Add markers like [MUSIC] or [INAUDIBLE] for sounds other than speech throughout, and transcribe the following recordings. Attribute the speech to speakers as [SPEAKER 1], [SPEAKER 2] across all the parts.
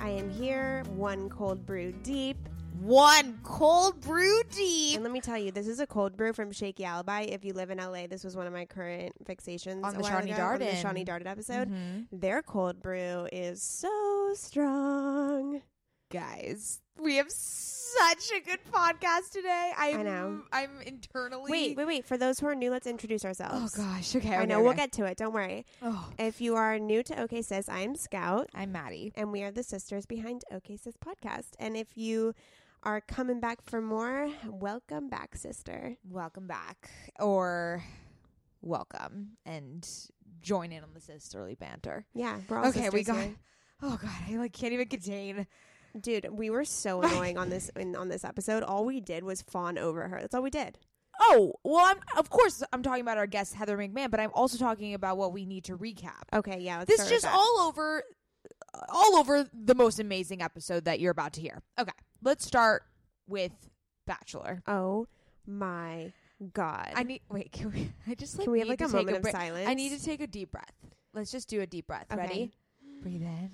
[SPEAKER 1] I am here, one cold brew deep.
[SPEAKER 2] One cold brew deep.
[SPEAKER 1] And let me tell you, this is a cold brew from Shaky Alibi. If you live in LA, this was one of my current fixations
[SPEAKER 2] on the Shawnee ago, Darden.
[SPEAKER 1] the Shawnee Darden episode. Mm-hmm. Their cold brew is so strong.
[SPEAKER 2] Guys, we have such a good podcast today. I'm,
[SPEAKER 1] I know.
[SPEAKER 2] I'm internally.
[SPEAKER 1] Wait, wait, wait. For those who are new, let's introduce ourselves.
[SPEAKER 2] Oh gosh. Okay.
[SPEAKER 1] I
[SPEAKER 2] okay,
[SPEAKER 1] know.
[SPEAKER 2] Okay.
[SPEAKER 1] We'll get to it. Don't worry.
[SPEAKER 2] Oh.
[SPEAKER 1] If you are new to OK Sis, I'm Scout.
[SPEAKER 2] I'm Maddie,
[SPEAKER 1] and we are the sisters behind OK Sis podcast. And if you are coming back for more, welcome back, sister.
[SPEAKER 2] Welcome back, or welcome and join in on the sisterly banter.
[SPEAKER 1] Yeah. We're all okay.
[SPEAKER 2] we got.
[SPEAKER 1] Here.
[SPEAKER 2] Oh god, I like can't even contain
[SPEAKER 1] dude we
[SPEAKER 2] [LAUGHS]
[SPEAKER 1] were so annoying on this in, on this episode all we did was fawn over her that's all we did
[SPEAKER 2] oh well i'm of course i'm talking about our guest heather mcmahon but i'm also talking about what we need to recap
[SPEAKER 1] okay yeah
[SPEAKER 2] this just all over all over the most amazing episode that you're about to hear okay let's start with bachelor
[SPEAKER 1] oh my god
[SPEAKER 2] i need wait can we i just like
[SPEAKER 1] can we have
[SPEAKER 2] need
[SPEAKER 1] like a
[SPEAKER 2] to
[SPEAKER 1] moment
[SPEAKER 2] take a
[SPEAKER 1] of
[SPEAKER 2] break.
[SPEAKER 1] silence
[SPEAKER 2] i need to take a deep breath let's just do a deep breath
[SPEAKER 1] Okay.
[SPEAKER 2] ready breathe in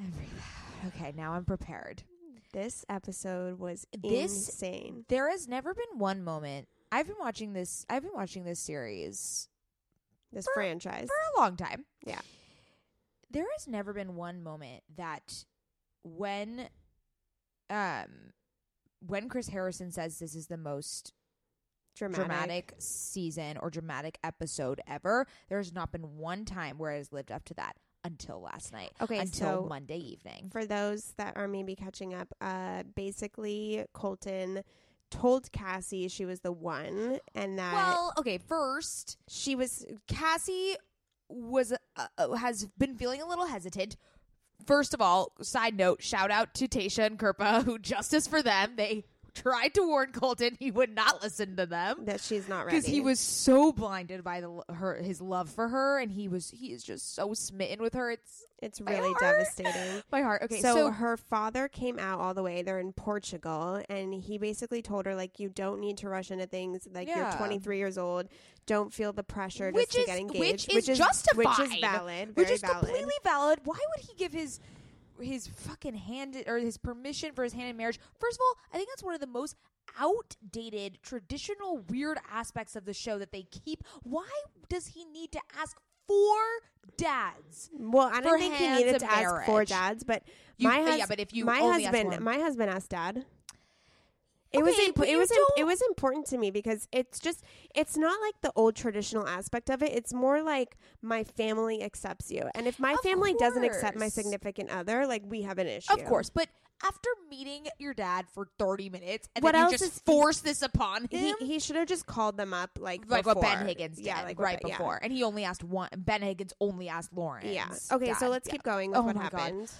[SPEAKER 2] and breathe out okay now i'm prepared
[SPEAKER 1] this episode was
[SPEAKER 2] This-
[SPEAKER 1] insane
[SPEAKER 2] There has never been one moment. I've been watching this. I've been watching this series
[SPEAKER 1] this
[SPEAKER 2] For-
[SPEAKER 1] franchise
[SPEAKER 2] for a long time.
[SPEAKER 1] Yeah.
[SPEAKER 2] There has never been one moment that when um when Chris Harrison says this is the most
[SPEAKER 1] dramatic,
[SPEAKER 2] dramatic season or dramatic episode ever, there has not been one time where it has lived up to that until last night.
[SPEAKER 1] Okay,
[SPEAKER 2] Until
[SPEAKER 1] so-
[SPEAKER 2] Monday evening.
[SPEAKER 1] for those that are maybe catching up uh basically colton told cassie she was the one and that
[SPEAKER 2] Well, okay, first
[SPEAKER 1] she was
[SPEAKER 2] Cassie was uh, uh, has been feeling a little hesitant. First of all, side note, shout out to Tasha and Kerpa, [LAUGHS] who justice for them. They tried to warn Colton; he would not listen to them
[SPEAKER 1] that she's not ready
[SPEAKER 2] because he was so blinded by the lo- her his love for her, and he was he is just so smitten with her. It's
[SPEAKER 1] it's
[SPEAKER 2] my
[SPEAKER 1] really
[SPEAKER 2] heart.
[SPEAKER 1] devastating
[SPEAKER 2] [GASPS] my heart. Okay,
[SPEAKER 1] so,
[SPEAKER 2] so,
[SPEAKER 1] her father came out all the way. They're in Portugal, and he basically told her like, "You don't need to rush into things. Like
[SPEAKER 2] Yeah.
[SPEAKER 1] you're 23 years old. Don't feel the pressure
[SPEAKER 2] Which
[SPEAKER 1] just to
[SPEAKER 2] is- which
[SPEAKER 1] get engaged,
[SPEAKER 2] is
[SPEAKER 1] which
[SPEAKER 2] justified.
[SPEAKER 1] is valid,
[SPEAKER 2] which
[SPEAKER 1] very
[SPEAKER 2] is
[SPEAKER 1] valid.
[SPEAKER 2] completely valid. Why would he give his his fucking hand or his permission for his hand in marriage? First of all, I think that's one of the most outdated traditional weird aspects of the show that they keep. Why does he need to ask four dads?
[SPEAKER 1] Well, I
[SPEAKER 2] for
[SPEAKER 1] don't think he
[SPEAKER 2] hands
[SPEAKER 1] needed
[SPEAKER 2] of
[SPEAKER 1] to ask for
[SPEAKER 2] marriage.
[SPEAKER 1] dads, but
[SPEAKER 2] You-
[SPEAKER 1] my
[SPEAKER 2] yeah,
[SPEAKER 1] husband,
[SPEAKER 2] but if you
[SPEAKER 1] my
[SPEAKER 2] only ask
[SPEAKER 1] husband,
[SPEAKER 2] one-
[SPEAKER 1] my husband asked dad. It was
[SPEAKER 2] Okay,
[SPEAKER 1] imp-
[SPEAKER 2] but
[SPEAKER 1] it
[SPEAKER 2] you
[SPEAKER 1] was im-
[SPEAKER 2] don't-
[SPEAKER 1] it was important to me because it's just it's not like the old traditional aspect of it. It's more like my family accepts you, and if my
[SPEAKER 2] Of
[SPEAKER 1] family doesn't accept my
[SPEAKER 2] course.
[SPEAKER 1] significant other, like we have an issue.
[SPEAKER 2] Of course, but after meeting your dad for 30 minutes and
[SPEAKER 1] What
[SPEAKER 2] then you
[SPEAKER 1] else
[SPEAKER 2] just
[SPEAKER 1] is-
[SPEAKER 2] force this upon him?
[SPEAKER 1] he he should have just called them up like
[SPEAKER 2] like what Ben
[SPEAKER 1] before.
[SPEAKER 2] Higgins did
[SPEAKER 1] yeah, like what
[SPEAKER 2] right
[SPEAKER 1] Ben- yeah.
[SPEAKER 2] before. And he only asked one. Ben Higgins only asked Lauren.
[SPEAKER 1] Yeah. Okay, so let's keep going with
[SPEAKER 2] Oh
[SPEAKER 1] what
[SPEAKER 2] my God.
[SPEAKER 1] happened.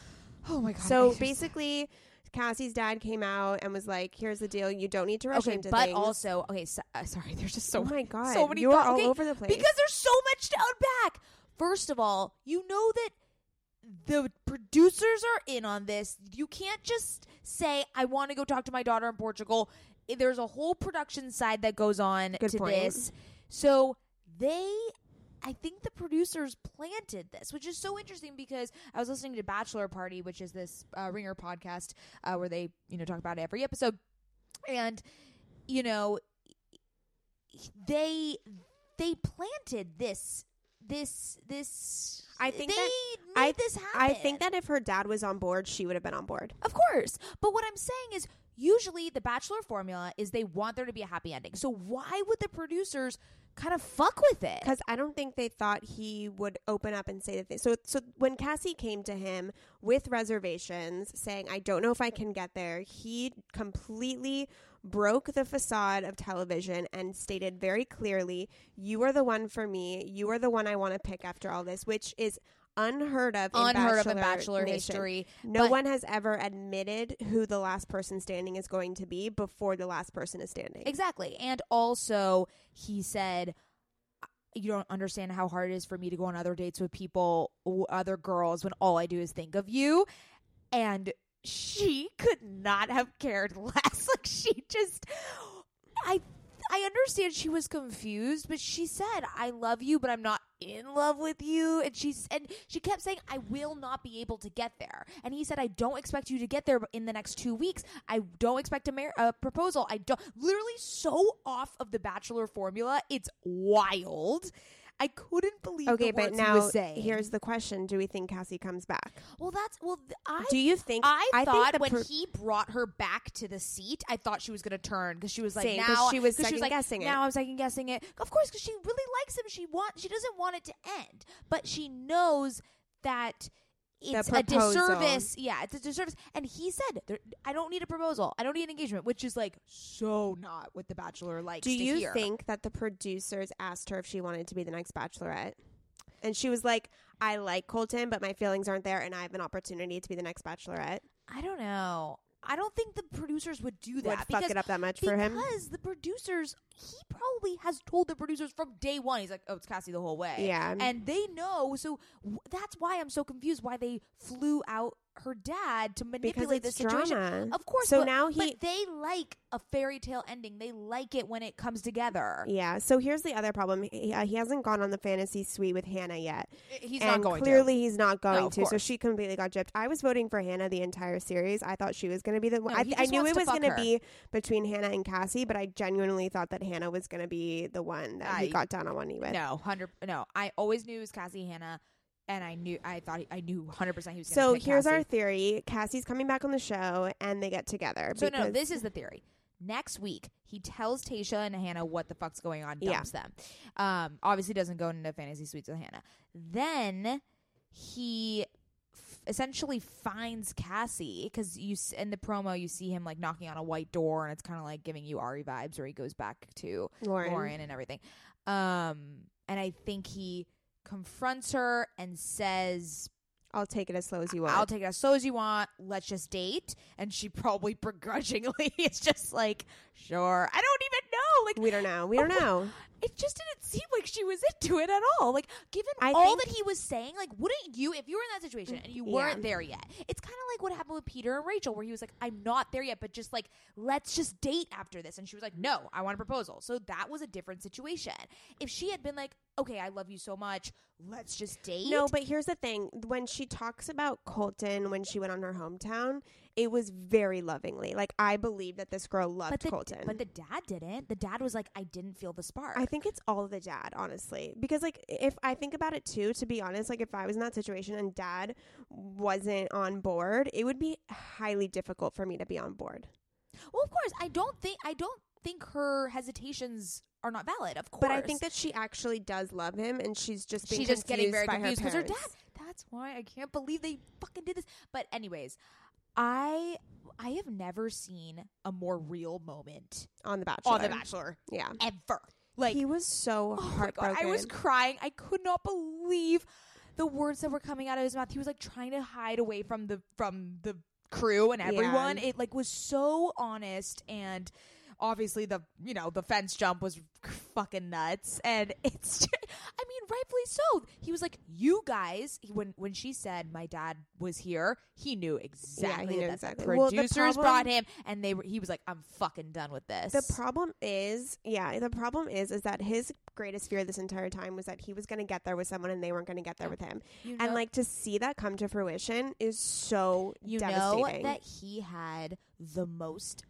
[SPEAKER 2] Oh my God.
[SPEAKER 1] So
[SPEAKER 2] I just-
[SPEAKER 1] basically, Cassie's dad came out and was like, "Here's the deal. You don't need to rush
[SPEAKER 2] Okay,
[SPEAKER 1] into
[SPEAKER 2] but
[SPEAKER 1] things."
[SPEAKER 2] also, okay, so, uh, sorry, [LAUGHS] there's just so
[SPEAKER 1] Oh my
[SPEAKER 2] many-
[SPEAKER 1] God,
[SPEAKER 2] so many
[SPEAKER 1] you are
[SPEAKER 2] thoughts.
[SPEAKER 1] all
[SPEAKER 2] Okay,
[SPEAKER 1] over the place.
[SPEAKER 2] because there's so much to unpack. First of all, you know that the producers are in on this. You can't just say I want to go talk to my daughter in Portugal. There's a whole production side that goes on
[SPEAKER 1] Good
[SPEAKER 2] to
[SPEAKER 1] point.
[SPEAKER 2] this. So they I think the producers planted this, which is so interesting because I was listening to Bachelor Party, which is this uh, Ringer podcast uh, where they, you know, talk about every episode and you know they they planted this this this
[SPEAKER 1] I think
[SPEAKER 2] they
[SPEAKER 1] that-
[SPEAKER 2] made
[SPEAKER 1] I
[SPEAKER 2] this happen
[SPEAKER 1] I think that if her dad was on board, she would have been on board.
[SPEAKER 2] of course but what i'm saying is usually the bachelor formula is they want there to be a happy ending so why would the producers kind of fuck with it
[SPEAKER 1] Because I don't think they thought he would open up and say that they. So, so when Cassie came to him with reservations, saying, "I don't know if I can get there," he completely broke the facade of television and stated very clearly, "You are the one for me. You are the one I want to pick after all this," which is unheard of. In
[SPEAKER 2] Unheard of
[SPEAKER 1] Bachelor
[SPEAKER 2] in Bachelor
[SPEAKER 1] Nation.
[SPEAKER 2] history,
[SPEAKER 1] No
[SPEAKER 2] but-
[SPEAKER 1] one has ever admitted who the last person standing is going to be before the last person is standing.
[SPEAKER 2] Exactly. And also, he said, You don't understand how hard it is for me to go on other dates with people, other girls, when all I do is think of you. And she could not have cared [LAUGHS] less. Like, she just, I. I understand she was confused, but she said, "I love you, but I'm not in love with you." And she and she kept saying, "I will not be able to get there." And he said, "I don't expect you to get there in the next two weeks. I don't expect a, mar- a proposal. I don't." Literally, so off of the bachelor formula, it's wild. I couldn't believe.
[SPEAKER 1] Okay,
[SPEAKER 2] the
[SPEAKER 1] but
[SPEAKER 2] words he was
[SPEAKER 1] now
[SPEAKER 2] saying.
[SPEAKER 1] here's the question: Do we think Cassie comes back?
[SPEAKER 2] well, that's well. th- I
[SPEAKER 1] Do you think
[SPEAKER 2] I,
[SPEAKER 1] think
[SPEAKER 2] thought
[SPEAKER 1] the
[SPEAKER 2] when
[SPEAKER 1] per-
[SPEAKER 2] he brought her back to the seat, I thought she was going to turn because she was like,
[SPEAKER 1] Same, 'cause
[SPEAKER 2] now
[SPEAKER 1] she was
[SPEAKER 2] 'cause like,
[SPEAKER 1] second-guessing it.
[SPEAKER 2] Now I'm second guessing it. Of course, because she really likes him. She want she doesn't want it to end, but she knows that. It's a
[SPEAKER 1] proposal.
[SPEAKER 2] disservice. Yeah, it's a disservice. And he said, there, "I don't need a proposal. I don't need an engagement," which is like so not what the Bachelor likes.
[SPEAKER 1] do
[SPEAKER 2] to
[SPEAKER 1] you
[SPEAKER 2] hear.
[SPEAKER 1] think that the producers asked her if she wanted to be the next Bachelorette, and she was like, "I like Colton, but my feelings aren't there, and I have an opportunity to be the next Bachelorette."
[SPEAKER 2] I don't know. I don't think the producers would do that.
[SPEAKER 1] fuck
[SPEAKER 2] because-
[SPEAKER 1] it up that much for him?
[SPEAKER 2] Because the producers, he probably has told the producers from day one. He's like, oh, it's Cassie the whole way.
[SPEAKER 1] Yeah.
[SPEAKER 2] And they know. So w- that's why I'm so confused why they flew out her dad to manipulate
[SPEAKER 1] it's
[SPEAKER 2] the situation.
[SPEAKER 1] drama.
[SPEAKER 2] Of course.
[SPEAKER 1] So
[SPEAKER 2] but-
[SPEAKER 1] now he-
[SPEAKER 2] But they like a fairy tale ending. They like it when it comes together.
[SPEAKER 1] Yeah. So here's the other problem: he, uh, he hasn't gone on the fantasy suite with Hannah yet.
[SPEAKER 2] He's
[SPEAKER 1] and
[SPEAKER 2] not going
[SPEAKER 1] clearly he's not going
[SPEAKER 2] of
[SPEAKER 1] to. So
[SPEAKER 2] course.
[SPEAKER 1] she completely got gypped. I was voting for Hannah the entire series. I thought she was going to be the one.
[SPEAKER 2] No,
[SPEAKER 1] I,
[SPEAKER 2] he
[SPEAKER 1] th- I
[SPEAKER 2] just
[SPEAKER 1] knew
[SPEAKER 2] wants
[SPEAKER 1] it
[SPEAKER 2] to
[SPEAKER 1] was
[SPEAKER 2] fuck
[SPEAKER 1] going to
[SPEAKER 2] her.
[SPEAKER 1] be between Hannah and Cassie, but I genuinely thought that Hannah was going to be the one that he
[SPEAKER 2] I-
[SPEAKER 1] got down on one knee with.
[SPEAKER 2] to. No, 100. No, I always knew it was Cassie Hannah. And I knew, I thought, I knew 100% he was
[SPEAKER 1] So
[SPEAKER 2] going to
[SPEAKER 1] here's
[SPEAKER 2] Cassie.
[SPEAKER 1] our theory: Cassie's coming back on the show, and they get together.
[SPEAKER 2] So no,
[SPEAKER 1] because-
[SPEAKER 2] this is the theory. Next week, he tells Tasha and Hannah what the fuck's going on, dumps them. Um, obviously doesn't go into fantasy suites with Hannah. Then he f- essentially finds Cassie because you s- in the promo you see him like knocking on a white door and it's kind of like giving you Ari vibes, where he goes back to
[SPEAKER 1] Lauren.
[SPEAKER 2] Lauren and everything. Um, and I think he confronts her and says
[SPEAKER 1] I'll take it as slow as you want.
[SPEAKER 2] I'll take it as slow as you want. Let's just date. And she [LAUGHS] probably begrudgingly [LAUGHS] is just like, sure. I don't even know. Like
[SPEAKER 1] we don't know. We don't
[SPEAKER 2] Oh,
[SPEAKER 1] know.
[SPEAKER 2] It just didn't seem like she was into it at all. Like given
[SPEAKER 1] I
[SPEAKER 2] all
[SPEAKER 1] think- Mm,
[SPEAKER 2] that he was saying, like wouldn't you, if you were in that situation and you weren't
[SPEAKER 1] Yeah.
[SPEAKER 2] there yet? It's kind of like what happened with Peter and Rachel, where he was like, I'm not there yet, but just like let's just date after this. And she was like, No, I want a proposal. So that was a different situation. If she had been like, Okay, I love you so much. Let's just date.
[SPEAKER 1] No, but here's the thing. When she talks about Colton when she went on her hometown, it was very lovingly. Like I believe that this girl loved
[SPEAKER 2] but the,
[SPEAKER 1] Colton.
[SPEAKER 2] But the dad didn't. The dad was like, I didn't feel the spark.
[SPEAKER 1] I think it's all the dad, honestly. Because like if I think about it too, to be honest, like if I was in that situation and dad wasn't on board, it would be highly difficult for me to be on board.
[SPEAKER 2] Well, of course, I don't think I don't think her hesitations are not valid. Of course,
[SPEAKER 1] But I think that she actually does love him, and she's just being
[SPEAKER 2] she's just getting very
[SPEAKER 1] confused by
[SPEAKER 2] confused
[SPEAKER 1] her,
[SPEAKER 2] because her
[SPEAKER 1] parents.
[SPEAKER 2] dad. That's why I can't believe they fucking did this. But anyways, I I have never seen a more real moment
[SPEAKER 1] on the Bachelor.
[SPEAKER 2] on The Bachelor
[SPEAKER 1] yeah.
[SPEAKER 2] ever. Like
[SPEAKER 1] he was so
[SPEAKER 2] Oh my God,
[SPEAKER 1] heartbroken.
[SPEAKER 2] I was crying. I could not believe the words that were coming out of his mouth. He was like trying to hide away from the from the crew and everyone. It like was so honest and obviously the you know the fence jump was fucking nuts and [LAUGHS] it's just, I mean rightfully so. He was like you guys he- when when she said my dad was here, he knew exactly
[SPEAKER 1] knew
[SPEAKER 2] that
[SPEAKER 1] exactly.
[SPEAKER 2] the
[SPEAKER 1] Well, the
[SPEAKER 2] producers
[SPEAKER 1] problem-
[SPEAKER 2] brought him and they were he was like I'm fucking done with this.
[SPEAKER 1] the problem is, yeah, the problem is, is that his greatest fear this entire time was that he was going to get there with someone and they weren't going to get there with him.
[SPEAKER 2] You
[SPEAKER 1] and
[SPEAKER 2] know-
[SPEAKER 1] like to see that come to fruition is so
[SPEAKER 2] you know
[SPEAKER 1] devastating.
[SPEAKER 2] that he had the most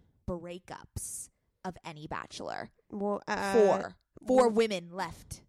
[SPEAKER 2] breakups of any bachelor.
[SPEAKER 1] well, uh,
[SPEAKER 2] Four. Four women left.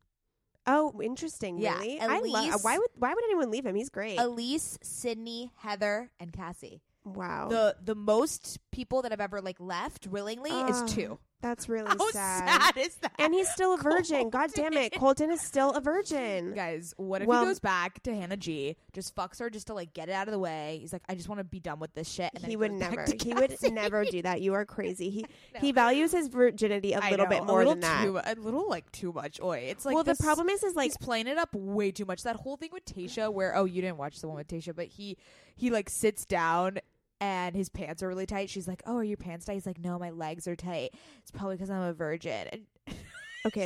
[SPEAKER 1] Oh, interesting.
[SPEAKER 2] Yeah,
[SPEAKER 1] really,
[SPEAKER 2] at
[SPEAKER 1] I love.
[SPEAKER 2] least- Oh,
[SPEAKER 1] Why would Why would anyone leave him? He's great.
[SPEAKER 2] Elise, Sydney, Heather, and Cassie.
[SPEAKER 1] wow,
[SPEAKER 2] The the most people that have ever like left willingly
[SPEAKER 1] Ugh,
[SPEAKER 2] is two.
[SPEAKER 1] That's really
[SPEAKER 2] [LAUGHS] How sad, is that?
[SPEAKER 1] And he's still a virgin. God damn it, Colton is still a virgin.
[SPEAKER 2] [LAUGHS] Guys, what if
[SPEAKER 1] Well-
[SPEAKER 2] he goes back to Hannah G, just fucks her just to like get it out of the way? He's like, I just want to be done with this shit. And then
[SPEAKER 1] he would
[SPEAKER 2] goes back
[SPEAKER 1] never.
[SPEAKER 2] to
[SPEAKER 1] He would
[SPEAKER 2] Cassie.
[SPEAKER 1] never
[SPEAKER 2] [LAUGHS]
[SPEAKER 1] do that. You are crazy. He
[SPEAKER 2] No.
[SPEAKER 1] he values his virginity a
[SPEAKER 2] I
[SPEAKER 1] little
[SPEAKER 2] know,
[SPEAKER 1] bit
[SPEAKER 2] a
[SPEAKER 1] more
[SPEAKER 2] little
[SPEAKER 1] than that.
[SPEAKER 2] too mu- a little like too much. Oi, it's like
[SPEAKER 1] well,
[SPEAKER 2] this-
[SPEAKER 1] the problem is, is like
[SPEAKER 2] he's playing it up way too much. That whole thing with Tasha, where oh, you didn't watch the one with Tasha, but he he like sits down and his pants are really tight. She's like, "Oh, are your pants tight?" He's like, "No, my legs are tight. It's probably because I'm a virgin." And,
[SPEAKER 1] okay,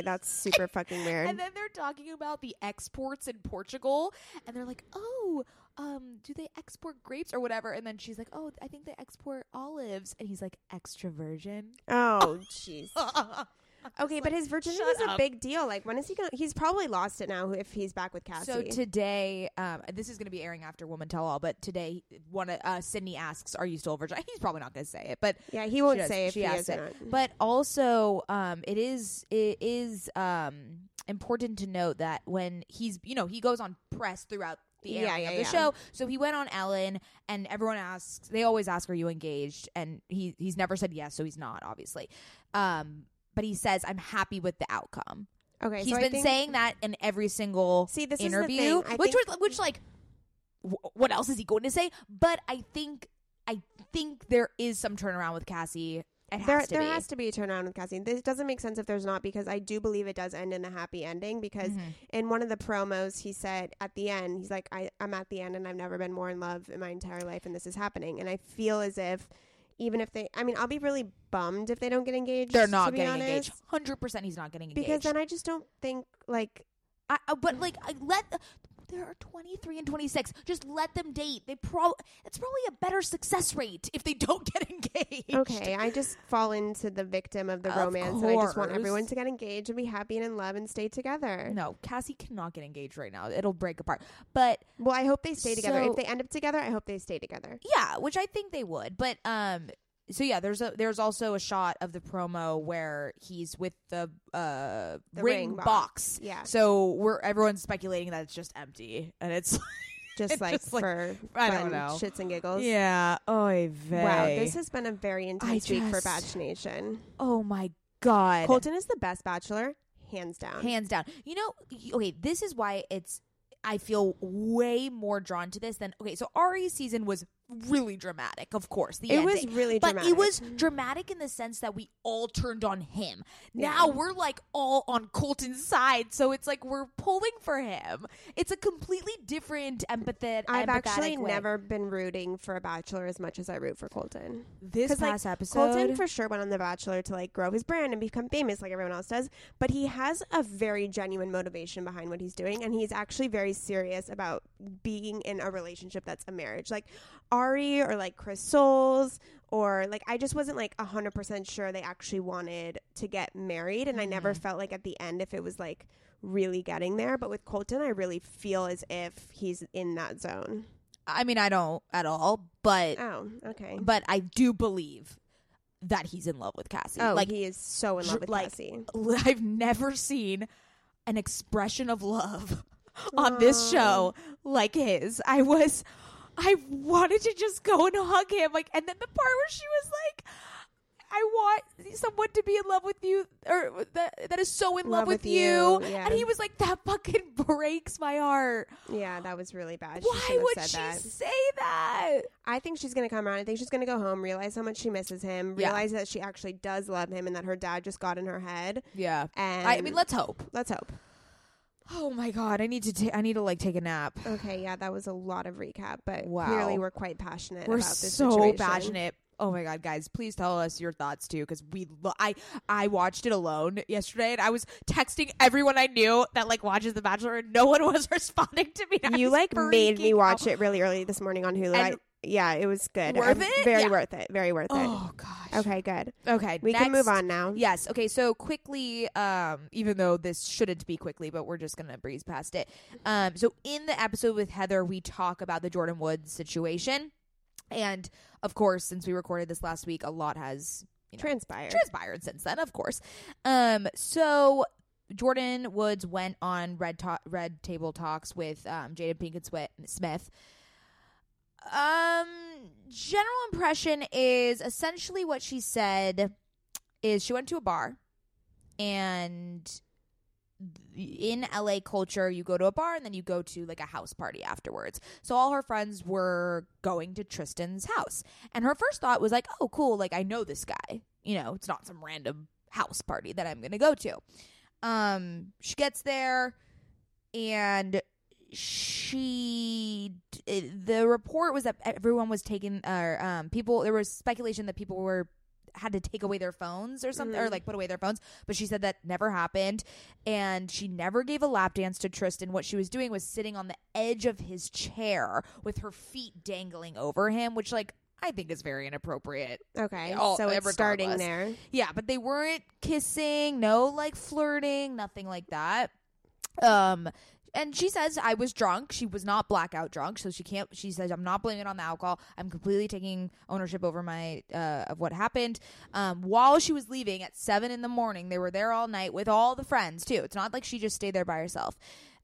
[SPEAKER 2] [LAUGHS]
[SPEAKER 1] that's super fucking weird.
[SPEAKER 2] and then they're talking about the exports in Portugal, and they're like, "Oh, um, do they export grapes or whatever?" And then she's like, "Oh, I think they export olives," and he's like, "Extra virgin." [LAUGHS]
[SPEAKER 1] oh, jeez. Okay, but his virginity
[SPEAKER 2] shut
[SPEAKER 1] is a
[SPEAKER 2] up.
[SPEAKER 1] big deal. Like, when is he going? to He's probably lost it now if he's back with Cassie.
[SPEAKER 2] So today, um, this is going to be airing after Woman Tell All, but today, one of- uh, Sydney asks, "Are you still a virgin?" [LAUGHS] He's probably not going to say it, but
[SPEAKER 1] yeah, he won't
[SPEAKER 2] she does-
[SPEAKER 1] say if
[SPEAKER 2] she
[SPEAKER 1] he
[SPEAKER 2] asked
[SPEAKER 1] is
[SPEAKER 2] it. But also, um, it is it is um, important to note that when he's you know he goes on press throughout the airing
[SPEAKER 1] Yeah, yeah,
[SPEAKER 2] of the
[SPEAKER 1] yeah.
[SPEAKER 2] show, so he went on Ellen, and everyone asks. They always ask, "Are you engaged?" And he he's never said yes, so he's not obviously. Um, but he says, "I'm happy with the outcome."
[SPEAKER 1] Okay,
[SPEAKER 2] He's
[SPEAKER 1] so I
[SPEAKER 2] been
[SPEAKER 1] think-
[SPEAKER 2] saying that in every single
[SPEAKER 1] See, this is the
[SPEAKER 2] interview,
[SPEAKER 1] thing. I
[SPEAKER 2] which
[SPEAKER 1] think-
[SPEAKER 2] was which like, wh- what else is he going to say? But I think I think there is some turnaround with Cassie. It has
[SPEAKER 1] There,
[SPEAKER 2] to
[SPEAKER 1] there
[SPEAKER 2] be.
[SPEAKER 1] has to be a turnaround with Cassie. This doesn't make sense if there's not because I do believe it does end in a happy ending. Because
[SPEAKER 2] Mm-hmm.
[SPEAKER 1] in one of the promos, he said at the end, he's like, I, "I'm at the end, and I've never been more in love in my entire life, and this is happening." And I feel as if, even if they, I mean, I'll be really bummed if they don't get engaged.
[SPEAKER 2] They're not
[SPEAKER 1] to be
[SPEAKER 2] getting
[SPEAKER 1] honest,
[SPEAKER 2] engaged. Hundred percent, he's not getting engaged.
[SPEAKER 1] because then I just don't think like
[SPEAKER 2] I, I- but like, I let there are twenty three and twenty six. Just let them date. They pro. It's probably a better success rate if they [LAUGHS] don't get engaged.
[SPEAKER 1] okay, I just fall into the victim of the
[SPEAKER 2] Of
[SPEAKER 1] romance, and I just want
[SPEAKER 2] course.
[SPEAKER 1] everyone to get engaged and be happy and in love and stay together.
[SPEAKER 2] No, Cassie cannot get engaged right now. It'll break apart. But
[SPEAKER 1] Well, I hope they stay together.
[SPEAKER 2] So-
[SPEAKER 1] if they end up together, I hope they stay together.
[SPEAKER 2] Yeah, which I think they would. But um so yeah, there's a there's also a shot of the promo where he's with the uh
[SPEAKER 1] The
[SPEAKER 2] ring,
[SPEAKER 1] ring
[SPEAKER 2] box.
[SPEAKER 1] box, yeah.
[SPEAKER 2] So we're everyone's speculating that it's just empty and it's [LAUGHS]
[SPEAKER 1] just like
[SPEAKER 2] Just, like,
[SPEAKER 1] for
[SPEAKER 2] I don't
[SPEAKER 1] fun
[SPEAKER 2] know.
[SPEAKER 1] shits and giggles.
[SPEAKER 2] Yeah. Oy vey.
[SPEAKER 1] Wow, this has been a very intense week for
[SPEAKER 2] just-
[SPEAKER 1] Batch Nation.
[SPEAKER 2] Oh my god.
[SPEAKER 1] Colton is the best bachelor, hands down.
[SPEAKER 2] hands down. You know, y- okay, this is why it's I feel way more drawn to this than okay. So Ari's season was really dramatic, of course. The
[SPEAKER 1] It was
[SPEAKER 2] ending.
[SPEAKER 1] really
[SPEAKER 2] but
[SPEAKER 1] dramatic.
[SPEAKER 2] it was dramatic in the sense that we all turned on him. Now we're like all on Colton's side, so it's like we're pulling for him. It's a completely different empathet.
[SPEAKER 1] I've
[SPEAKER 2] empathetic
[SPEAKER 1] actually
[SPEAKER 2] way.
[SPEAKER 1] never been rooting for a bachelor as much as I root for Colton.
[SPEAKER 2] this
[SPEAKER 1] 'Cause, like,
[SPEAKER 2] past episode.
[SPEAKER 1] Colton for sure went on The Bachelor to like grow his brand and become famous like everyone else does, but he has a very genuine motivation behind what he's doing and he's actually very serious about being in a relationship that's a marriage. Like Ari or like Chris Souls or like I just wasn't like 100% sure they actually wanted to get married and I never
[SPEAKER 2] Mm-hmm.
[SPEAKER 1] felt like at the end if it was like really getting there, but with Colton I really feel as if he's in that zone.
[SPEAKER 2] I mean, I don't at all, but
[SPEAKER 1] Oh, okay.
[SPEAKER 2] but I do believe that he's in love with Cassie.
[SPEAKER 1] Oh,
[SPEAKER 2] like
[SPEAKER 1] he is so in love with
[SPEAKER 2] like,
[SPEAKER 1] Cassie.
[SPEAKER 2] [LAUGHS] I've never seen an expression of love [LAUGHS] on this show like his. I was I wanted to just go and hug him like and then the part where she was like I want someone to be in love with you, or that, that is so in love,
[SPEAKER 1] Love
[SPEAKER 2] with,
[SPEAKER 1] with
[SPEAKER 2] you.
[SPEAKER 1] you, yeah.
[SPEAKER 2] And he was like, that fucking [LAUGHS] breaks my heart.
[SPEAKER 1] Yeah, that was really bad. she
[SPEAKER 2] Why
[SPEAKER 1] shouldn't
[SPEAKER 2] would
[SPEAKER 1] have
[SPEAKER 2] she
[SPEAKER 1] said that.
[SPEAKER 2] say that?
[SPEAKER 1] I think she's going to come around. I think she's going to go home, realize how much she misses him,
[SPEAKER 2] Yeah.
[SPEAKER 1] realize that she actually does love him and that her dad just got in her head.
[SPEAKER 2] Yeah.
[SPEAKER 1] And
[SPEAKER 2] I mean, let's hope.
[SPEAKER 1] let's hope.
[SPEAKER 2] Oh my god, I need to ta- I need to like take a nap.
[SPEAKER 1] Okay, yeah, that was a lot of recap, but
[SPEAKER 2] Wow.
[SPEAKER 1] clearly we're quite passionate
[SPEAKER 2] We're
[SPEAKER 1] about this
[SPEAKER 2] so
[SPEAKER 1] situation.
[SPEAKER 2] [LAUGHS] passionate. Oh my god, guys, please tell us your thoughts too cuz we lo- I I watched it alone yesterday and I was texting everyone I knew that like watches The Bachelor and no one [LAUGHS] was responding to me. and I
[SPEAKER 1] You
[SPEAKER 2] was
[SPEAKER 1] like made me
[SPEAKER 2] freaking
[SPEAKER 1] watch
[SPEAKER 2] out.
[SPEAKER 1] it really early this morning on Hulu.
[SPEAKER 2] And-
[SPEAKER 1] I, yeah, it was good.
[SPEAKER 2] Worth
[SPEAKER 1] I'm
[SPEAKER 2] it?
[SPEAKER 1] Very
[SPEAKER 2] Yeah.
[SPEAKER 1] worth it. Very worth
[SPEAKER 2] Oh gosh.
[SPEAKER 1] it. Okay, good.
[SPEAKER 2] Okay,
[SPEAKER 1] We can move
[SPEAKER 2] next.
[SPEAKER 1] on now.
[SPEAKER 2] Yes. Okay. So quickly, um, even though this shouldn't be quickly, but we're just gonna breeze past it. Um, so in the episode with Heather, we talk about the Jordan Woods situation, and of course, since we recorded this last week, a lot has you know,
[SPEAKER 1] Transpired.
[SPEAKER 2] transpired since then, of course. Um, so Jordan Woods went on Red Ta- Red Table Talks with um, Jada Pinkett Swi- Smith. Um, general impression is essentially what she said is she went to a bar and in LA culture, you go to a bar and then you go to like a house party afterwards. So all her friends were going to Tristan's house. And her first thought was like, oh, cool. Like, I know this guy. You know, it's not some random house party that I'm going to go to. Um, she gets there and she the report was that everyone was taking or um people there was speculation that people were had to take away their phones or something or like put away their phones but she said that never happened and she never gave a lap dance to Tristan what she was doing was sitting on the edge of his chair with her feet dangling over him which like I think is very inappropriate
[SPEAKER 1] Okay,
[SPEAKER 2] All-
[SPEAKER 1] so it's starting
[SPEAKER 2] regardless.
[SPEAKER 1] there. Mm,
[SPEAKER 2] yeah, but they weren't kissing, no like flirting, nothing like that. Um and she says I was drunk. She was not blackout drunk, so she can't she says I'm not blaming it on the alcohol. I'm completely taking ownership over my uh of what happened. Um while she was leaving at 7 in the morning, they were there all night with all the friends too. It's not like she just stayed there by herself.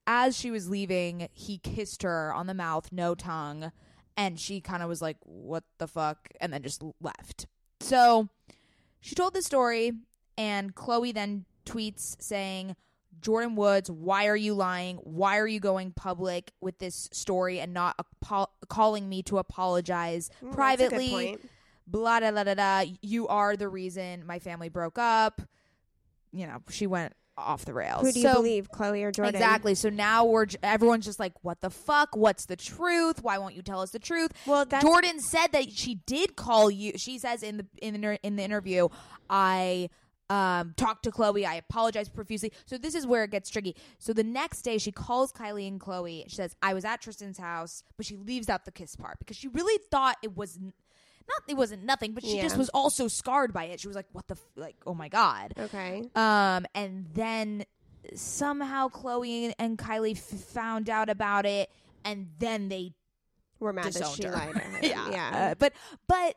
[SPEAKER 2] As she was leaving, he kissed her on the mouth, no tongue, and she kind of was like, "What the fuck?" and then just left. So, she told the story, and Chloe then tweets saying, Jordan Woods, why are you lying? Why are you going public with this story and not apo- calling me to apologize
[SPEAKER 1] Mm, that's a good
[SPEAKER 2] privately?
[SPEAKER 1] point.
[SPEAKER 2] Blah, da, da, da, da. You are the reason my family broke up. You know, she went off the rails.
[SPEAKER 1] Who do you
[SPEAKER 2] uh, So-
[SPEAKER 1] believe, Chloe or Jordan?
[SPEAKER 2] Exactly. So now we're j- everyone's just like, what the fuck? What's the truth? Why won't you tell us the truth?
[SPEAKER 1] Well, that's-
[SPEAKER 2] Jordan said that she did call you. She says in the in the, inter- in the interview, I um, talked to Chloe. I apologized profusely. So this is where it gets tricky. So the next day, she calls Kylie and Chloe. She says, I was at Tristan's house, but she leaves out the kiss part because she really thought it was. N- not it wasn't nothing, but she
[SPEAKER 1] Yeah.
[SPEAKER 2] just was also scarred by it. She was like, "What the f- like? Oh my god!"
[SPEAKER 1] Okay.
[SPEAKER 2] Um, and then somehow Chloe and Kylie f- found out about it, and then they
[SPEAKER 1] We're mad that
[SPEAKER 2] disowned
[SPEAKER 1] she
[SPEAKER 2] her. [LAUGHS]
[SPEAKER 1] lied. to him.
[SPEAKER 2] yeah,
[SPEAKER 1] yeah.
[SPEAKER 2] Uh, but but.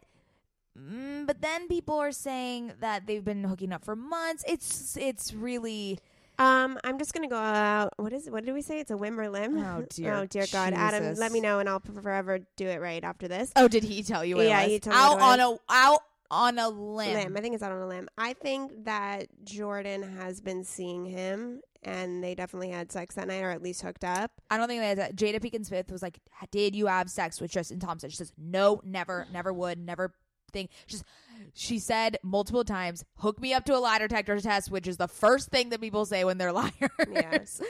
[SPEAKER 2] Mm, but then people are saying that they've been hooking up for months. It's it's really
[SPEAKER 1] Um, I'm just gonna go out. What is? What did we say? It's a whim or lim.
[SPEAKER 2] Oh, dear
[SPEAKER 1] [LAUGHS] Oh dear God, Adam,
[SPEAKER 2] Jesus.
[SPEAKER 1] let me know and I'll forever do it right after this.
[SPEAKER 2] oh, did he tell you? What
[SPEAKER 1] Yeah,
[SPEAKER 2] it was?
[SPEAKER 1] he told me
[SPEAKER 2] out
[SPEAKER 1] what
[SPEAKER 2] on
[SPEAKER 1] it
[SPEAKER 2] a out on a limb.
[SPEAKER 1] Lim. I think it's out on a limb. I think that Jordan has been seeing him, and they definitely had sex that night, or at least
[SPEAKER 2] [LAUGHS]
[SPEAKER 1] hooked up.
[SPEAKER 2] I don't think that that- Jada Pinkett Smith was like, "Did you have sex with Tristan Thompson?" She says, "No, never, never would, never thing." She says, she said multiple times, "Hook me up to a lie detector test," which is the first thing that people say when they're [LAUGHS] liars.
[SPEAKER 1] Yes.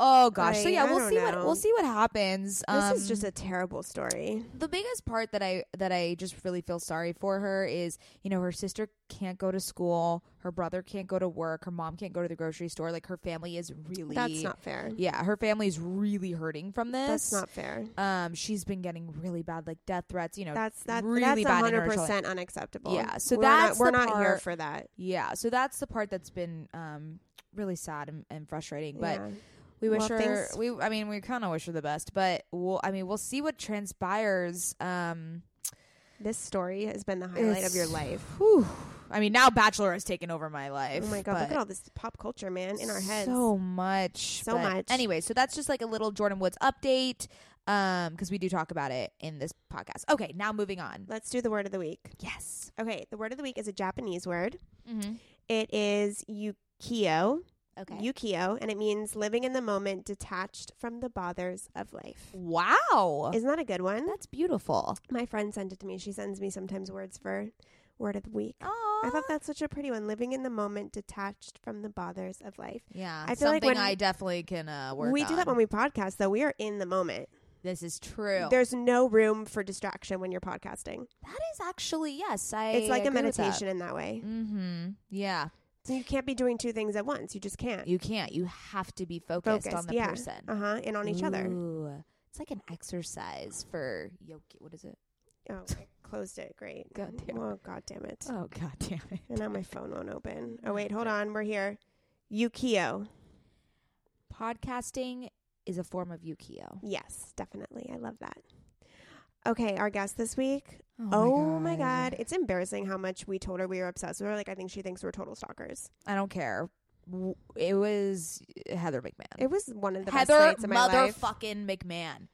[SPEAKER 2] Oh gosh. so
[SPEAKER 1] I-
[SPEAKER 2] yeah,
[SPEAKER 1] I
[SPEAKER 2] we'll
[SPEAKER 1] don't
[SPEAKER 2] see what
[SPEAKER 1] know.
[SPEAKER 2] we'll see what happens.
[SPEAKER 1] [LAUGHS] This
[SPEAKER 2] Um,
[SPEAKER 1] is just a terrible story.
[SPEAKER 2] the biggest part that I that I just really feel sorry for her is, you know, her sister can't go to school, her brother can't go to work, her mom can't go to the grocery store. Like her family is really
[SPEAKER 1] That's not fair.
[SPEAKER 2] Yeah, her family's really hurting from this.
[SPEAKER 1] That's not fair.
[SPEAKER 2] Um, she's been getting really bad like death threats. You know,
[SPEAKER 1] That's that.
[SPEAKER 2] really
[SPEAKER 1] that's
[SPEAKER 2] bad in her
[SPEAKER 1] hundred percent unacceptable.
[SPEAKER 2] Yeah, so
[SPEAKER 1] we're
[SPEAKER 2] that's
[SPEAKER 1] not, we're
[SPEAKER 2] the
[SPEAKER 1] not here
[SPEAKER 2] part-
[SPEAKER 1] for that.
[SPEAKER 2] Yeah, so that's the part that's been um really sad and, and frustrating. But
[SPEAKER 1] Yeah.
[SPEAKER 2] we wish
[SPEAKER 1] Well,
[SPEAKER 2] her.
[SPEAKER 1] thanks-
[SPEAKER 2] We, I mean, we kind of wish her the best. But we'll, I mean, we'll see what transpires. Um,
[SPEAKER 1] This story has been the highlight of your
[SPEAKER 2] It's-
[SPEAKER 1] life.
[SPEAKER 2] whew. I mean, now Bachelor has taken over my life.
[SPEAKER 1] Oh my god! Look
[SPEAKER 2] but-
[SPEAKER 1] at all this pop culture, man, in our heads.
[SPEAKER 2] So much.
[SPEAKER 1] So
[SPEAKER 2] but
[SPEAKER 1] much.
[SPEAKER 2] Anyway, so that's just like a little Jordan Woods update. um because we do talk about it in this podcast. Okay, now moving on.
[SPEAKER 1] Let's do the word of the week.
[SPEAKER 2] Yes.
[SPEAKER 1] Okay, the word of the week is a Japanese word.
[SPEAKER 2] Mm-hmm.
[SPEAKER 1] It is yukio,
[SPEAKER 2] Okay.
[SPEAKER 1] yukio, and it means living in the moment, detached from the bothers of life.
[SPEAKER 2] wow.
[SPEAKER 1] Isn't that a good one?
[SPEAKER 2] That's beautiful.
[SPEAKER 1] My friend sent it to me. She sends me sometimes words for word of the week.
[SPEAKER 2] Oh.
[SPEAKER 1] I thought that's such a pretty one. Living in the moment, detached from the bothers of life.
[SPEAKER 2] yeah.
[SPEAKER 1] I feel like
[SPEAKER 2] something
[SPEAKER 1] when-
[SPEAKER 2] I definitely can uh, work.
[SPEAKER 1] we do that
[SPEAKER 2] on.
[SPEAKER 1] when we podcast, though. We are in the moment.
[SPEAKER 2] This is true.
[SPEAKER 1] There's no room for distraction when you're podcasting.
[SPEAKER 2] that is actually yes. I.
[SPEAKER 1] It's like a
[SPEAKER 2] agree with that.
[SPEAKER 1] meditation in that way.
[SPEAKER 2] Mm-hmm. Yeah.
[SPEAKER 1] So you can't be doing two things at once. You just can't.
[SPEAKER 2] You can't. You have to be focused,
[SPEAKER 1] Focused,
[SPEAKER 2] on the
[SPEAKER 1] yeah.
[SPEAKER 2] person.
[SPEAKER 1] Uh huh. And on each other.
[SPEAKER 2] Ooh. It's like an exercise for yoki. What is it?
[SPEAKER 1] Oh, I closed it. Great.
[SPEAKER 2] God damn it.
[SPEAKER 1] Oh, god damn it.
[SPEAKER 2] Oh god damn it.
[SPEAKER 1] And now my phone won't open. Oh wait, hold on. We're here. Yukio.
[SPEAKER 2] Podcasting is a form of yukio.
[SPEAKER 1] Yes, definitely. I love that. Okay, our guest this week.
[SPEAKER 2] Oh,
[SPEAKER 1] Oh my god, it's embarrassing how much we told her we were obsessed. We were like, I think she thinks we're total stalkers.
[SPEAKER 2] I don't care. W- It was Heather McMahon.
[SPEAKER 1] It was one of the best
[SPEAKER 2] Heather
[SPEAKER 1] nights of my life.
[SPEAKER 2] motherfucking McMahon.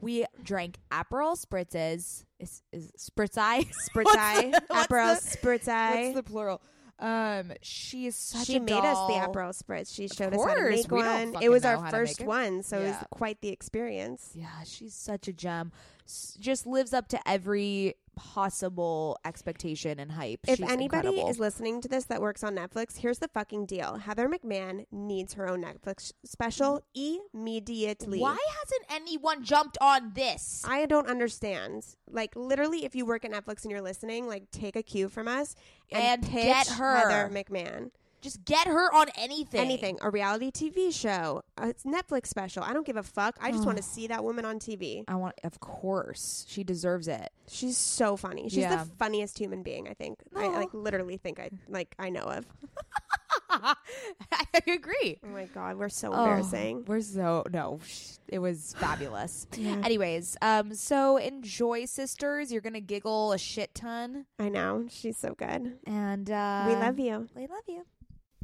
[SPEAKER 2] We drank Aperol spritzes. Is, is spritz
[SPEAKER 1] [LAUGHS]
[SPEAKER 2] eye?
[SPEAKER 1] Spritz eye,
[SPEAKER 2] the- what's
[SPEAKER 1] Aperol
[SPEAKER 2] the-
[SPEAKER 1] spritz
[SPEAKER 2] What's
[SPEAKER 1] eye.
[SPEAKER 2] the plural? Um, she is such
[SPEAKER 1] She
[SPEAKER 2] a
[SPEAKER 1] made us the
[SPEAKER 2] doll.
[SPEAKER 1] Aperol spritz. She showed us how to
[SPEAKER 2] course,
[SPEAKER 1] make
[SPEAKER 2] we don't
[SPEAKER 1] one. It
[SPEAKER 2] fucking
[SPEAKER 1] was
[SPEAKER 2] know
[SPEAKER 1] our
[SPEAKER 2] how to
[SPEAKER 1] first
[SPEAKER 2] make it.
[SPEAKER 1] one, so it was
[SPEAKER 2] Yeah.
[SPEAKER 1] quite the experience.
[SPEAKER 2] Yeah, she's such a gem. S- just lives up to every possible expectation and hype.
[SPEAKER 1] If
[SPEAKER 2] She's
[SPEAKER 1] anybody
[SPEAKER 2] incredible.
[SPEAKER 1] is listening to this that works on Netflix, here's the fucking deal. Heather McMahon needs her own Netflix special immediately.
[SPEAKER 2] why hasn't anyone jumped on this?
[SPEAKER 1] I don't understand. Like literally, if you work at Netflix and you're listening, like take a cue from us and,
[SPEAKER 2] And
[SPEAKER 1] pitch
[SPEAKER 2] get her.
[SPEAKER 1] Heather McMahon.
[SPEAKER 2] Just get her on anything.
[SPEAKER 1] Anything, a reality TV show, a Netflix special. I don't give a fuck. I just want to see that woman on TV.
[SPEAKER 2] I want. Of course, she deserves
[SPEAKER 1] [LAUGHS]
[SPEAKER 2] it. [LAUGHS]
[SPEAKER 1] She's so funny. She's
[SPEAKER 2] Yeah.
[SPEAKER 1] the funniest human being. I think. I
[SPEAKER 2] Aw.
[SPEAKER 1] like literally think I like I know of.
[SPEAKER 2] I agree.
[SPEAKER 1] Oh my god, we're so
[SPEAKER 2] Oh,
[SPEAKER 1] embarrassing.
[SPEAKER 2] we're so no. sh- It
[SPEAKER 1] [SIGHS]
[SPEAKER 2] was fabulous. Anyways, um, so enjoy, sisters. You're gonna giggle a shit ton,
[SPEAKER 1] I know. She's so good.
[SPEAKER 2] and uh,
[SPEAKER 1] we love you.
[SPEAKER 2] We love you.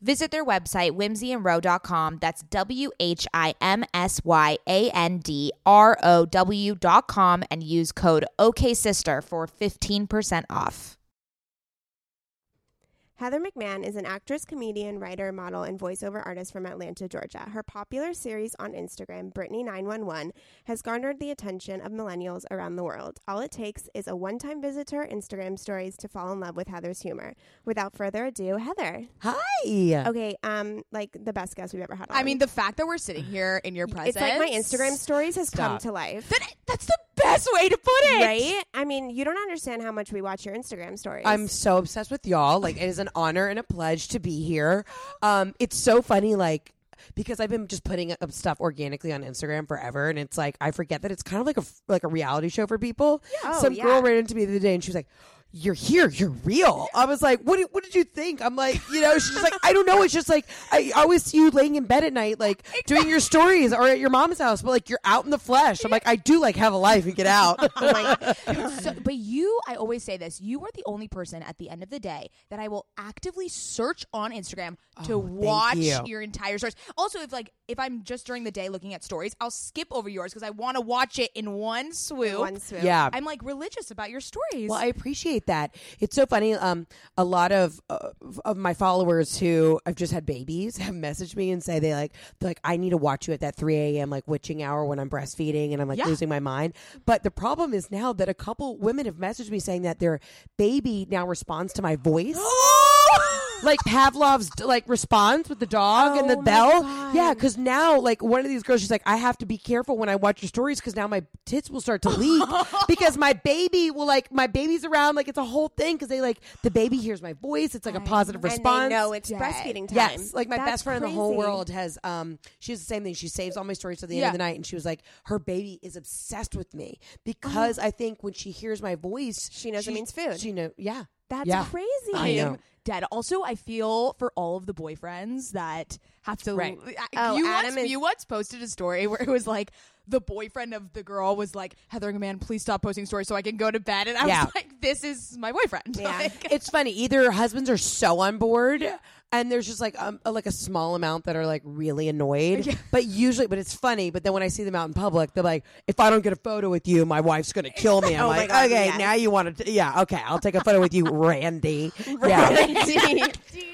[SPEAKER 2] Visit their website, whimsyandrow.com. That's W H I M S Y A N D R O W.com and use code OKSister for 15% off.
[SPEAKER 1] Heather McMahon is an actress, comedian, writer, model, and voiceover artist from Atlanta, Georgia. Her popular series on Instagram, Brittany 911, has garnered the attention of millennials around the world. All it takes is a one time visit to her Instagram stories to fall in love with Heather's humor. Without further ado, Heather.
[SPEAKER 3] Hi.
[SPEAKER 1] Okay, um, like the best guest we've ever had on.
[SPEAKER 4] I mean, the fact that we're sitting here in your presence.
[SPEAKER 1] it's like my Instagram stories has come
[SPEAKER 3] Stop.
[SPEAKER 1] to life.
[SPEAKER 2] That- that's the best way to put it.
[SPEAKER 1] Right? I mean, you don't understand how much we watch your Instagram stories.
[SPEAKER 3] I'm so obsessed with y'all. Like it is an honor and a pledge to be here. Um, it's so funny, like because I've been just putting up stuff organically on Instagram forever, and it's like I forget that it's kind of like a like a reality show for people.
[SPEAKER 1] Oh,
[SPEAKER 3] Some
[SPEAKER 1] yeah.
[SPEAKER 3] girl ran into me the other day, and she was like. You're here. You're real. I was like, what? Did, what did you think? I'm like, you know, she's like, I don't know. It's just like I always see you laying in bed at night, like doing your stories or at your mom's house, but like you're out in the flesh. I'm like, I do like have a life and get
[SPEAKER 1] [LAUGHS]
[SPEAKER 3] out. [LAUGHS]
[SPEAKER 4] [LAUGHS] So, but you, I always say this: you are the only person at the end of the day that I will actively search on Instagram to watch
[SPEAKER 3] Oh, you.
[SPEAKER 4] your entire stories. Also, if like if I'm just during the day looking at stories, I'll skip over yours because I want to watch it in one swoop.
[SPEAKER 1] one swoop.
[SPEAKER 3] yeah.
[SPEAKER 4] I'm like religious about your stories.
[SPEAKER 3] Well, I appreciate that. It's so funny. Um, a lot of uh, of my followers who have just had babies [LAUGHS] have messaged me and say they like they're like I need to watch you at that three a.m. like witching hour when I'm breastfeeding and I'm like
[SPEAKER 4] Yeah.
[SPEAKER 3] losing my mind. But the problem is now that a couple women have messaged me saying that their baby now responds to my voice.
[SPEAKER 4] [LAUGHS]
[SPEAKER 3] Like Pavlov's like response with the dog and the
[SPEAKER 1] Oh
[SPEAKER 3] bell, yeah. Because now, like one of these girls, she's like, "I have to be careful when I watch your stories because now my tits will start to
[SPEAKER 1] [LAUGHS]
[SPEAKER 3] leak because my baby will like my baby's around. Like it's a whole thing because they like the baby hears my voice. It's like a positive
[SPEAKER 1] and
[SPEAKER 3] response.
[SPEAKER 1] they know it's
[SPEAKER 4] Dead.
[SPEAKER 1] breastfeeding time.
[SPEAKER 3] Yes, like my
[SPEAKER 1] That's
[SPEAKER 3] best friend in the whole
[SPEAKER 1] crazy.
[SPEAKER 3] world has. Um, she has the same thing. She saves all my stories to the end of
[SPEAKER 4] Yeah.
[SPEAKER 3] the night, and she was like, her baby is obsessed with me because I think when she hears my voice,
[SPEAKER 1] Oh She knows it means food.
[SPEAKER 3] She know, yeah,
[SPEAKER 4] That's
[SPEAKER 3] yeah.
[SPEAKER 4] crazy.
[SPEAKER 3] I know.
[SPEAKER 4] dead. Also, I feel for all of the boyfriends that have to.
[SPEAKER 3] Right.
[SPEAKER 4] I-
[SPEAKER 1] Oh,
[SPEAKER 4] you,
[SPEAKER 1] Adam
[SPEAKER 4] once,
[SPEAKER 1] is-
[SPEAKER 4] you once posted a story where it was like the boyfriend of the girl was like, "Heather, man, please stop posting stories so I can go to bed." And I
[SPEAKER 3] Yeah.
[SPEAKER 4] was like, "This is my boyfriend." [LAUGHS]
[SPEAKER 1] Yeah.
[SPEAKER 4] Like,
[SPEAKER 3] [LAUGHS] it's funny. Either husbands are so on board, and there's just like um, like a small amount that are like really annoyed. But usually, but it's funny. But then when I see them out in public, they're like, "If I don't get a photo with you, my wife's gonna kill me." I'm
[SPEAKER 1] Oh my
[SPEAKER 3] like,
[SPEAKER 1] God,
[SPEAKER 3] "Okay,
[SPEAKER 1] yes.
[SPEAKER 3] now you want to? Yeah, okay, I'll take a photo
[SPEAKER 1] [LAUGHS]
[SPEAKER 3] with you, Randy."
[SPEAKER 4] [LAUGHS]
[SPEAKER 3] Yeah,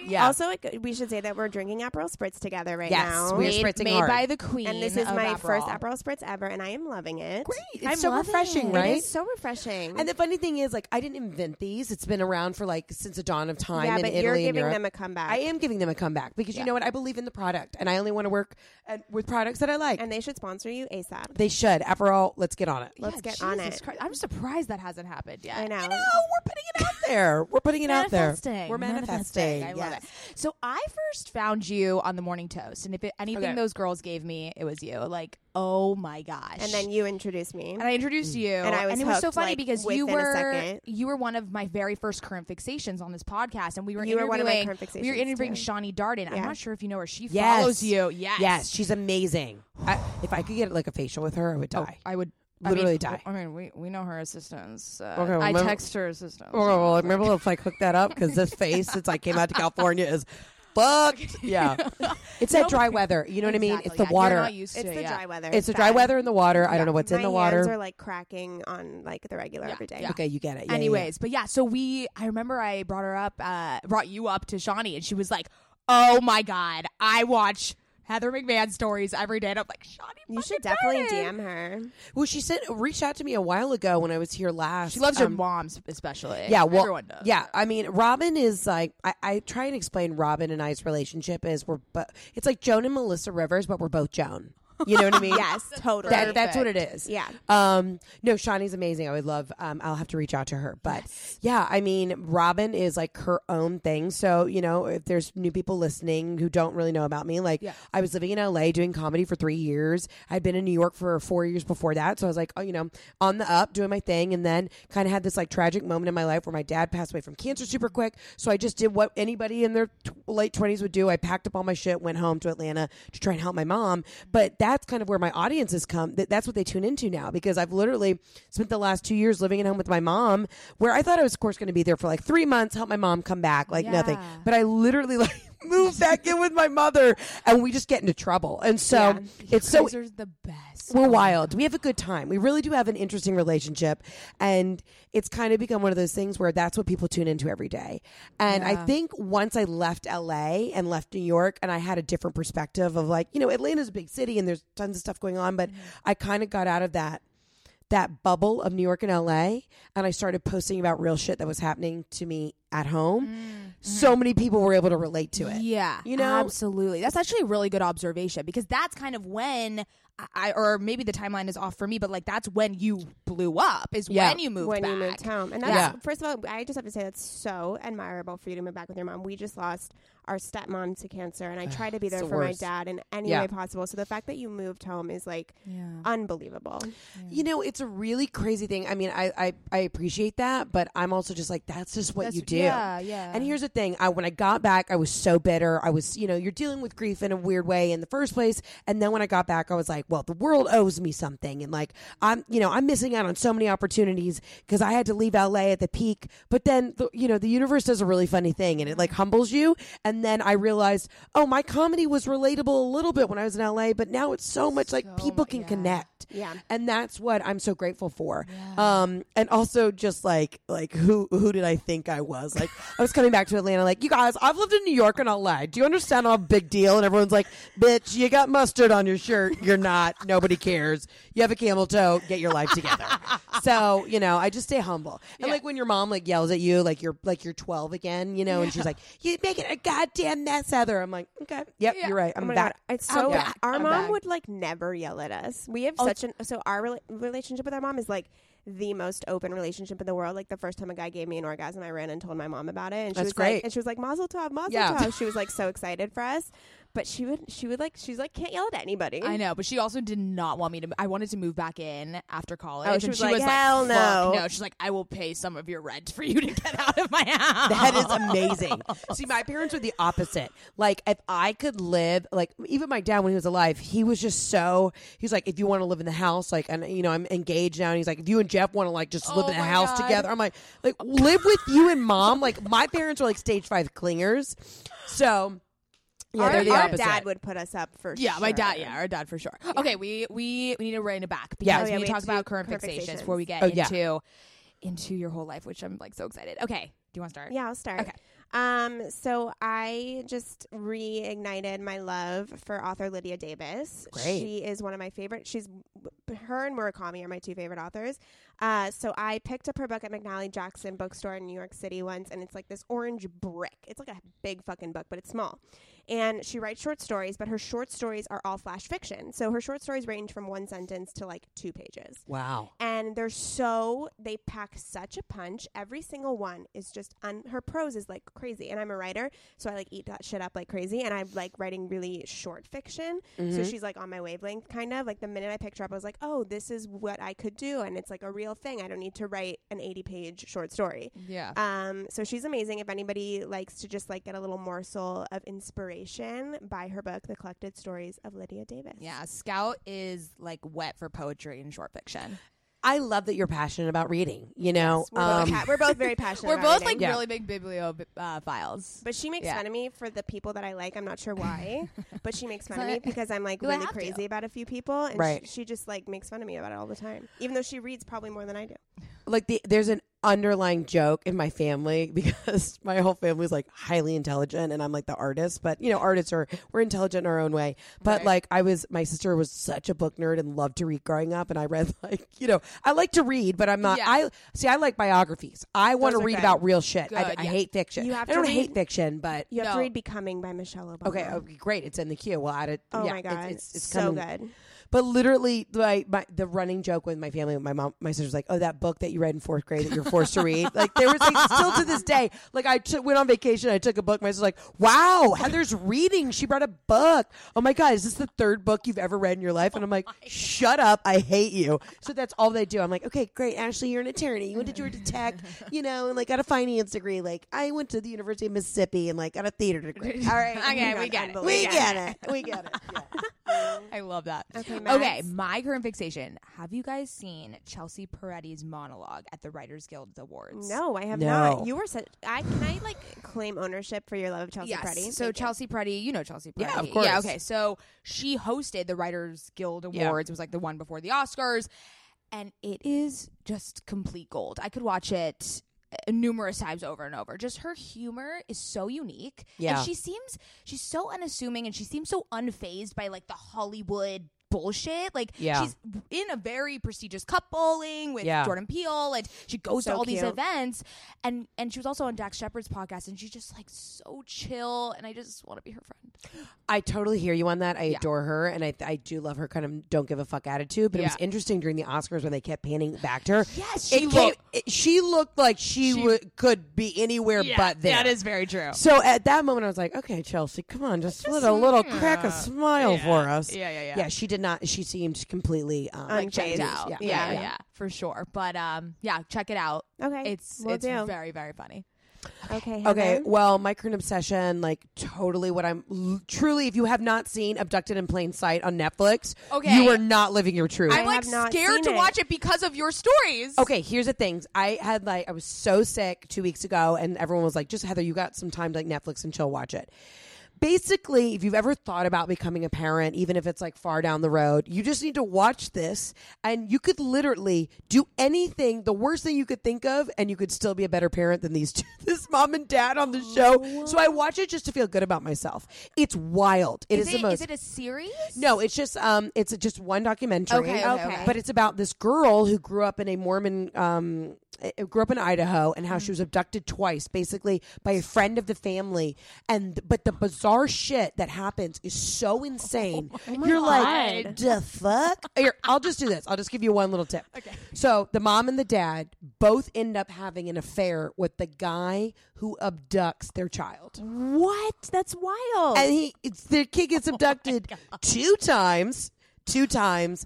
[SPEAKER 3] yeah.
[SPEAKER 1] Also, it- we should say that we're drinking Aperol Spritz together right
[SPEAKER 3] Yes,
[SPEAKER 1] now.
[SPEAKER 3] we are
[SPEAKER 4] made,
[SPEAKER 3] spritzing
[SPEAKER 4] made
[SPEAKER 3] hard.
[SPEAKER 4] by the queen.
[SPEAKER 1] and this is
[SPEAKER 4] of
[SPEAKER 1] my
[SPEAKER 4] Aperol.
[SPEAKER 1] first Aperol Spritz ever, and I am loving it.
[SPEAKER 3] Great. It's
[SPEAKER 4] I'm
[SPEAKER 3] so
[SPEAKER 4] loving
[SPEAKER 3] refreshing,
[SPEAKER 4] it.
[SPEAKER 3] right?
[SPEAKER 1] It is so refreshing.
[SPEAKER 3] And the funny thing is, like, I didn't invent these. It's been around for like since the dawn of time
[SPEAKER 1] yeah,
[SPEAKER 3] in
[SPEAKER 1] but
[SPEAKER 3] Italy
[SPEAKER 1] you're
[SPEAKER 3] and
[SPEAKER 1] giving
[SPEAKER 3] Europe.
[SPEAKER 1] them a comeback.
[SPEAKER 3] I am giving them a comeback because you know what? I believe in the product, and I only want to work at, with products that I like.
[SPEAKER 1] and they should sponsor you ASAP.
[SPEAKER 3] they should. After all, let's get on it.
[SPEAKER 4] Yeah,
[SPEAKER 1] Let's get on
[SPEAKER 4] Jesus
[SPEAKER 1] it.
[SPEAKER 4] Christ. I'm surprised that hasn't happened yet.
[SPEAKER 1] I know.
[SPEAKER 3] No, we're putting it out there. We're putting it out there.
[SPEAKER 4] Manifesting.
[SPEAKER 3] We're manifesting.
[SPEAKER 4] I love it. So I first found you on the morning toast, and if it, anything
[SPEAKER 3] Okay.
[SPEAKER 4] those girls gave me, it was you. Like, oh my gosh!
[SPEAKER 1] And then you introduced me.
[SPEAKER 4] and I introduced you, and
[SPEAKER 1] I was
[SPEAKER 4] it was so
[SPEAKER 1] hooked,
[SPEAKER 4] funny
[SPEAKER 1] like,
[SPEAKER 4] because you
[SPEAKER 1] within a
[SPEAKER 4] were
[SPEAKER 1] second.
[SPEAKER 4] you were one of my very first current fixations on this podcast, and we were
[SPEAKER 1] You were
[SPEAKER 4] interviewing
[SPEAKER 1] one of my current
[SPEAKER 4] we were
[SPEAKER 1] fixations,
[SPEAKER 4] interviewing
[SPEAKER 1] too.
[SPEAKER 4] Shawnee Darden.
[SPEAKER 1] Yeah.
[SPEAKER 4] I'm not sure if you know her. She
[SPEAKER 3] Yes.
[SPEAKER 4] follows you. Yes,
[SPEAKER 3] Yes, she's amazing. I, if I could get like a facial with her, I would die.
[SPEAKER 4] Oh, I would I
[SPEAKER 3] Literally
[SPEAKER 4] mean,
[SPEAKER 3] die.
[SPEAKER 4] I mean, we we know her assistance. Uh,
[SPEAKER 3] Okay, well,
[SPEAKER 4] I
[SPEAKER 3] maybe-
[SPEAKER 4] text her assistance. [LAUGHS]
[SPEAKER 3] well, maybe we'll if I hook that up because this face since I came out to California is fucked. Yeah. [LAUGHS] It's that dry weather. You know what I mean? It's the water.
[SPEAKER 4] You're not used
[SPEAKER 1] It's
[SPEAKER 4] to,
[SPEAKER 1] the
[SPEAKER 4] yeah.
[SPEAKER 1] dry weather.
[SPEAKER 3] it's the dry
[SPEAKER 1] bad.
[SPEAKER 3] weather in the water. I don't know what's
[SPEAKER 1] My
[SPEAKER 3] in the
[SPEAKER 1] hands
[SPEAKER 3] water.
[SPEAKER 1] are like cracking on like the regular every day.
[SPEAKER 4] yeah.
[SPEAKER 3] okay, you get it. Yeah, yeah, yeah.
[SPEAKER 4] Anyways, but yeah, so we I remember I brought her up, uh brought you up to Shawnee and she was like, Oh my god, I watch Heather McMahon stories every day and I'm like, Shawnee,
[SPEAKER 1] You should
[SPEAKER 4] fucking
[SPEAKER 1] definitely
[SPEAKER 4] Brennan."
[SPEAKER 1] DM
[SPEAKER 3] [LAUGHS]
[SPEAKER 1] her.
[SPEAKER 3] Well, she sent reached out to me a while ago when I was here last.
[SPEAKER 4] She loves your
[SPEAKER 3] Um,
[SPEAKER 4] moms especially.
[SPEAKER 3] Yeah, well,
[SPEAKER 4] everyone does.
[SPEAKER 3] yeah. I mean, Robin is like I, I try and explain Robin and I's relationship is we're but it's like Joan and Melissa Rivers, but we're both Joan. You know what I mean?
[SPEAKER 1] Yes, totally.
[SPEAKER 3] That, that's what it is.
[SPEAKER 1] Yeah.
[SPEAKER 3] Um, no, Shawnee's amazing. I would love. Um, I'll have to reach out to her. But yeah, I mean, Robin is like her own thing. So you know, if there's new people listening who don't really know about me, like I was living in LA doing comedy for three years. I'd been in New York for four years before that. So I was like, oh, you know, on the up, doing my thing, and then kind of had this like tragic moment in my life where my dad passed away from cancer super quick. So I just did what anybody in their t- late twenties would do. I packed up all my shit, went home to Atlanta to try and help my mom. But that's kind of where my audience has come. That, that's what they tune into now because I've literally spent the last two years living at home with my mom, where I thought I was, of course, going to be there for like three months, help my mom come back, like nothing.
[SPEAKER 4] Yeah.
[SPEAKER 3] But I literally like [LAUGHS] moved back in with my mother, and we just get into trouble. And so um, it's so
[SPEAKER 4] Those are the best.
[SPEAKER 2] Oh,
[SPEAKER 3] we're wild. We have a good time. We really do have an interesting relationship. And it's kind of become one of those things where that's what people tune into every day. And I think once I left LA and left New York and I had a different perspective of like, you know, Atlanta's a big city and there's tons of stuff going on, but I kind of got out of that that bubble of New York and LA and I started posting about real shit that was happening to me at home. So many people were able to relate to it.
[SPEAKER 4] Yeah.
[SPEAKER 3] You know?
[SPEAKER 4] absolutely. That's actually a really good observation because that's kind of when I- I, or maybe the timeline is off for me, but like that's when you blew up is
[SPEAKER 3] Yeah.
[SPEAKER 4] when you moved
[SPEAKER 1] when
[SPEAKER 4] back.
[SPEAKER 1] you moved home. And that's, first of all, I just have to say that's so admirable for you to move back with your mom. We just lost our stepmom to cancer, and I tried to be there
[SPEAKER 3] the
[SPEAKER 1] for
[SPEAKER 3] worst.
[SPEAKER 1] my dad in any
[SPEAKER 3] Yeah.
[SPEAKER 1] way possible. So the fact that you moved home is like
[SPEAKER 4] Yeah.
[SPEAKER 1] unbelievable.
[SPEAKER 3] You know, it's a really crazy thing. I mean, I, I, I appreciate that, but I'm also just like, that's just what
[SPEAKER 4] That's-
[SPEAKER 3] you do.
[SPEAKER 4] yeah, yeah.
[SPEAKER 3] And here's the thing. I, when I got back, I was so bitter. I was, you know, you're dealing with grief in a weird way in the first place. And then when I got back, I was like, well, the world owes me something. And like, I'm, you know, I'm missing out on so many opportunities because I had to leave LA at the peak. But then, the, you know, the universe does a really funny thing and it like humbles you. And then I realized, oh, my comedy was relatable a little bit when I was in LA, but now it's so much like people can connect
[SPEAKER 1] Yeah.
[SPEAKER 3] and that's what I'm so grateful for. Um, and also just like like who who did I think I was? Like I was coming back to Atlanta. Like you guys, I've lived in New York and LA. Do you understand how big deal? And everyone's like, "Bitch, you got mustard on your shirt. You're not. Nobody cares. You have a camel toe. Get your life together." so you know, I just stay humble. And like when your mom like yells at you, like you're like you're 12 again, you know, and she's like, "You making a goddamn mess, Heather." I'm like, "Okay, yep, you're right.
[SPEAKER 1] Oh
[SPEAKER 3] I'm
[SPEAKER 1] my
[SPEAKER 3] back."
[SPEAKER 1] god, it's so.
[SPEAKER 3] back.
[SPEAKER 1] Our
[SPEAKER 3] I'm
[SPEAKER 1] mom
[SPEAKER 3] back.
[SPEAKER 1] would like never yell at us. We have such an so our rela- relationship with our mom is like the most open relationship in the world. Like the first time a guy gave me an orgasm, I ran and told my mom about it, and she
[SPEAKER 3] That's
[SPEAKER 1] was
[SPEAKER 3] great.
[SPEAKER 1] like, and she was like, "Mazel tov, mazel
[SPEAKER 3] Yeah.
[SPEAKER 1] tov." She was like so excited for us, but she would she would like she's like can't yell at anybody.
[SPEAKER 4] I know, but she also did not want me to. I wanted to move back in after college.
[SPEAKER 1] Oh, she
[SPEAKER 4] and
[SPEAKER 1] was like, "Hell
[SPEAKER 4] "Fuck
[SPEAKER 1] no."
[SPEAKER 4] no!" She's like, "I will pay some of your rent for you to get out of my house."
[SPEAKER 3] [LAUGHS]
[SPEAKER 1] [LAUGHS]
[SPEAKER 3] That is amazing. See, my parents are the opposite. Like, if I could live, like, even my dad when he was alive, he was just so. He's like, if you want to live in the house, like, and you know, I'm engaged now, and he's like, if you and Jeff want to like just live
[SPEAKER 4] Oh
[SPEAKER 3] in a
[SPEAKER 4] my
[SPEAKER 3] house
[SPEAKER 4] God.
[SPEAKER 3] together, I'm like, like live with you and mom. Like, my parents are like stage five clingers, so yeah,
[SPEAKER 1] our,
[SPEAKER 3] they're the
[SPEAKER 1] our
[SPEAKER 3] opposite.
[SPEAKER 1] dad would put us up for
[SPEAKER 4] Yeah, my dad.
[SPEAKER 1] sure.
[SPEAKER 4] Yeah, our dad for sure. Okay, we we we need to rein it back because
[SPEAKER 1] Oh,
[SPEAKER 3] Yeah.
[SPEAKER 1] yeah,
[SPEAKER 4] we,
[SPEAKER 1] we
[SPEAKER 4] need to talk
[SPEAKER 1] have to do
[SPEAKER 4] about current,
[SPEAKER 1] current
[SPEAKER 4] fixations,
[SPEAKER 1] fixations.
[SPEAKER 4] before we get
[SPEAKER 3] Oh, yeah.
[SPEAKER 4] into into your whole life, which I'm like so excited. Okay, do you want to start?
[SPEAKER 1] Yeah, I'll start.
[SPEAKER 4] Okay.
[SPEAKER 1] Um, so I just reignited my love for author Lydia Davis.
[SPEAKER 3] Great.
[SPEAKER 1] She is one of my favorite. She's her and Murakami are my two favorite authors. Uh, so I picked up her book at McNally Jackson Bookstore in New York City once, and it's like this orange brick. It's like a big fucking book, but it's small. And she writes short stories, but her short stories are all flash fiction. So her short stories range from one sentence to like two pages
[SPEAKER 3] Wow.
[SPEAKER 1] and they're so they pack such a punch. Every single one is just un- her prose is like crazy, and I'm a writer, so I like eat that shit up like crazy, and I'm like writing really short fiction. So she's like on my wavelength, kind of like the minute I picked her up, I was like, oh, this is what I could do, and it's like a real thing. I don't need to write an 80 page short story.
[SPEAKER 4] Yeah.
[SPEAKER 1] Um, so she's amazing. If anybody likes to just like get a little morsel of inspiration, buy her book, The Collected Stories of Lydia Davis.
[SPEAKER 4] Yeah, Scout is like wet for poetry and short fiction.
[SPEAKER 3] I love that you're passionate about reading. You know, um,
[SPEAKER 1] We're, both, pa- we're both very
[SPEAKER 2] [LAUGHS]
[SPEAKER 1] passionate.
[SPEAKER 2] We're
[SPEAKER 1] about
[SPEAKER 2] both
[SPEAKER 1] reading.
[SPEAKER 2] like
[SPEAKER 3] Yeah.
[SPEAKER 2] really big
[SPEAKER 4] uh,
[SPEAKER 2] bibliophiles.
[SPEAKER 1] But she makes
[SPEAKER 2] Yeah.
[SPEAKER 1] fun of me for the people that I like. I'm not sure [LAUGHS] why, but she makes fun of
[SPEAKER 2] I-
[SPEAKER 1] me because I'm like
[SPEAKER 2] Do I
[SPEAKER 1] really
[SPEAKER 2] have to?
[SPEAKER 1] crazy about a few people, and
[SPEAKER 3] Right.
[SPEAKER 1] she, she just like makes fun of me about it all the time. Even though she reads probably more than I do.
[SPEAKER 3] like the, there's an underlying joke in my family [LAUGHS] because my whole family's like highly intelligent and I'm like the artist, but you know, artists are we're intelligent in our own way. But
[SPEAKER 2] Right.
[SPEAKER 3] like I was my sister was such a book nerd and loved to read growing up and I read [LAUGHS] like, you know, I like to read, but I'm not
[SPEAKER 2] Yeah.
[SPEAKER 3] I see I like biographies. I want to
[SPEAKER 1] Those are
[SPEAKER 3] read
[SPEAKER 1] good.
[SPEAKER 3] about real shit. I,
[SPEAKER 2] Good,
[SPEAKER 3] I
[SPEAKER 2] yeah.
[SPEAKER 3] hate fiction.
[SPEAKER 1] You have
[SPEAKER 3] I
[SPEAKER 1] to
[SPEAKER 3] don't
[SPEAKER 1] read-
[SPEAKER 3] hate fiction, but
[SPEAKER 1] You have to
[SPEAKER 2] No.
[SPEAKER 1] read "Becoming" by Michelle Obama.
[SPEAKER 3] okay, okay, great. It's in the queue. We'll add it.
[SPEAKER 1] Oh
[SPEAKER 3] yeah,
[SPEAKER 1] my
[SPEAKER 3] it's-
[SPEAKER 1] god,
[SPEAKER 3] It's, it's,
[SPEAKER 1] so
[SPEAKER 3] coming.
[SPEAKER 1] good.
[SPEAKER 3] But literally, like my, the running joke with my family, my mom, my sister's like, "Oh, that book that you read in fourth grade that you're forced to read." Like there was like, still to this day. Like I took went on vacation, I took a book. My sister's like, "Wow, Heather's reading. She brought a book. Oh my god, is this the third book you've ever read in your life?" And I'm like, "Shut up, I hate you." So that's all they do. I'm like, "Okay, great, Ashley, you're an attorney. You went to Georgia Tech, you know, and like got a finance degree. Like I went to the University of Mississippi and like got a theater
[SPEAKER 2] [LAUGHS]
[SPEAKER 3] degree.
[SPEAKER 4] [LAUGHS]
[SPEAKER 3] All right,
[SPEAKER 2] Okay, we get it.
[SPEAKER 3] we get it. We get it." Yeah.
[SPEAKER 2] [LAUGHS] I love that.
[SPEAKER 1] Okay, Max?
[SPEAKER 2] Okay, my current fixation. Have you guys seen Chelsea Peretti's monologue at the Writers Guild Awards?
[SPEAKER 1] No, I have
[SPEAKER 3] No.
[SPEAKER 1] not. You were such. I can I like claim ownership for your love of Chelsea
[SPEAKER 2] yes.
[SPEAKER 1] Peretti?
[SPEAKER 2] So
[SPEAKER 1] Thank you.
[SPEAKER 2] Chelsea Peretti, you know Chelsea Peretti.
[SPEAKER 3] Yeah, of course.
[SPEAKER 2] Yeah, okay. So she hosted the Writers Guild Awards.
[SPEAKER 3] Yeah.
[SPEAKER 2] It was like the one before the Oscars. And it is just complete gold. I could watch it uh, numerous times over and over. Just her humor is so unique.
[SPEAKER 3] Yeah.
[SPEAKER 2] And she seems she's so unassuming and she seems so unfazed by like the Hollywood bullshit. Like
[SPEAKER 3] Yeah.
[SPEAKER 2] she's in a very prestigious cup bowling with
[SPEAKER 3] Yeah.
[SPEAKER 2] Jordan Peele and she goes
[SPEAKER 1] So
[SPEAKER 2] to all these
[SPEAKER 1] cute.
[SPEAKER 2] events and and she was also on Dax Shepard's podcast and she's just like so chill and I just want to be her friend.
[SPEAKER 3] I totally hear you on that. I
[SPEAKER 2] Yeah.
[SPEAKER 3] adore her, and I I do love her kind of don't give a fuck attitude. But it was
[SPEAKER 2] Yeah.
[SPEAKER 3] interesting during the Oscars when they kept panning back to her.
[SPEAKER 2] Yes,
[SPEAKER 3] It
[SPEAKER 2] she
[SPEAKER 3] came-
[SPEAKER 2] looked-
[SPEAKER 3] it- she looked like she, w- could be anywhere but there.
[SPEAKER 2] very true.
[SPEAKER 3] so at that moment, I was like, "Okay, Chelsea, come on, just, let a little crack a smile for us."
[SPEAKER 2] Yeah, yeah, yeah.
[SPEAKER 3] Yeah, she did not. She seemed completely um,
[SPEAKER 1] Like,
[SPEAKER 2] Checked
[SPEAKER 1] Unfazed.
[SPEAKER 2] out.
[SPEAKER 3] Yeah,
[SPEAKER 2] Yeah
[SPEAKER 3] yeah,
[SPEAKER 2] yeah,
[SPEAKER 3] yeah.
[SPEAKER 2] for sure. But um yeah, check it out.
[SPEAKER 1] Okay,
[SPEAKER 2] It's
[SPEAKER 1] will
[SPEAKER 2] it's
[SPEAKER 1] do.
[SPEAKER 2] very very funny.
[SPEAKER 1] okay.
[SPEAKER 3] Okay,
[SPEAKER 1] Heather?
[SPEAKER 3] well, my current obsession, like totally what I'm l- truly, if you have not seen Abducted in Plain Sight on Netflix,
[SPEAKER 2] Okay.
[SPEAKER 3] you are not living your truth.
[SPEAKER 2] I'm like
[SPEAKER 1] have not seen
[SPEAKER 2] scared to
[SPEAKER 1] it.
[SPEAKER 2] watch it because of your stories.
[SPEAKER 3] Okay, here's the things. I had like I was so sick two weeks ago, and everyone was like, "Just Heather, you got some time to like Netflix and chill, watch it." Basically, if you've ever thought about becoming a parent, even if it's like far down the road, you just need to watch this, and you could literally do anything, the worst thing you could think of, and you could still be a better parent than these [LAUGHS] two, this mom and dad on the show. So I watch it just to feel good about myself. It's wild.
[SPEAKER 2] Oh. Is,
[SPEAKER 3] is
[SPEAKER 2] it,
[SPEAKER 3] the most.
[SPEAKER 2] is it a series?
[SPEAKER 3] No, it's just um, it's just one documentary.
[SPEAKER 2] Okay, okay, okay.
[SPEAKER 3] But it's about this girl who grew up in a Mormon, um, uh, grew up in Idaho, and how
[SPEAKER 2] Mm.
[SPEAKER 3] she was abducted twice, basically by a friend of the family. And but the bizarre shit that happens is so insane.
[SPEAKER 2] Oh
[SPEAKER 3] You're like, the fuck. Here, I'll just do this. I'll just give you one little tip. Okay. So the mom and the dad both end up having an affair with the guy who abducts their child.
[SPEAKER 1] What? That's wild.
[SPEAKER 3] And he, it's, the
[SPEAKER 1] [LAUGHS] Oh
[SPEAKER 3] kid gets abducted two times, two times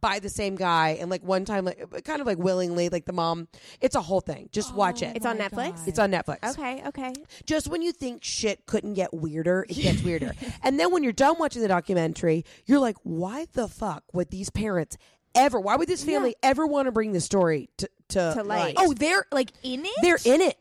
[SPEAKER 3] by the same guy, and like one time, like uh, kind of like willingly, like the mom. It's a whole thing. Just watch it.
[SPEAKER 1] it's on Netflix.
[SPEAKER 3] It's on Netflix.
[SPEAKER 1] Oh Okay, okay.
[SPEAKER 3] Just when you think shit couldn't get weirder, it
[SPEAKER 1] [LAUGHS]
[SPEAKER 3] gets weirder. and then when you're done watching the documentary, you're like, why the fuck would these parents ever? Why would this family ever want to bring this story to to,
[SPEAKER 1] To light.
[SPEAKER 3] Oh,
[SPEAKER 2] Oh, they're like in it? [LAUGHS]
[SPEAKER 3] they're
[SPEAKER 1] [LAUGHS]
[SPEAKER 3] in it.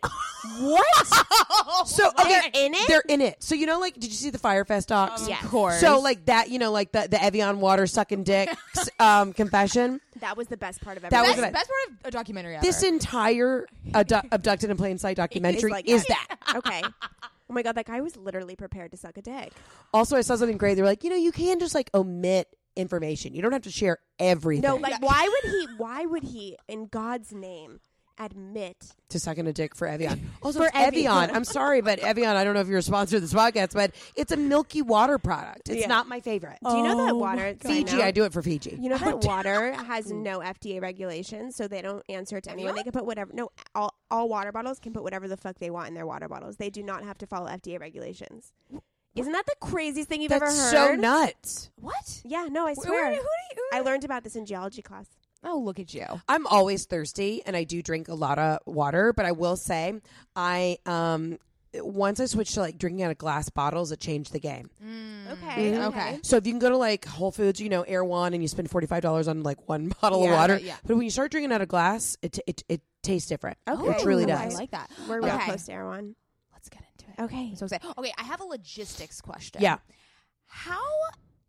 [SPEAKER 2] what?
[SPEAKER 3] So okay,
[SPEAKER 1] They're in it? Oh,
[SPEAKER 3] They're in it. So you know, like, did you see the Firefest docs?
[SPEAKER 2] Of course.
[SPEAKER 3] So like that, you know, like the the Evian water
[SPEAKER 1] [LAUGHS]
[SPEAKER 3] sucking dicks um, confession.
[SPEAKER 1] That was the best part of everything.
[SPEAKER 3] That was
[SPEAKER 2] best,
[SPEAKER 3] the best.
[SPEAKER 2] best part of a documentary ever.
[SPEAKER 3] This entire adu- abducted in plain sight documentary
[SPEAKER 1] like
[SPEAKER 3] is
[SPEAKER 1] that.
[SPEAKER 3] that.
[SPEAKER 1] okay. Oh my god, that guy was literally prepared to suck a dick.
[SPEAKER 3] Also, I saw something great. They were like, you know, you can just like omit information. You don't have to share everything.
[SPEAKER 1] No, like why would he? Why would he, in God's name, admit?
[SPEAKER 3] to sucking a dick for
[SPEAKER 1] [LAUGHS]
[SPEAKER 3] Evian. Also,
[SPEAKER 1] For
[SPEAKER 3] it's Evian.
[SPEAKER 1] Evian.
[SPEAKER 3] I'm sorry, but Evian. I don't know if you're a sponsor of this podcast, but it's a milky water product. It's
[SPEAKER 1] Yeah.
[SPEAKER 3] not my favorite.
[SPEAKER 1] Do you know that water? side
[SPEAKER 3] Fiji.
[SPEAKER 1] note?
[SPEAKER 3] I do it for Fiji.
[SPEAKER 1] You know that water has no FDA regulations, so they don't answer to anyone. They can put whatever. No, all, all water bottles can put whatever the fuck they want in their water bottles. They do not have to follow FDA regulations. Isn't that the craziest thing you've
[SPEAKER 3] That's
[SPEAKER 1] ever
[SPEAKER 3] so
[SPEAKER 1] heard?
[SPEAKER 3] nuts.
[SPEAKER 2] what?
[SPEAKER 1] yeah, no, I swear.
[SPEAKER 2] Where, who do you?
[SPEAKER 1] I learned about this in geology class.
[SPEAKER 2] oh, look at you.
[SPEAKER 3] I'm always thirsty and I do drink a lot of water, but I will say I um once I switched to like drinking out of glass bottles, it changed the game.
[SPEAKER 4] Mm.
[SPEAKER 1] Mm, Okay.
[SPEAKER 4] Okay.
[SPEAKER 3] So if you can go to like Whole Foods, you know, Air One, and you spend forty five dollars on like one [LAUGHS] bottle
[SPEAKER 4] Yeah,
[SPEAKER 3] of water,
[SPEAKER 4] right, yeah.
[SPEAKER 3] but when you start drinking out of glass, it it it tastes different.
[SPEAKER 1] Okay.
[SPEAKER 3] it truly
[SPEAKER 1] Ooh,
[SPEAKER 3] does.
[SPEAKER 4] Oh, I like that.
[SPEAKER 1] We're real
[SPEAKER 4] Okay.
[SPEAKER 1] close to Air One.
[SPEAKER 4] Let's get into it.
[SPEAKER 1] Okay.
[SPEAKER 4] I'm so excited. Okay, I have a logistics question.
[SPEAKER 3] Yeah.
[SPEAKER 4] How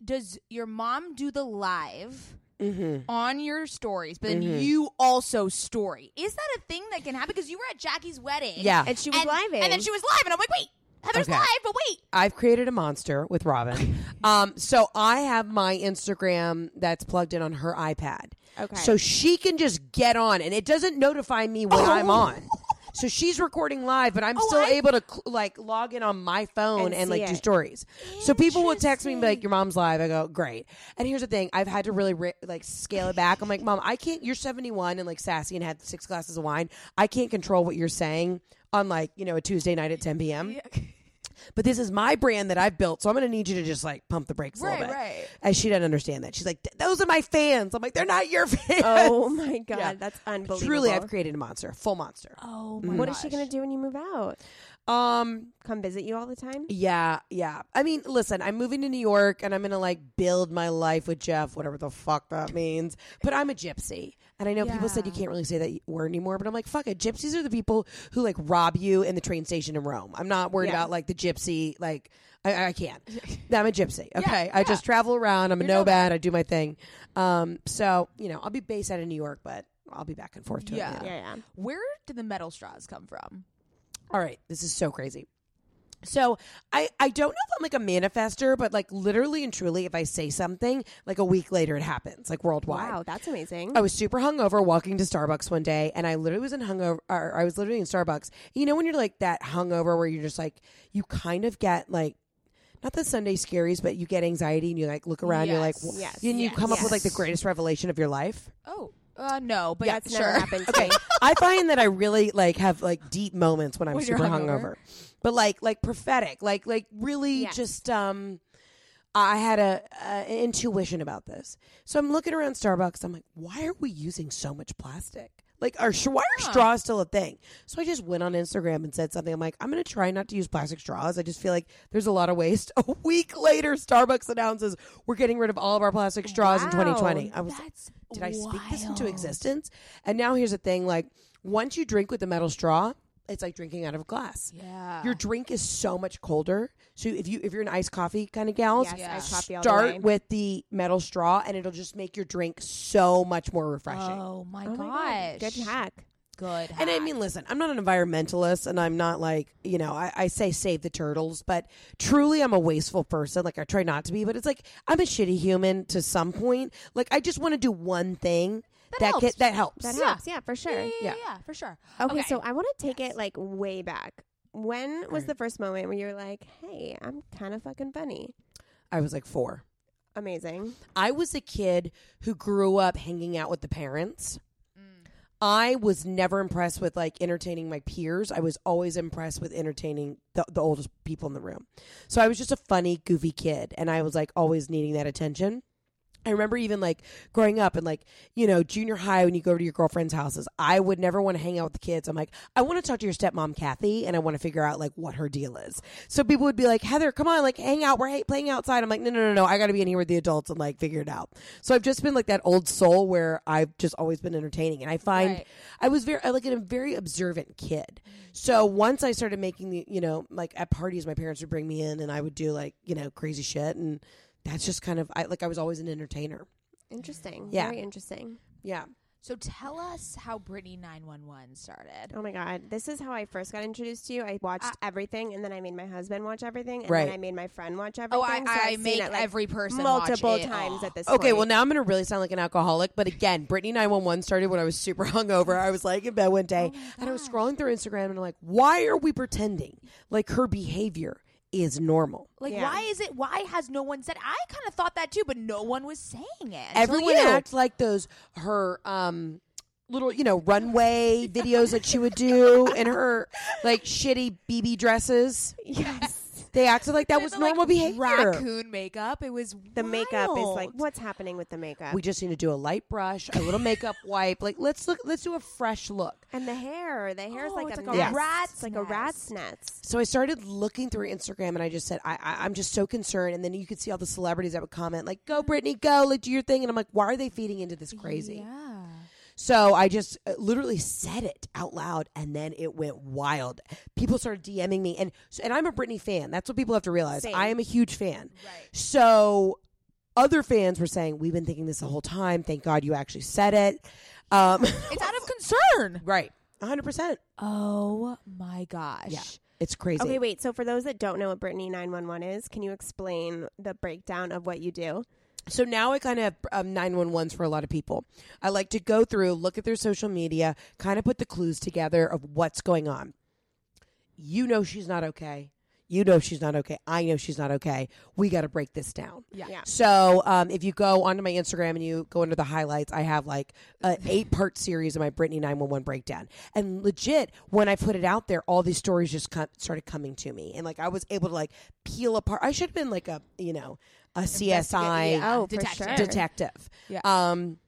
[SPEAKER 4] does your mom do the live
[SPEAKER 3] Mm-hmm.
[SPEAKER 4] on your stories, but then you also story? Is that a thing that can happen? Because you were at Jackie's wedding.
[SPEAKER 3] Yeah.
[SPEAKER 1] And she was
[SPEAKER 4] and,
[SPEAKER 1] live
[SPEAKER 4] And then she was live, and I'm like, wait, Heather's
[SPEAKER 3] Okay.
[SPEAKER 4] live, but wait.
[SPEAKER 3] I've created a monster
[SPEAKER 1] [LAUGHS]
[SPEAKER 3] with Robin. um, so I have my Instagram that's plugged in on her iPad.
[SPEAKER 1] Okay.
[SPEAKER 3] So she can just get on and it doesn't notify me when I'm
[SPEAKER 1] Oh.
[SPEAKER 3] on. So she's recording live, but I'm still
[SPEAKER 4] I-
[SPEAKER 3] able to cl- like log in on my phone and,
[SPEAKER 1] And
[SPEAKER 3] like
[SPEAKER 1] see
[SPEAKER 3] do
[SPEAKER 1] it.
[SPEAKER 3] stories. So people will text me and be like, "Your mom's live." I go, "Great." And here's the thing: I've had to really ri like scale it back. I'm like, "Mom, I can't. You're 71 and like sassy and had six glasses of wine. I can't control what you're saying on like you know a Tuesday night at 10 p.m." but this is my brand that I've built, so I'm going to need you to just like pump the brakes a little
[SPEAKER 4] Right,
[SPEAKER 3] bit.
[SPEAKER 4] right.
[SPEAKER 3] And she didn't understand that. She's like, those are my fans. I'm like, they're not your [LAUGHS] fans.
[SPEAKER 1] Oh my God,
[SPEAKER 3] Yeah.
[SPEAKER 1] that's unbelievable.
[SPEAKER 3] Truly, I've created a monster, full monster.
[SPEAKER 4] Oh my
[SPEAKER 1] What is she gonna do when you move out?
[SPEAKER 3] Um,
[SPEAKER 1] Come visit you all the time?
[SPEAKER 3] yeah, yeah. I mean, listen, I'm moving to New York, and I'm going to like build my life with Jeff, whatever the fuck that means. But I'm a gypsy, and I know people said you
[SPEAKER 4] Yeah.
[SPEAKER 3] can't really say that word anymore. But I'm like, fuck it. Gypsies are the people who like rob you in the train station in Rome. I'm not worried
[SPEAKER 1] Yeah.
[SPEAKER 3] about like the gypsy. Like, I, I can't. I'm
[SPEAKER 4] [LAUGHS]
[SPEAKER 3] a gypsy. Okay, I just travel around. I'm a
[SPEAKER 4] You're nomad.
[SPEAKER 3] nomad. I do my thing. Um, so you know, I'll be based out of New York, but I'll be back and forth to
[SPEAKER 4] Yeah.
[SPEAKER 3] it.
[SPEAKER 1] Yeah, yeah.
[SPEAKER 4] [LAUGHS] Where did the metal straws come from?
[SPEAKER 3] All right, this is so crazy. So I I don't know if I'm like a manifester, but like literally and truly, if I say something, like a week later it happens, like worldwide.
[SPEAKER 1] Wow, that's amazing.
[SPEAKER 4] Oh,
[SPEAKER 3] I was super hungover walking to Starbucks one day, and I literally was in hungover. Or I was literally in Starbucks. You know when you're like that hungover where you're just like you kind of get like not the Sunday scaries, but you get anxiety and you like look around. You're like,
[SPEAKER 4] Yes.
[SPEAKER 3] w-
[SPEAKER 1] Yes.
[SPEAKER 3] and you
[SPEAKER 4] Yes.
[SPEAKER 3] come up with like the
[SPEAKER 4] Yes.
[SPEAKER 3] greatest revelation of your life.
[SPEAKER 4] Oh, uh, no, but
[SPEAKER 1] that's never
[SPEAKER 4] sure.
[SPEAKER 1] [LAUGHS] happened. To
[SPEAKER 3] Okay,
[SPEAKER 1] me.
[SPEAKER 3] I find that I really like have like deep moments when I'm
[SPEAKER 4] When you're
[SPEAKER 3] super hungover.
[SPEAKER 4] hungover.
[SPEAKER 3] but like like prophetic, like like really
[SPEAKER 1] Yes.
[SPEAKER 3] just um. I had a, a intuition about this, so I'm looking around Starbucks. I'm like, why are we using so much plastic? Like, are sh- why are straws still a thing? So I just went on Instagram and said something. I'm like, I'm gonna try not to use plastic straws. I just feel like there's a lot of waste. [LAUGHS] A week later, Starbucks announces we're getting rid of all of our plastic straws in
[SPEAKER 1] Wow.
[SPEAKER 3] 2020. I was like,
[SPEAKER 4] That's
[SPEAKER 3] did I speak this into
[SPEAKER 4] wild.
[SPEAKER 3] existence? And now here's the thing: like once you drink with the metal straw, it's like drinking out of a glass.
[SPEAKER 4] Yeah.
[SPEAKER 3] Your drink is so much colder. So if you if you're an iced coffee kind of gals,
[SPEAKER 1] Yes,
[SPEAKER 4] Yeah.
[SPEAKER 1] iced coffee all the way.
[SPEAKER 3] start with the metal straw, and it'll just make your drink so much more refreshing.
[SPEAKER 4] Oh my
[SPEAKER 1] Oh
[SPEAKER 4] gosh.
[SPEAKER 1] my God, good hack.
[SPEAKER 4] Good.
[SPEAKER 3] And I
[SPEAKER 4] hack.
[SPEAKER 3] mean, listen, I'm not an environmentalist and I'm not like, you know, I, I say save the turtles, but truly I'm a wasteful person. Like, I try not to be, but it's like I'm a shitty human to some point. Like, I just want to do one thing that,
[SPEAKER 4] helps.
[SPEAKER 3] ca- that helps.
[SPEAKER 1] That
[SPEAKER 4] Yeah.
[SPEAKER 1] helps, yeah, for sure.
[SPEAKER 4] yeah, yeah,
[SPEAKER 3] yeah.
[SPEAKER 4] yeah, for sure.
[SPEAKER 1] Okay, so I want to take it like way back. When was the first moment where you were like, "Hey, I'm kind of fucking funny"?
[SPEAKER 3] I was like four.
[SPEAKER 1] Amazing.
[SPEAKER 3] I was a kid who grew up hanging out with the parents. I was never impressed with like entertaining my peers. I was always impressed with entertaining the, the oldest people in the room. So I was just a funny, goofy kid, and I was like always needing that attention. I remember even like growing up and like, you know, junior high when you go to your girlfriend's houses, I would never want to hang out with the kids. I'm like, I want to talk to your stepmom, Kathy, and I want to figure out like what her deal is. So people would be like, Heather, come on, like hang out. We're ha- playing outside. I'm like, no, no, no, no. I got to be in here with the adults and like figure it out. So I've just been like that old soul where I've just always been entertaining. And I find
[SPEAKER 4] Right.
[SPEAKER 3] I was very I like a very observant kid. So once I started making the, you know, like at parties, my parents would bring me in and I would do like, you know, crazy shit. And that's just kind of, I like, I was always an entertainer.
[SPEAKER 1] Interesting.
[SPEAKER 3] Yeah.
[SPEAKER 1] Very interesting.
[SPEAKER 3] Yeah.
[SPEAKER 4] So tell us how Britney 911 started.
[SPEAKER 1] Oh my god, this is how I first got introduced to you. I watched
[SPEAKER 4] Ah.
[SPEAKER 1] everything, and then I made my husband watch everything, and
[SPEAKER 3] Right.
[SPEAKER 1] then I made my friend watch everything.
[SPEAKER 4] Oh, I,
[SPEAKER 1] so I've
[SPEAKER 4] I
[SPEAKER 1] seen
[SPEAKER 4] make
[SPEAKER 1] it, like,
[SPEAKER 4] every person watch
[SPEAKER 1] multiple
[SPEAKER 4] it [GASPS]
[SPEAKER 1] times
[SPEAKER 4] all.
[SPEAKER 1] at this.
[SPEAKER 3] Okay,
[SPEAKER 4] [LAUGHS]
[SPEAKER 1] point.
[SPEAKER 3] well now I'm gonna really sound like an alcoholic, but again, Brittany 911 started when I was super [LAUGHS] hungover. I was like in bed one day and I was scrolling through Instagram and I'm like, why are we pretending like her behavior is normal?
[SPEAKER 4] Like,
[SPEAKER 1] Yeah.
[SPEAKER 4] why is it? Why has no one said? I kind of thought that too, but no one was saying it. until
[SPEAKER 3] Everyone
[SPEAKER 4] you.
[SPEAKER 3] acts like those her um little you know runway videos that she would do in her like shitty BB dresses.
[SPEAKER 1] [LAUGHS] yes.
[SPEAKER 3] They acted like that was
[SPEAKER 4] the,
[SPEAKER 3] normal
[SPEAKER 4] like,
[SPEAKER 3] behavior.
[SPEAKER 4] Raccoon makeup. It was
[SPEAKER 1] The makeup is like,
[SPEAKER 4] wild.
[SPEAKER 1] what's happening with the makeup?
[SPEAKER 3] We just need to do a light brush, a little makeup wipe. Like let's look, let's do a fresh look.
[SPEAKER 1] and the hair, the hair's
[SPEAKER 4] Oh,
[SPEAKER 1] like,
[SPEAKER 4] it's
[SPEAKER 1] a
[SPEAKER 4] like a
[SPEAKER 1] nest.
[SPEAKER 4] rat's
[SPEAKER 1] It's like a
[SPEAKER 4] nest.
[SPEAKER 1] rat's nest.
[SPEAKER 3] So I started looking through Instagram and I just said, I, I, I'm just so concerned. And then you could see all the celebrities that would comment, like, go, Brittany, go, like, do your thing. And I'm like, why are they feeding into this crazy?
[SPEAKER 4] Yeah.
[SPEAKER 3] So I just uh, literally said it out loud, and then it went wild. People started DMing me, and so, and I'm a Britney fan. That's what people have to realize.
[SPEAKER 1] Same.
[SPEAKER 3] I am a huge fan.
[SPEAKER 4] Right.
[SPEAKER 3] So other fans were saying, "We've been thinking this the whole time. Thank God you actually said it." Um, [LAUGHS]
[SPEAKER 4] It's out of concern.
[SPEAKER 3] right, 100. percent
[SPEAKER 4] Oh my gosh.
[SPEAKER 3] Yeah, it's crazy.
[SPEAKER 1] Okay, wait. So for those that don't know what Brittany 911 is, can you explain the breakdown of what you do?
[SPEAKER 3] So now I kind of have um, 911s for a lot of people. I like to go through, look at their social media, kind of put the clues together of what's going on. You know she's not okay. You know she's not okay. I know she's not okay. We got to break this down.
[SPEAKER 4] Yeah.
[SPEAKER 1] Yeah.
[SPEAKER 3] So um, if you go onto my Instagram and you go under the highlights, I have like an eight part series of my Britney 911 breakdown. And legit, when I put it out there, all these stories just co- started coming to me. And like I was able to like peel apart. I should have been like a, you know, a CSI
[SPEAKER 4] yeah.
[SPEAKER 1] Oh,
[SPEAKER 4] detective.
[SPEAKER 1] for sure.
[SPEAKER 3] detective.
[SPEAKER 4] Yeah.
[SPEAKER 3] Um,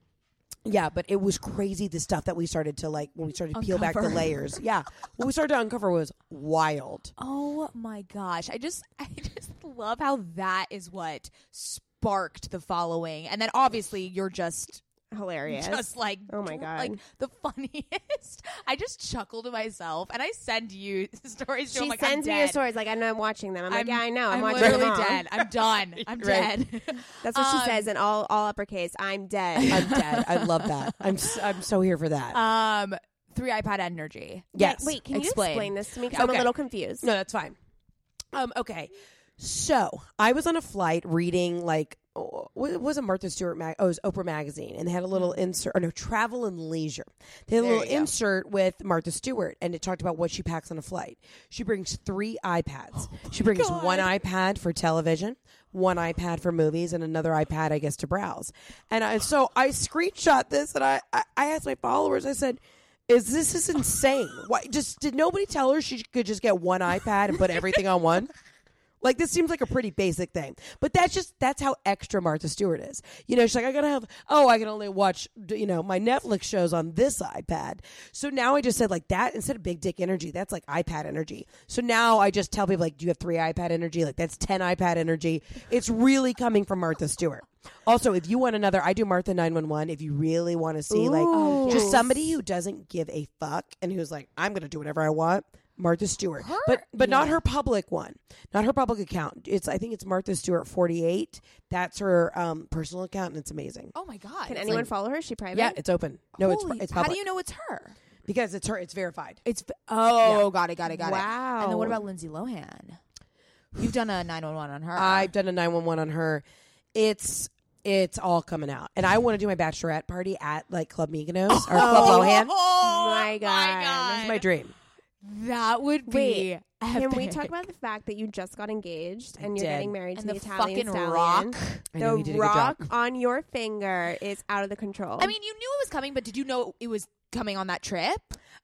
[SPEAKER 3] yeah, but it was crazy the stuff that we started to like when we started to peel back the
[SPEAKER 4] Uncover.
[SPEAKER 3] layers. Yeah. what we started to uncover was wild.
[SPEAKER 4] Oh my gosh. I just [LAUGHS] I just love how that is what sparked the following. And then obviously you're just
[SPEAKER 1] Hilarious.
[SPEAKER 4] just like
[SPEAKER 1] Oh my
[SPEAKER 4] [LAUGHS]
[SPEAKER 1] God.
[SPEAKER 4] like the funniest. I just chuckle to myself and I send you [LAUGHS] stories.
[SPEAKER 1] she
[SPEAKER 4] Joe, I'm like, I'm
[SPEAKER 1] sends me your
[SPEAKER 4] dead.
[SPEAKER 1] stories like I know I'm watching them. I'm, like, yeah,
[SPEAKER 4] Oh,
[SPEAKER 1] I know. I'm, watching
[SPEAKER 4] literally
[SPEAKER 1] them all.
[SPEAKER 4] dead. I'm [LAUGHS] done. I'm
[SPEAKER 3] Right.
[SPEAKER 4] dead. [LAUGHS]
[SPEAKER 1] That's what
[SPEAKER 4] Um,
[SPEAKER 1] she says in all all uppercase. I'm dead.
[SPEAKER 3] I'm dead. I love that. I'm s I'm so here for that.
[SPEAKER 4] Um, three iPod energy.
[SPEAKER 3] yes.
[SPEAKER 1] Wait, can
[SPEAKER 4] Explain.
[SPEAKER 1] you explain this to me? 'Cause I'm a
[SPEAKER 3] Okay.
[SPEAKER 1] little confused.
[SPEAKER 3] No, that's fine. Um, okay. So I was on a flight reading like oh, wa- it wasn't Martha Stewart mag oh it was Oprah magazine and they had a little insert or no Travel and Leisure they had a little insert with Martha Stewart and it talked about what she packs on a flight she brings three iPads she brings one iPad for television one iPad for movies and another iPad I guess to browse and I, so I screenshot this and I, I I asked my followers I said is this is insane. Why just did nobody tell her she could just get one iPad and put everything on one? Like this seems like a pretty basic thing, but that's just that's how extra Martha Stewart is. You know, she's like, I gotta have. Oh, I can only watch you know my Netflix shows on this iPad. So now I just said like that instead of big dick energy, that's like iPad energy. So now I just tell people like, do you have three iPad energy? Like that's ten iPad energy. It's really coming from Martha Stewart. Also, if you want another, I do Martha nine one one. If you really want to see like
[SPEAKER 1] Ooh.
[SPEAKER 3] just somebody who doesn't give a fuck and who's like, I'm gonna do whatever I want. Martha Stewart, but but not her public one, not her public account. It's I think it's Martha Stewart forty eight. That's her um, personal account, and it's amazing.
[SPEAKER 4] Oh my god.
[SPEAKER 1] Can anyone follow her? Is she private?
[SPEAKER 3] yeah, it's open. No, it's
[SPEAKER 4] Holy-
[SPEAKER 3] it's
[SPEAKER 4] how
[SPEAKER 3] public
[SPEAKER 4] do you know it's her?
[SPEAKER 3] because it's her. It's verified.
[SPEAKER 4] It's oh, got it, got it, got it. And then what
[SPEAKER 1] Wow.
[SPEAKER 4] about Lindsay Lohan? You've done a nine one one on her.
[SPEAKER 3] I've done a nine one one on her. It's it's all coming out, and I want to do my bachelorette party at like Club Mykonos or Club Lohan.
[SPEAKER 4] Oh
[SPEAKER 1] my God.
[SPEAKER 3] It's my dream.
[SPEAKER 4] That would be.
[SPEAKER 1] Wait, Can
[SPEAKER 4] epic.
[SPEAKER 1] we talk about the fact that you just got engaged and you're
[SPEAKER 3] did.
[SPEAKER 1] getting married to
[SPEAKER 4] and
[SPEAKER 1] the,
[SPEAKER 4] the
[SPEAKER 1] Italian
[SPEAKER 4] fucking
[SPEAKER 1] stallion?
[SPEAKER 4] rock?
[SPEAKER 3] I know
[SPEAKER 1] The
[SPEAKER 3] he did a good
[SPEAKER 1] rock
[SPEAKER 3] job.
[SPEAKER 1] on your finger is out of the control.
[SPEAKER 4] I mean, you knew it was coming, but did you know it was coming on that trip?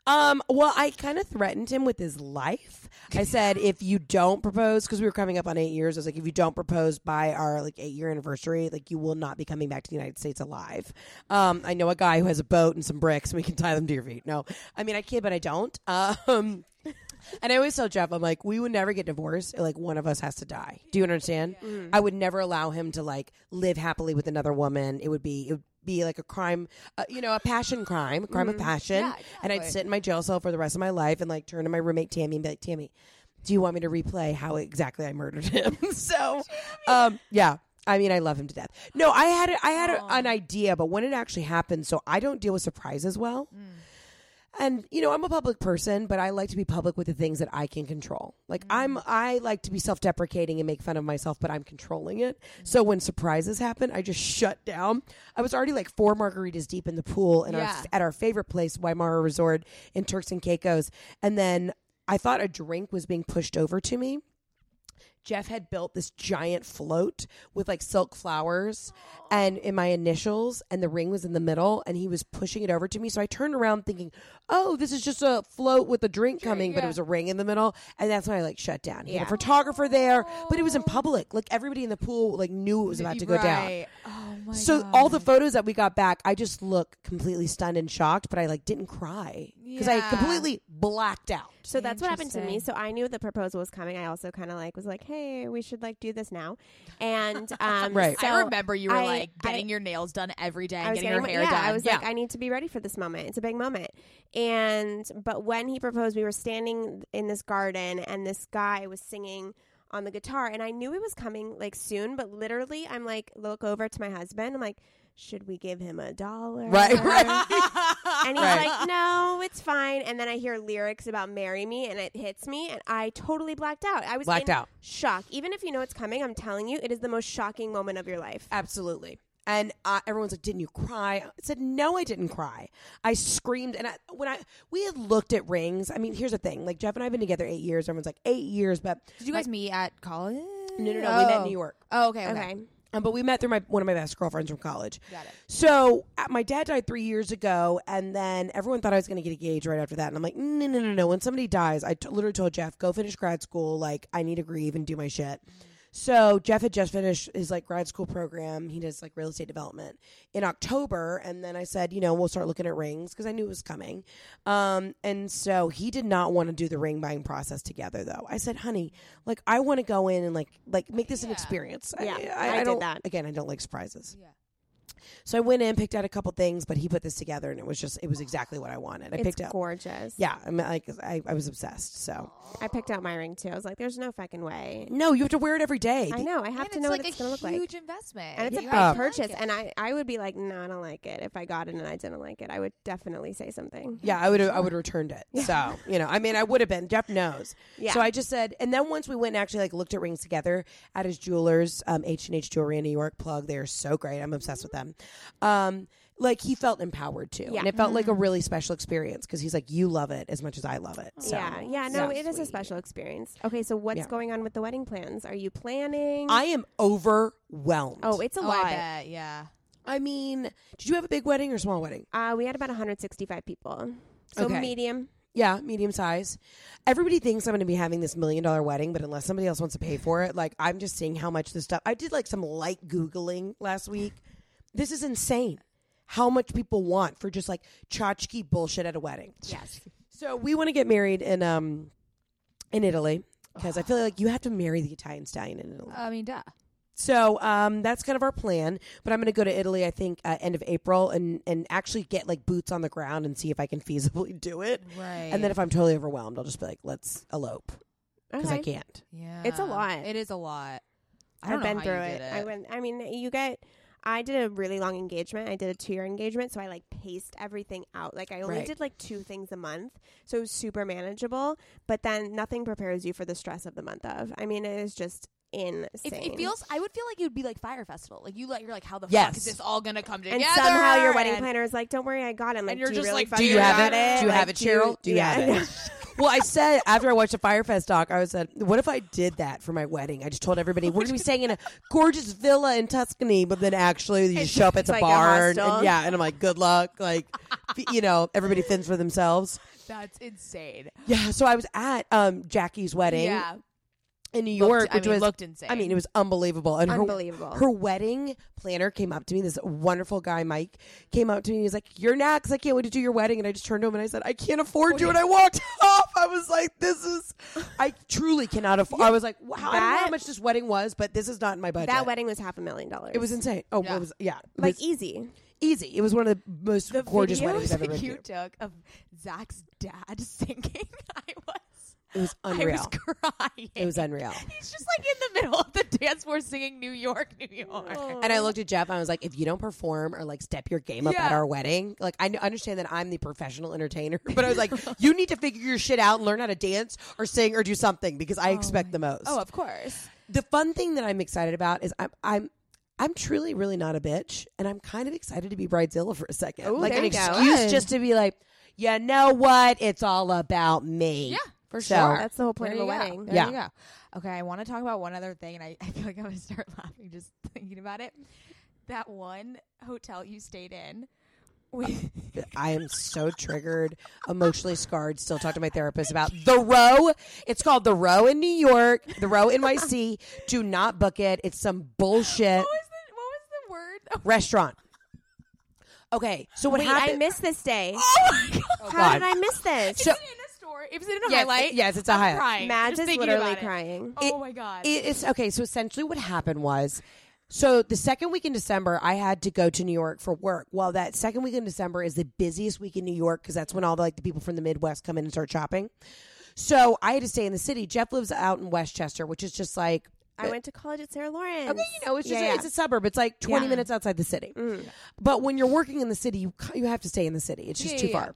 [SPEAKER 3] Um, well, I kind of threatened him with his life. I said, if you don't propose, because we were coming up on eight years, I was like, if you don't propose by our like eight year anniversary, like you will not be coming back to the United States alive. Um, I know a guy who has a boat and some bricks, and we can tie them to your feet. No, I mean I kid, but I don't. Um, [LAUGHS] and I always tell Jeff, I'm like, we would never get divorced. Like one of us has to die. Do you understand?
[SPEAKER 4] Mm.
[SPEAKER 3] I would never allow him to like live happily with another woman. It would be it would be like a crime, uh, you know, a passion crime, a crime of passion.
[SPEAKER 4] Mm. Yeah,
[SPEAKER 3] And I'd
[SPEAKER 4] exactly.
[SPEAKER 3] sit in my jail cell for the rest of my life and like turn to my roommate Tammy and be like, Tammy, do you want me to replay how exactly I murdered him? [LAUGHS] so, um, yeah. I mean, I love him to death. No, I had a, I had a, an idea, but when it actually happened, so I don't deal with surprises well. And you know, I'm a public person, but I like to be public with the things that I can control. Like I'm I like to be self-deprecating and make fun of myself, but I'm controlling it. So when surprises happen, I just shut down. I was already like four margaritas deep in the pool in
[SPEAKER 4] Yeah.
[SPEAKER 3] our at our favorite place, Waimara Resort in Turks and Caicos, and then I thought a drink was being pushed over to me. Jeff had built this giant float with like silk flowers and in my initials, and the ring was in the middle, and he was pushing it over to me. So I turned around thinking, oh, this is just a float with a drink coming, but it was a ring in the middle. And that's when I like shut down. He had a photographer there, but it was in public. Like everybody in the pool like knew it was about to go down.
[SPEAKER 4] Right. Oh my
[SPEAKER 3] So
[SPEAKER 4] god.
[SPEAKER 3] all the photos that we got back, I just look completely stunned and shocked, but I like didn't cry because I
[SPEAKER 4] Yeah.
[SPEAKER 3] completely blacked out.
[SPEAKER 1] So that's what happened to me.
[SPEAKER 4] Interesting.
[SPEAKER 1] So I knew the proposal was coming. I also kind of like was like, hey, we should like do this now.
[SPEAKER 4] [LAUGHS]
[SPEAKER 1] And um,
[SPEAKER 3] Right.
[SPEAKER 1] so
[SPEAKER 4] I remember you were
[SPEAKER 1] I-
[SPEAKER 4] like
[SPEAKER 1] I-
[SPEAKER 4] getting your nails done every day,
[SPEAKER 1] I
[SPEAKER 4] and
[SPEAKER 1] was
[SPEAKER 4] getting, your
[SPEAKER 1] my-
[SPEAKER 4] hair
[SPEAKER 1] yeah,
[SPEAKER 4] done.
[SPEAKER 1] I was
[SPEAKER 4] yeah.
[SPEAKER 1] like, I need to be ready for this moment. It's a big moment. And but when he proposed, we were standing in this garden, and this guy was singing on the guitar, and I knew he was coming like soon. But literally, I'm like, look over to my husband. I'm like, should we give him a dollar?
[SPEAKER 3] Right, right.
[SPEAKER 1] And
[SPEAKER 3] [LAUGHS]
[SPEAKER 1] he's
[SPEAKER 3] Right.
[SPEAKER 1] like, no, it's fine. And then I hear lyrics about marry me, and it hits me, and I totally blacked out. I was
[SPEAKER 3] Blacked
[SPEAKER 1] in
[SPEAKER 3] out.
[SPEAKER 1] shock. Even if you know it's coming, I'm telling you, it is the most shocking moment of your life.
[SPEAKER 3] Absolutely. And uh, everyone's like, "Didn't you cry?" I said, "No, I didn't cry. I screamed." And I, when I we had looked at rings, I mean, here's the thing: like Jeff and I've been together eight years. Everyone's like, eight years, but
[SPEAKER 4] Did you guys meet at college?
[SPEAKER 3] no, no, no, we met in
[SPEAKER 4] Oh.
[SPEAKER 3] New York.
[SPEAKER 4] Oh, okay, okay.
[SPEAKER 1] okay.
[SPEAKER 3] Um, but we met through my one of my best girlfriends from college.
[SPEAKER 4] Got it.
[SPEAKER 3] So uh, my dad died three years ago, and then everyone thought I was going to get engaged right after that. And I'm like, no, no, no, no. When somebody dies, I t- literally told Jeff, go finish grad school. Like, I need to grieve and do my shit. So Jeff had just finished his like grad school program. He does like real estate development in October, and then I said, you know, we'll start looking at rings because I knew it was coming. Um, and so he did not want to do the ring buying process together, though. I said, honey, like I want to go in and like like make this an experience.
[SPEAKER 1] Yeah,
[SPEAKER 3] I,
[SPEAKER 1] I did
[SPEAKER 3] don't-
[SPEAKER 1] that.
[SPEAKER 3] again. I don't like surprises. So I went in, picked out a couple things, but he put this together, and it was just it was exactly what I wanted. I
[SPEAKER 1] It's
[SPEAKER 3] picked out,
[SPEAKER 1] gorgeous.
[SPEAKER 3] yeah, I mean, like I, I was obsessed. So
[SPEAKER 1] I picked out my ring too. I was like, there's no fucking way.
[SPEAKER 3] no, you have to wear it every day.
[SPEAKER 1] I know. I
[SPEAKER 4] And
[SPEAKER 1] have to
[SPEAKER 4] it's
[SPEAKER 1] know
[SPEAKER 4] like
[SPEAKER 1] what it's
[SPEAKER 4] a
[SPEAKER 1] going to look like.
[SPEAKER 4] huge investment.
[SPEAKER 1] And it's
[SPEAKER 4] You guys
[SPEAKER 1] a big
[SPEAKER 4] like
[SPEAKER 1] purchase.
[SPEAKER 4] it.
[SPEAKER 1] And I, I would be like, no, I don't like it. If I got it and I didn't like it, I would definitely say something.
[SPEAKER 3] Yeah, I would have I would have returned it. So, you know, I mean I would have been. Jeff knows.
[SPEAKER 1] Yeah.
[SPEAKER 3] So I just said and then once we went and actually like looked at rings together at his jewelers, um H and H jewelry in New York plug. They are so great. I'm obsessed with them. Um like he felt empowered too.
[SPEAKER 1] Yeah. Mm-hmm.
[SPEAKER 3] And it felt like a really special experience because he's like, You love it as much as I love it. So
[SPEAKER 1] yeah. Yeah. No,
[SPEAKER 3] so
[SPEAKER 1] it is a
[SPEAKER 3] sweet.
[SPEAKER 1] special experience. Okay. So what's
[SPEAKER 3] Yeah.
[SPEAKER 1] going on with the wedding plans? Are you planning?
[SPEAKER 3] I am overwhelmed.
[SPEAKER 1] oh, it's a
[SPEAKER 4] Oh, I
[SPEAKER 1] lot.
[SPEAKER 4] bet, yeah.
[SPEAKER 3] I mean, did you have a big wedding or small wedding?
[SPEAKER 1] Uh, we had about 165 people. So
[SPEAKER 3] Okay.
[SPEAKER 1] medium.
[SPEAKER 3] Yeah, medium size. Everybody thinks I'm going to be having this million dollar wedding, but unless somebody else wants to pay for it, like I'm just seeing how much this stuff. I did like some light Googling last week. This is insane how much people want for just like tchotchke bullshit at a wedding.
[SPEAKER 4] Yes.
[SPEAKER 3] So we want to get married in um in Italy because I feel like you have to marry the Italian stallion in Italy.
[SPEAKER 4] I mean, duh.
[SPEAKER 3] So um, that's kind of our plan. But I'm going to go to Italy, I think, uh, end of April and, and actually get like boots on the ground and see if I can feasibly do it.
[SPEAKER 4] Right.
[SPEAKER 3] And then if I'm totally overwhelmed, I'll just be like, let's elope because I
[SPEAKER 1] Okay.
[SPEAKER 3] can't.
[SPEAKER 4] yeah.
[SPEAKER 1] It's a lot.
[SPEAKER 4] It is a lot. I don't
[SPEAKER 1] I've
[SPEAKER 4] know
[SPEAKER 1] been
[SPEAKER 4] how
[SPEAKER 1] through
[SPEAKER 4] you
[SPEAKER 1] it.
[SPEAKER 4] did
[SPEAKER 1] I went. I mean, you get. I did a really long engagement. I did a two year engagement, so I like paced everything out. Like I only
[SPEAKER 3] Right.
[SPEAKER 1] did like two things a month, so it was super manageable. But then nothing prepares you for the stress of the month of. I mean, it is just insane.
[SPEAKER 4] If it feels, I would feel like it would be like Fire Festival. Like you, like you're like, how the
[SPEAKER 3] Yes.
[SPEAKER 4] fuck is this all gonna come together?
[SPEAKER 1] and somehow your wedding
[SPEAKER 4] And-
[SPEAKER 1] planner is like, "Don't worry, I got it." I'm like,
[SPEAKER 4] you're
[SPEAKER 1] "Do
[SPEAKER 4] just
[SPEAKER 1] you really
[SPEAKER 4] like,
[SPEAKER 1] fucking
[SPEAKER 4] do you have
[SPEAKER 1] got
[SPEAKER 4] it?
[SPEAKER 3] Do you have
[SPEAKER 1] Like,
[SPEAKER 3] it, Cheryl? Do you
[SPEAKER 1] yeah,
[SPEAKER 3] have
[SPEAKER 1] I know.
[SPEAKER 3] it?
[SPEAKER 1] [LAUGHS]
[SPEAKER 3] well, I said after I watched the Firefest doc, I was said, what if I did that for my wedding? I just told everybody we're going to be staying in a gorgeous villa in Tuscany, but then actually you show up at the
[SPEAKER 1] like a
[SPEAKER 3] barn,
[SPEAKER 1] hostel.
[SPEAKER 3] and, yeah, and I'm like, good luck, like f- you know, everybody fins for themselves.
[SPEAKER 4] That's insane.
[SPEAKER 3] Yeah, so I was at um, Jackie's wedding
[SPEAKER 4] Yeah.
[SPEAKER 3] in New
[SPEAKER 4] Looked-
[SPEAKER 3] York,
[SPEAKER 4] I
[SPEAKER 3] which
[SPEAKER 4] mean,
[SPEAKER 3] was
[SPEAKER 4] looked insane.
[SPEAKER 3] I mean, it was unbelievable. And her-
[SPEAKER 1] Unbelievable.
[SPEAKER 3] Her, wedding planner came up to me. This wonderful guy, Mike, came up to me. and He's like, "You're next. I can't wait to do your wedding." And I just turned to him and I said, "I can't afford you." And I walked [LAUGHS] off. I was like, "This is, I truly cannot afford." I was like, wow, "I don't know how
[SPEAKER 1] That-
[SPEAKER 3] much this wedding was, but this is not in my budget."
[SPEAKER 1] That wedding was half a million dollars.
[SPEAKER 3] It was insane. Oh,
[SPEAKER 4] Yeah.
[SPEAKER 3] it was yeah, it
[SPEAKER 1] like
[SPEAKER 3] was
[SPEAKER 1] easy.
[SPEAKER 3] easy. It was one of the most gorgeous weddings I've ever
[SPEAKER 4] that
[SPEAKER 3] been
[SPEAKER 4] you
[SPEAKER 3] to.
[SPEAKER 4] took of Zach's dad [LAUGHS] singing. I was,
[SPEAKER 3] It was
[SPEAKER 4] I was
[SPEAKER 3] unreal.
[SPEAKER 4] crying.
[SPEAKER 3] It was unreal.
[SPEAKER 4] He's just like in the middle of the dance floor singing New York, New York.
[SPEAKER 3] And I looked at Jeff and I was like, if you don't perform or like step your game up at
[SPEAKER 4] Yeah.
[SPEAKER 3] our wedding, like I kn- understand that I'm the professional entertainer, [LAUGHS] but I was like, you need to figure your shit out and learn how to dance or sing or do something because I expect the most.
[SPEAKER 4] Oh, of course.
[SPEAKER 3] The fun thing that I'm excited about is I'm, I'm, I'm truly really not a bitch and I'm kind of excited to be Bridezilla for a second. like
[SPEAKER 1] there
[SPEAKER 3] an
[SPEAKER 1] you go.
[SPEAKER 3] excuse just to be like, you know what? It's all about me.
[SPEAKER 4] Yeah,
[SPEAKER 2] For
[SPEAKER 3] So-
[SPEAKER 2] sure.
[SPEAKER 1] That's the whole point
[SPEAKER 2] There
[SPEAKER 1] of a
[SPEAKER 2] you go.
[SPEAKER 1] wedding.
[SPEAKER 2] There
[SPEAKER 3] Yeah.
[SPEAKER 2] you go. Okay, I want to talk about one other thing, and I, I feel like I'm going
[SPEAKER 4] [LAUGHS]
[SPEAKER 2] to start laughing just thinking about it. That one hotel you stayed in. with
[SPEAKER 3] I am so triggered, emotionally scarred. Still talk to my therapist about the row. It's called the row in New York, the row NYC. Do not book it. It's some bullshit
[SPEAKER 2] what, was the, what was the word? [LAUGHS] Oh,
[SPEAKER 3] restaurant. Okay, so what
[SPEAKER 1] Wait,
[SPEAKER 3] happened?
[SPEAKER 1] I missed this day.
[SPEAKER 2] my God.
[SPEAKER 3] Oh,
[SPEAKER 1] How did
[SPEAKER 3] God.
[SPEAKER 1] I miss this?
[SPEAKER 3] So-
[SPEAKER 2] is it in a store? Is it in a
[SPEAKER 3] Yes,
[SPEAKER 2] highlight?
[SPEAKER 3] yes, it's a
[SPEAKER 2] I'm
[SPEAKER 3] highlight.
[SPEAKER 2] Crying.
[SPEAKER 1] Madge
[SPEAKER 2] just
[SPEAKER 1] is
[SPEAKER 2] thinking
[SPEAKER 1] literally
[SPEAKER 2] about it.
[SPEAKER 1] crying.
[SPEAKER 2] Oh
[SPEAKER 3] It-
[SPEAKER 2] my god.
[SPEAKER 3] It- it's okay. So essentially, what happened was, so the second week in December, I had to go to New York for work. Well, that second week in December is the busiest week in New York because that's when all the like the people from the Midwest come in and start shopping. So I had to stay in the city. Jeff lives out in Westchester, which is just like
[SPEAKER 1] I went to college at Sarah Lawrence.
[SPEAKER 3] Okay, you know, it's just
[SPEAKER 1] Yeah, yeah.
[SPEAKER 3] it's a suburb. It's like 20
[SPEAKER 1] Yeah.
[SPEAKER 3] minutes outside the city. But when you're working in the city, you ca- you have to stay in the city. It's just
[SPEAKER 2] Yeah,
[SPEAKER 3] too
[SPEAKER 2] yeah, yeah.
[SPEAKER 3] far.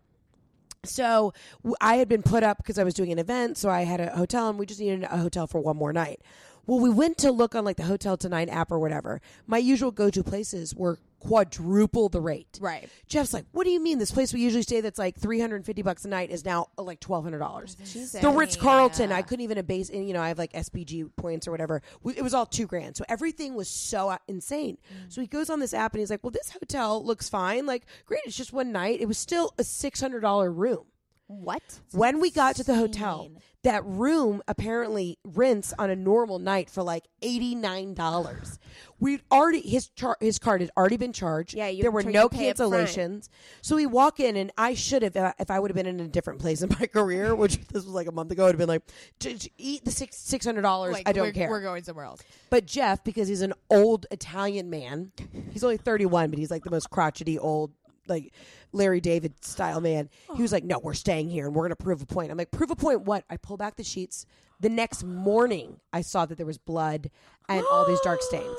[SPEAKER 3] So w- I had been put up because I was doing an event, so I had a hotel, and we just needed a hotel for one more night. Well, we went to look on like the Hotel Tonight app or whatever. My usual go-to places were quadruple the rate.
[SPEAKER 2] Right.
[SPEAKER 3] Jeff's like, "What do you mean? This place we usually stay that's like 350 bucks a night is now uh, like $1,200."
[SPEAKER 1] Jesus.
[SPEAKER 3] the Ritz Carlton. I couldn't even abase, and you know, I have like SPG points or whatever. We- It was all two grand, so everything was so uh, insane. So he goes on this app and he's like, "Well, this hotel looks fine. Like, great, it's just one night. It was still a six hundred dollar room."
[SPEAKER 1] What?
[SPEAKER 3] When we got to the hotel, that room apparently rents on a normal night for like eighty nine dollars. We'd already his char- his card had already been charged.
[SPEAKER 1] Yeah, you-
[SPEAKER 3] there were
[SPEAKER 1] so you
[SPEAKER 3] no
[SPEAKER 1] pay up front.
[SPEAKER 3] cancellations. So we walk in, and I should have uh, if I would have been in a different place in my [LAUGHS] career, which this was like a month ago, I'd have been like, "J- j- eat the six six hundred dollars.
[SPEAKER 2] Like,
[SPEAKER 3] I don't
[SPEAKER 2] we're,
[SPEAKER 3] care.
[SPEAKER 2] We're going somewhere else.
[SPEAKER 3] But Jeff, because he's an old Italian man, he's only 31, but he's like the most crotchety old, like Larry David style man. He was like, no, we're staying here and we're going to prove a point. I'm like, prove a point what? I pull back the sheets. The next morning, I saw that there was blood and all these
[SPEAKER 1] [GASPS]
[SPEAKER 3] dark stains.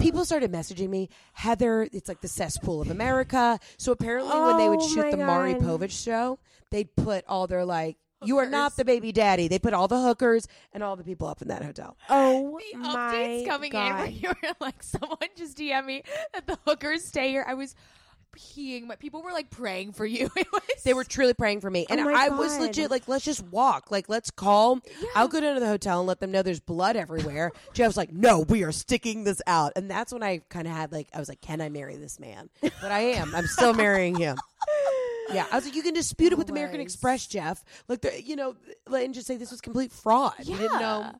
[SPEAKER 3] People started messaging me, Heather, it's like the cesspool of America. So apparently, when they would
[SPEAKER 1] Oh
[SPEAKER 3] shoot
[SPEAKER 1] my
[SPEAKER 3] the Mari
[SPEAKER 1] God.
[SPEAKER 3] Povich show, they'd put all their like, you are not the baby daddy. They put all the hookers and all the people up in that hotel.
[SPEAKER 1] Oh
[SPEAKER 2] The
[SPEAKER 1] my
[SPEAKER 2] updates coming in where [LAUGHS]
[SPEAKER 1] god!
[SPEAKER 2] you were like, someone just DM me that the hookers stay here. I was peeing. My people were like praying for you. [LAUGHS] It was
[SPEAKER 3] They were truly praying for me. And
[SPEAKER 1] my
[SPEAKER 3] I was
[SPEAKER 1] God.
[SPEAKER 3] legit like, let's just walk. Like, let's call. I'll go down to the hotel and let them know there's blood everywhere. Jeff's like, no, we are sticking this out. And that's when I kind of had like, I was like, can I marry this man? But I am. I'm still marrying him. Yeah. I was like, you can dispute it with American Express, Jeff. Like, the- you know, and just say this was complete fraud. You didn't know.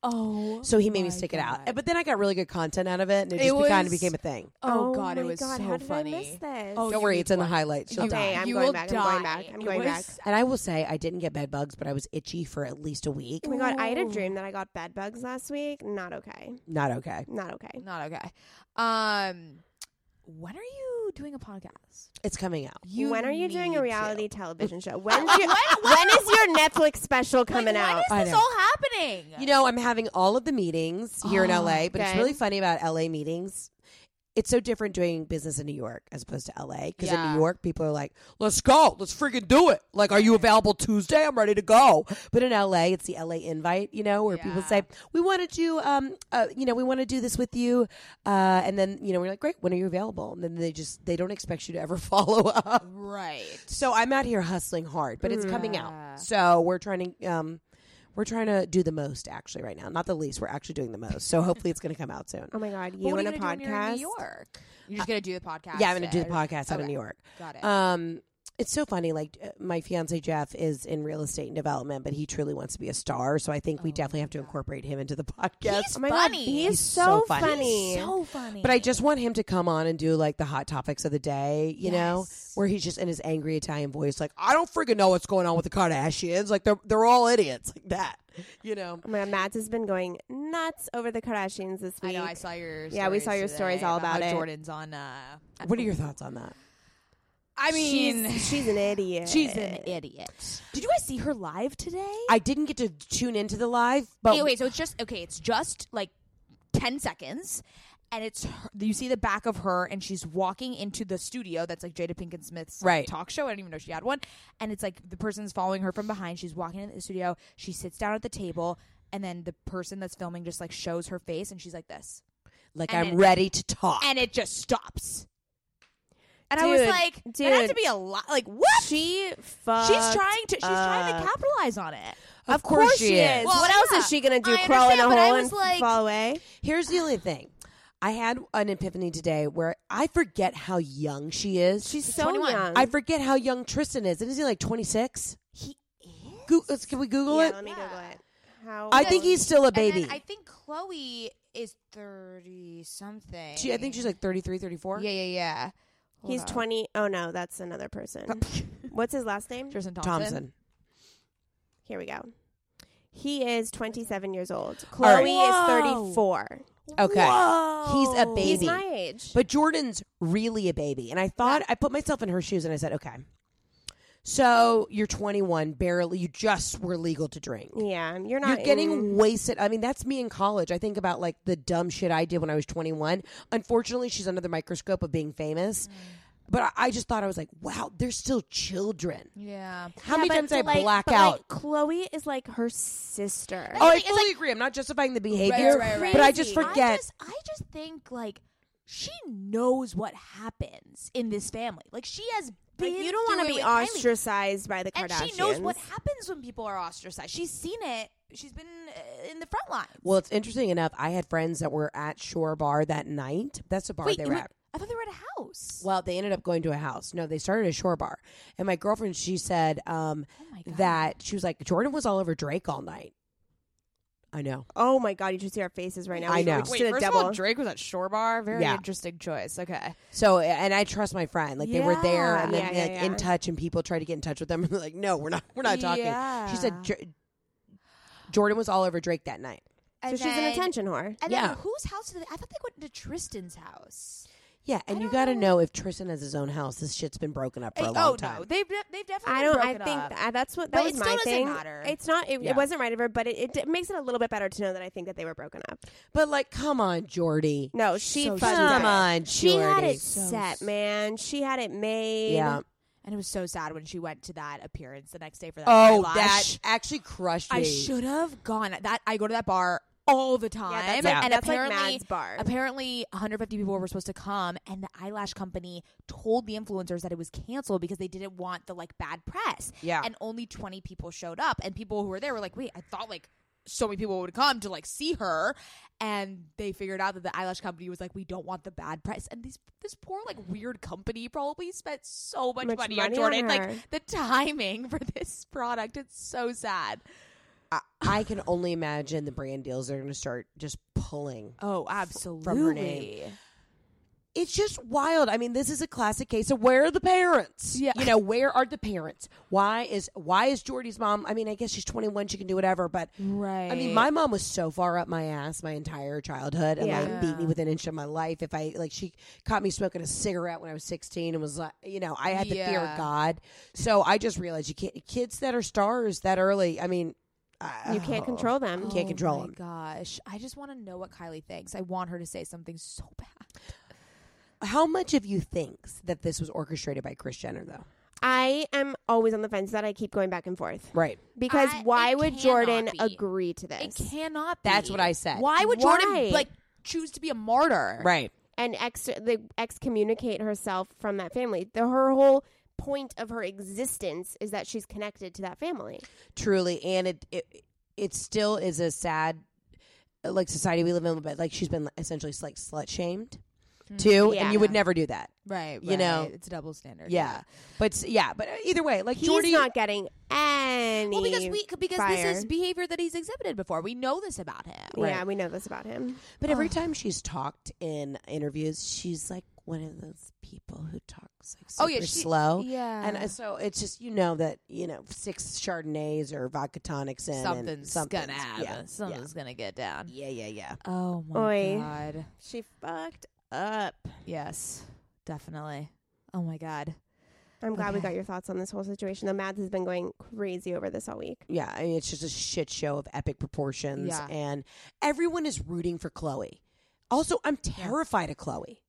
[SPEAKER 2] Oh.
[SPEAKER 3] So he made me stick it out. But then I got really good content out of it. And it,
[SPEAKER 2] It
[SPEAKER 3] just kind
[SPEAKER 2] was-
[SPEAKER 3] of became a thing.
[SPEAKER 2] Oh, God, it
[SPEAKER 1] my
[SPEAKER 2] was so
[SPEAKER 1] How did
[SPEAKER 2] funny.
[SPEAKER 1] I miss this?
[SPEAKER 2] Oh,
[SPEAKER 3] Don't
[SPEAKER 2] you
[SPEAKER 3] worry.
[SPEAKER 2] need
[SPEAKER 3] It's in the
[SPEAKER 2] one.
[SPEAKER 3] highlights. She'll
[SPEAKER 2] You-
[SPEAKER 3] die.
[SPEAKER 1] Okay, I'm
[SPEAKER 2] you
[SPEAKER 1] going
[SPEAKER 2] will
[SPEAKER 1] back, I'm
[SPEAKER 2] die.
[SPEAKER 1] going back, I'm
[SPEAKER 2] It
[SPEAKER 1] going
[SPEAKER 2] was-
[SPEAKER 1] back.
[SPEAKER 3] And I will say, I didn't get bed bugs, but I was itchy for at least a week.
[SPEAKER 1] oh my god! I had a dream that I got bed bugs last week. Not okay.
[SPEAKER 3] Not okay.
[SPEAKER 1] Not okay.
[SPEAKER 2] Not okay. Um, when are you doing a podcast?
[SPEAKER 3] It's coming out.
[SPEAKER 2] You
[SPEAKER 1] when are you doing
[SPEAKER 2] need
[SPEAKER 1] a
[SPEAKER 2] to.
[SPEAKER 1] reality television
[SPEAKER 2] [LAUGHS]
[SPEAKER 1] show? When's your, when is your Netflix special coming
[SPEAKER 2] Like,
[SPEAKER 1] out?
[SPEAKER 2] When
[SPEAKER 3] I
[SPEAKER 2] is this
[SPEAKER 3] know.
[SPEAKER 2] all happening?
[SPEAKER 3] You know, I'm having all of the meetings
[SPEAKER 2] [GASPS]
[SPEAKER 3] here in
[SPEAKER 2] Oh,
[SPEAKER 3] LA, but it's
[SPEAKER 1] good.
[SPEAKER 3] really funny about LA meetings. It's so different doing business in New York as opposed to LA because in
[SPEAKER 2] Yeah.
[SPEAKER 3] New York people are like, "Let's go, let's freaking do it!" Like, are you available Tuesday? I'm ready to go. But in LA, it's the LA invite, you know, where people
[SPEAKER 2] Yeah.
[SPEAKER 3] say, "We wanted you, um, uh, you know, we want to do this with you," uh, and then you know, we're like, "Great, when are you available?" And then they just they don't expect you to ever [LAUGHS] follow up.
[SPEAKER 2] right.
[SPEAKER 3] So I'm out here hustling hard, but it's coming out. So we're trying to um we're trying to do the most actually right now. Not the least, we're actually doing the most. So hopefully it's gonna come out soon.
[SPEAKER 1] Oh my god!
[SPEAKER 2] But
[SPEAKER 1] You
[SPEAKER 2] what
[SPEAKER 1] in
[SPEAKER 2] are
[SPEAKER 1] a
[SPEAKER 2] you gonna do when you're in
[SPEAKER 1] podcast?
[SPEAKER 2] New York. You're just gonna do the podcast.
[SPEAKER 3] Yeah, I'm gonna do the
[SPEAKER 2] and-
[SPEAKER 3] podcast out of
[SPEAKER 2] Okay.
[SPEAKER 3] New York.
[SPEAKER 2] Got it.
[SPEAKER 3] Um it's so funny like uh, my fiance Jeff is in real estate and development, but he truly wants to be a star, so I think we definitely have to incorporate him into the [LAUGHS] podcast.
[SPEAKER 2] He's
[SPEAKER 1] Oh my god!
[SPEAKER 2] funny.
[SPEAKER 1] He's
[SPEAKER 3] He's
[SPEAKER 1] so
[SPEAKER 3] so funny.
[SPEAKER 1] funny.
[SPEAKER 2] so funny.
[SPEAKER 3] But I just want him to come on and do like the hot topics of the day, you know,
[SPEAKER 2] Yes.
[SPEAKER 3] where he's just in his angry Italian voice, like, I don't freaking know what's going on with the Kardashians. Like, they're, they're all idiots, like that, you know.
[SPEAKER 1] Oh my god! Mads has been going nuts over the Kardashians this
[SPEAKER 2] I
[SPEAKER 1] week.
[SPEAKER 2] know. I saw your.
[SPEAKER 1] Yeah, we saw
[SPEAKER 2] stories
[SPEAKER 1] your
[SPEAKER 2] today
[SPEAKER 1] stories all about
[SPEAKER 2] how
[SPEAKER 1] it.
[SPEAKER 2] Jordan's on. Uh,
[SPEAKER 3] What are your thoughts on that?
[SPEAKER 2] I mean,
[SPEAKER 1] she's, she's an idiot.
[SPEAKER 2] she's an idiot. Did you guys see her live today?
[SPEAKER 3] I didn't get to tune into the live, but
[SPEAKER 2] Okay, wait, so it's just okay. It's just like ten seconds, and it's her, you see the back of her, and she's walking into the studio that's like Jada Pinkett Smith's
[SPEAKER 3] Right.
[SPEAKER 2] talk show. I didn't even know she had one, and it's like the person's following her from behind. She's walking into the studio. She sits down at the table, and then the person that's filming just like shows her face, and she's like this,
[SPEAKER 3] like,
[SPEAKER 2] and
[SPEAKER 3] I'm
[SPEAKER 2] it-
[SPEAKER 3] ready to talk.
[SPEAKER 2] and it just stops. And I was
[SPEAKER 1] Dude,
[SPEAKER 2] like, that had
[SPEAKER 1] dude.
[SPEAKER 2] to be a lot. Like what?
[SPEAKER 1] She fucked
[SPEAKER 2] she's trying to she's trying to
[SPEAKER 1] up.
[SPEAKER 2] capitalize on it.
[SPEAKER 5] Of course she is.
[SPEAKER 2] Well,
[SPEAKER 1] what else
[SPEAKER 2] yeah.
[SPEAKER 1] is she gonna do?
[SPEAKER 2] I
[SPEAKER 1] Crawl in a
[SPEAKER 2] understand, but I
[SPEAKER 1] hole
[SPEAKER 2] was
[SPEAKER 1] and
[SPEAKER 2] like-
[SPEAKER 1] fall away?
[SPEAKER 3] Here's the only thing. I had an epiphany today where I forget how young she is.
[SPEAKER 1] She's so
[SPEAKER 2] 21.
[SPEAKER 1] young.
[SPEAKER 3] I forget how young Tristan is. Isn't he like 26?
[SPEAKER 2] He is.
[SPEAKER 3] Go- let's- can we Google
[SPEAKER 1] yeah,
[SPEAKER 3] it?
[SPEAKER 1] let me Google it. How
[SPEAKER 3] I think he's still a baby.
[SPEAKER 2] And then I think Chloe is thirty something.
[SPEAKER 3] she, I think she's like 33, 34.
[SPEAKER 2] Yeah, yeah, yeah. Hold
[SPEAKER 1] he's
[SPEAKER 2] on. [LAUGHS]
[SPEAKER 1] twenty. Oh no, that's another person. [LAUGHS] What's his last name?
[SPEAKER 5] Tristan Thompson.
[SPEAKER 3] Thompson.
[SPEAKER 1] Here we go. He is 27 years old.
[SPEAKER 3] All right.
[SPEAKER 1] Chloe is 34.
[SPEAKER 3] Okay. He's a baby.
[SPEAKER 1] He's my age.
[SPEAKER 3] But Jordan's really a baby. And I thought, I put myself in her shoes and I said, okay, so you're 21, barely, you just were legal to drink.
[SPEAKER 1] yeah, you're not
[SPEAKER 3] You're getting
[SPEAKER 1] in-
[SPEAKER 3] wasted. I mean, that's me in college. I think about like the dumb shit I did when I was 21. Unfortunately, she's under the microscope of being
[SPEAKER 1] Mm.
[SPEAKER 3] famous. But I, I just thought I was like, wow, they're still children.
[SPEAKER 2] Yeah.
[SPEAKER 3] How
[SPEAKER 1] Yeah,
[SPEAKER 3] many
[SPEAKER 1] but
[SPEAKER 3] times I
[SPEAKER 1] like-
[SPEAKER 3] black
[SPEAKER 1] but,
[SPEAKER 3] out?
[SPEAKER 1] like, Chloe is like her sister.
[SPEAKER 3] oh, I fully agree. I'm not justifying the behavior,
[SPEAKER 2] right, right.
[SPEAKER 3] but I just
[SPEAKER 1] Crazy. I
[SPEAKER 2] I
[SPEAKER 3] forget.
[SPEAKER 2] just, I just think like she knows what happens in this family. Like she has
[SPEAKER 1] Like,
[SPEAKER 2] been.
[SPEAKER 1] you don't
[SPEAKER 2] want to
[SPEAKER 1] be ostracized by the
[SPEAKER 2] and
[SPEAKER 1] Kardashians.
[SPEAKER 2] she knows what happens when people are ostracized. She's seen it. She's been uh, in the front line.
[SPEAKER 3] well, it's interesting enough. I had friends that were at Shore Bar that night. That's the bar
[SPEAKER 2] Wait,
[SPEAKER 3] they
[SPEAKER 2] you
[SPEAKER 3] were
[SPEAKER 2] were-
[SPEAKER 3] at.
[SPEAKER 2] I thought they were at a house.
[SPEAKER 3] Well, they ended up going to a house. No, they started a shore bar. And my girlfriend, she said um,
[SPEAKER 2] Oh
[SPEAKER 3] that she was like, Jordan was all over Drake all night. I know.
[SPEAKER 1] Oh my god, you should see our faces right now.
[SPEAKER 3] I
[SPEAKER 1] We- we
[SPEAKER 3] know.
[SPEAKER 1] just
[SPEAKER 5] Wait,
[SPEAKER 1] did a
[SPEAKER 5] first
[SPEAKER 1] double.
[SPEAKER 5] of all, Drake was at Shore Bar. Very
[SPEAKER 3] Yeah.
[SPEAKER 5] interesting choice. Okay.
[SPEAKER 3] So, and I trust my friend. Like they were there, and then
[SPEAKER 1] Yeah.
[SPEAKER 3] they,
[SPEAKER 1] Yeah,
[SPEAKER 3] like
[SPEAKER 1] yeah, yeah.
[SPEAKER 3] in touch, and people try to get in touch with them. [LAUGHS] And they're like, no, we're not, we're not talking. She said J- Jordan was all over Drake that night.
[SPEAKER 1] so she's an attention whore.
[SPEAKER 2] And
[SPEAKER 3] Yeah.
[SPEAKER 2] then whose house did they? I thought they went to Tristan's house.
[SPEAKER 3] Yeah, and you got to know if Tristan has his own house. This shit's been broken up for a
[SPEAKER 2] Hey,
[SPEAKER 3] long
[SPEAKER 2] oh
[SPEAKER 3] time.
[SPEAKER 2] no, they've de- they've definitely.
[SPEAKER 1] I don't. I
[SPEAKER 2] broken
[SPEAKER 1] think
[SPEAKER 2] up.
[SPEAKER 1] that, that's what that
[SPEAKER 2] But
[SPEAKER 1] was
[SPEAKER 2] it still
[SPEAKER 1] my
[SPEAKER 2] doesn't
[SPEAKER 1] thing.
[SPEAKER 2] matter.
[SPEAKER 1] It's not. It,
[SPEAKER 3] Yeah.
[SPEAKER 1] it wasn't right of her, but it, it d- makes it a little bit better to know that I think that they were broken up.
[SPEAKER 3] but like, come on, Jordy.
[SPEAKER 1] No, she
[SPEAKER 2] So
[SPEAKER 1] fucked
[SPEAKER 3] Come
[SPEAKER 1] up.
[SPEAKER 3] on,
[SPEAKER 1] She had
[SPEAKER 3] Jordy.
[SPEAKER 1] it set, man. She had it made.
[SPEAKER 3] Yeah.
[SPEAKER 2] and it was so sad when she went to that appearance the next day for that.
[SPEAKER 3] Oh,
[SPEAKER 2] eyelash.
[SPEAKER 3] that actually crushed me.
[SPEAKER 2] I should have gone. That I go to that bar all the time.
[SPEAKER 1] Yeah, that's,
[SPEAKER 3] Yeah.
[SPEAKER 1] Like,
[SPEAKER 2] And
[SPEAKER 1] that's like
[SPEAKER 2] apparently,
[SPEAKER 1] Mad's bar.
[SPEAKER 2] apparently 150 people were supposed to come and the eyelash company told the influencers that it was canceled because they didn't want the like bad press.
[SPEAKER 3] Yeah.
[SPEAKER 2] And only 20 people showed up and people who were there were like, "Wait, I thought like so many people would come to like see her." And they figured out that the eyelash company was like, "We don't want the bad press." And these this poor like weird company probably spent so much,
[SPEAKER 1] Much
[SPEAKER 2] money,
[SPEAKER 1] money
[SPEAKER 2] on Jordan.
[SPEAKER 1] on her.
[SPEAKER 2] like the timing [LAUGHS] for this product, it's so sad.
[SPEAKER 3] I, I can only imagine the brand deals they're going to start just pulling.
[SPEAKER 2] Oh, absolutely.
[SPEAKER 3] It's just wild. I mean, this is a classic case of where are the parents?
[SPEAKER 2] Yeah.
[SPEAKER 3] You know, where are the parents? Why is why is Jordy's mom? I mean, I guess she's 21, she can do whatever, but
[SPEAKER 2] Right.
[SPEAKER 3] I mean, my mom was so far up my ass my entire childhood and like
[SPEAKER 1] Yeah.
[SPEAKER 3] beat me with an inch of my life. If I like, she caught me smoking a cigarette when I was 16 and was like, you know, I had the fear of
[SPEAKER 2] Yeah.
[SPEAKER 3] God. So I just realized you can't, kids that are stars that early, I mean,
[SPEAKER 1] You can't
[SPEAKER 3] oh.
[SPEAKER 1] control them.
[SPEAKER 3] can't control
[SPEAKER 2] Oh my
[SPEAKER 3] him.
[SPEAKER 2] Gosh, I just want to know what Kylie thinks. I want her to say something so bad.
[SPEAKER 3] How much of you thinks that this was orchestrated by Chris Jenner, though?
[SPEAKER 1] I am always on the fence that I keep going back and forth
[SPEAKER 3] Right.
[SPEAKER 1] because
[SPEAKER 2] I-
[SPEAKER 1] why
[SPEAKER 2] it
[SPEAKER 1] would
[SPEAKER 2] cannot
[SPEAKER 1] Jordan
[SPEAKER 2] be.
[SPEAKER 1] agree to
[SPEAKER 2] It
[SPEAKER 1] this
[SPEAKER 2] cannot. Be.
[SPEAKER 3] That's what I said.
[SPEAKER 2] Why would
[SPEAKER 1] Why?
[SPEAKER 2] Jordan like choose to be a martyr?
[SPEAKER 3] Right.
[SPEAKER 1] and ex the excommunicate herself from that family? The her whole point of her existence is that she's connected to that family.
[SPEAKER 3] Truly. And it, it, it still is a sad, like, society we live in, but like, she's been essentially like slut shamed too.
[SPEAKER 1] Mm. Yeah.
[SPEAKER 3] And you would never do that.
[SPEAKER 2] Right.
[SPEAKER 3] You know.
[SPEAKER 2] right. it's a double standard.
[SPEAKER 3] Yeah. But s- yeah, but uh, either way, like,
[SPEAKER 1] He's
[SPEAKER 3] Jordy.
[SPEAKER 1] not getting any.
[SPEAKER 2] Well, because we because
[SPEAKER 1] fire.
[SPEAKER 2] this is behavior that he's exhibited before. We know this about him.
[SPEAKER 1] yeah, we know this about him.
[SPEAKER 3] But every time she's talked in interviews, she's like one of those people who talks like super
[SPEAKER 2] Oh, yeah, she-
[SPEAKER 3] slow.
[SPEAKER 2] yeah.
[SPEAKER 3] and uh, so it's just you know that you know six Chardonnays or vodka tonics in and
[SPEAKER 2] Something's
[SPEAKER 3] something's-
[SPEAKER 2] gonna happen. Something's gonna get down.
[SPEAKER 3] Yeah, yeah, yeah, yeah.
[SPEAKER 2] Oh my
[SPEAKER 1] Oy.
[SPEAKER 2] god.
[SPEAKER 1] She fucked up.
[SPEAKER 2] Yes, definitely. Oh my god.
[SPEAKER 1] I'm glad we
[SPEAKER 2] Okay.
[SPEAKER 1] got your thoughts on this whole situation. The Mads has been going crazy over this all week.
[SPEAKER 3] Yeah, I mean, it's just a shit show of epic proportions,
[SPEAKER 2] Yeah.
[SPEAKER 3] and everyone is rooting for Chloe. Also, I'm terrified of Chloe.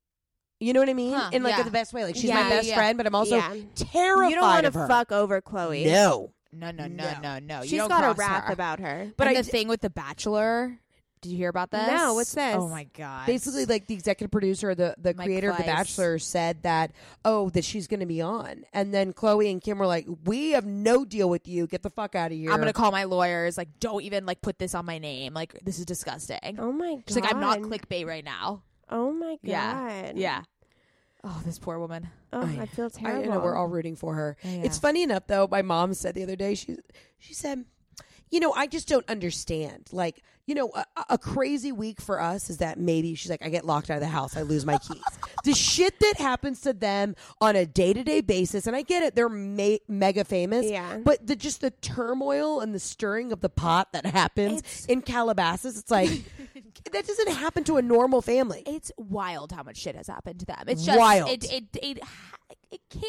[SPEAKER 3] You know what I mean?
[SPEAKER 2] Huh,
[SPEAKER 3] In like
[SPEAKER 2] yeah.
[SPEAKER 3] the best way. Like she's my
[SPEAKER 2] Yeah,
[SPEAKER 3] best
[SPEAKER 2] yeah.
[SPEAKER 3] friend, but I'm also
[SPEAKER 1] Yeah.
[SPEAKER 3] terrified
[SPEAKER 1] you don't wanna
[SPEAKER 3] of her.
[SPEAKER 1] fuck over Chloe.
[SPEAKER 3] no,
[SPEAKER 2] No, no, no,
[SPEAKER 3] No.
[SPEAKER 2] no, no. You
[SPEAKER 1] She's
[SPEAKER 2] don't
[SPEAKER 1] got a
[SPEAKER 2] cross
[SPEAKER 1] rap
[SPEAKER 2] her.
[SPEAKER 1] about her.
[SPEAKER 3] but
[SPEAKER 2] and
[SPEAKER 3] I
[SPEAKER 2] the thing with the Bachelor, Did you hear about this?
[SPEAKER 1] No, what's this?
[SPEAKER 2] Oh my god.
[SPEAKER 3] Basically, like the executive producer, the the
[SPEAKER 2] Mike
[SPEAKER 3] creator of The
[SPEAKER 2] Fleiss.
[SPEAKER 3] Bachelor said that, oh, that she's going to be on, and then Chloe and Kim were like, we have no deal with you. Get the fuck out of here.
[SPEAKER 2] I'm gonna call my lawyers. Like, don't even like put this on my name. Like, this is disgusting.
[SPEAKER 1] Oh my god.
[SPEAKER 2] She's like, I'm not clickbait right now.
[SPEAKER 1] Oh my god.
[SPEAKER 2] Yeah, yeah. Oh, this poor woman.
[SPEAKER 1] Oh,
[SPEAKER 3] I-
[SPEAKER 1] I, feel
[SPEAKER 3] I
[SPEAKER 1] terrible.
[SPEAKER 3] know we're all rooting for her.
[SPEAKER 2] Yeah.
[SPEAKER 3] It's funny enough though. My mom said the other day she she said, you know, I just don't understand. Like, you know, a, a crazy week for us is that maybe she's like, I get locked out of the house, I lose
[SPEAKER 4] [LAUGHS]
[SPEAKER 3] my keys. the shit that happens to them on a day to day basis, and I get it, they're ma- mega famous.
[SPEAKER 1] Yeah.
[SPEAKER 3] But the just the turmoil and the stirring of the pot that happens in Calabasas,
[SPEAKER 4] [LAUGHS]
[SPEAKER 3] it's like that doesn't happen to a normal family.
[SPEAKER 2] It's wild how much shit has happened to them. It's just
[SPEAKER 3] Wild.
[SPEAKER 2] It it it ha- it can't.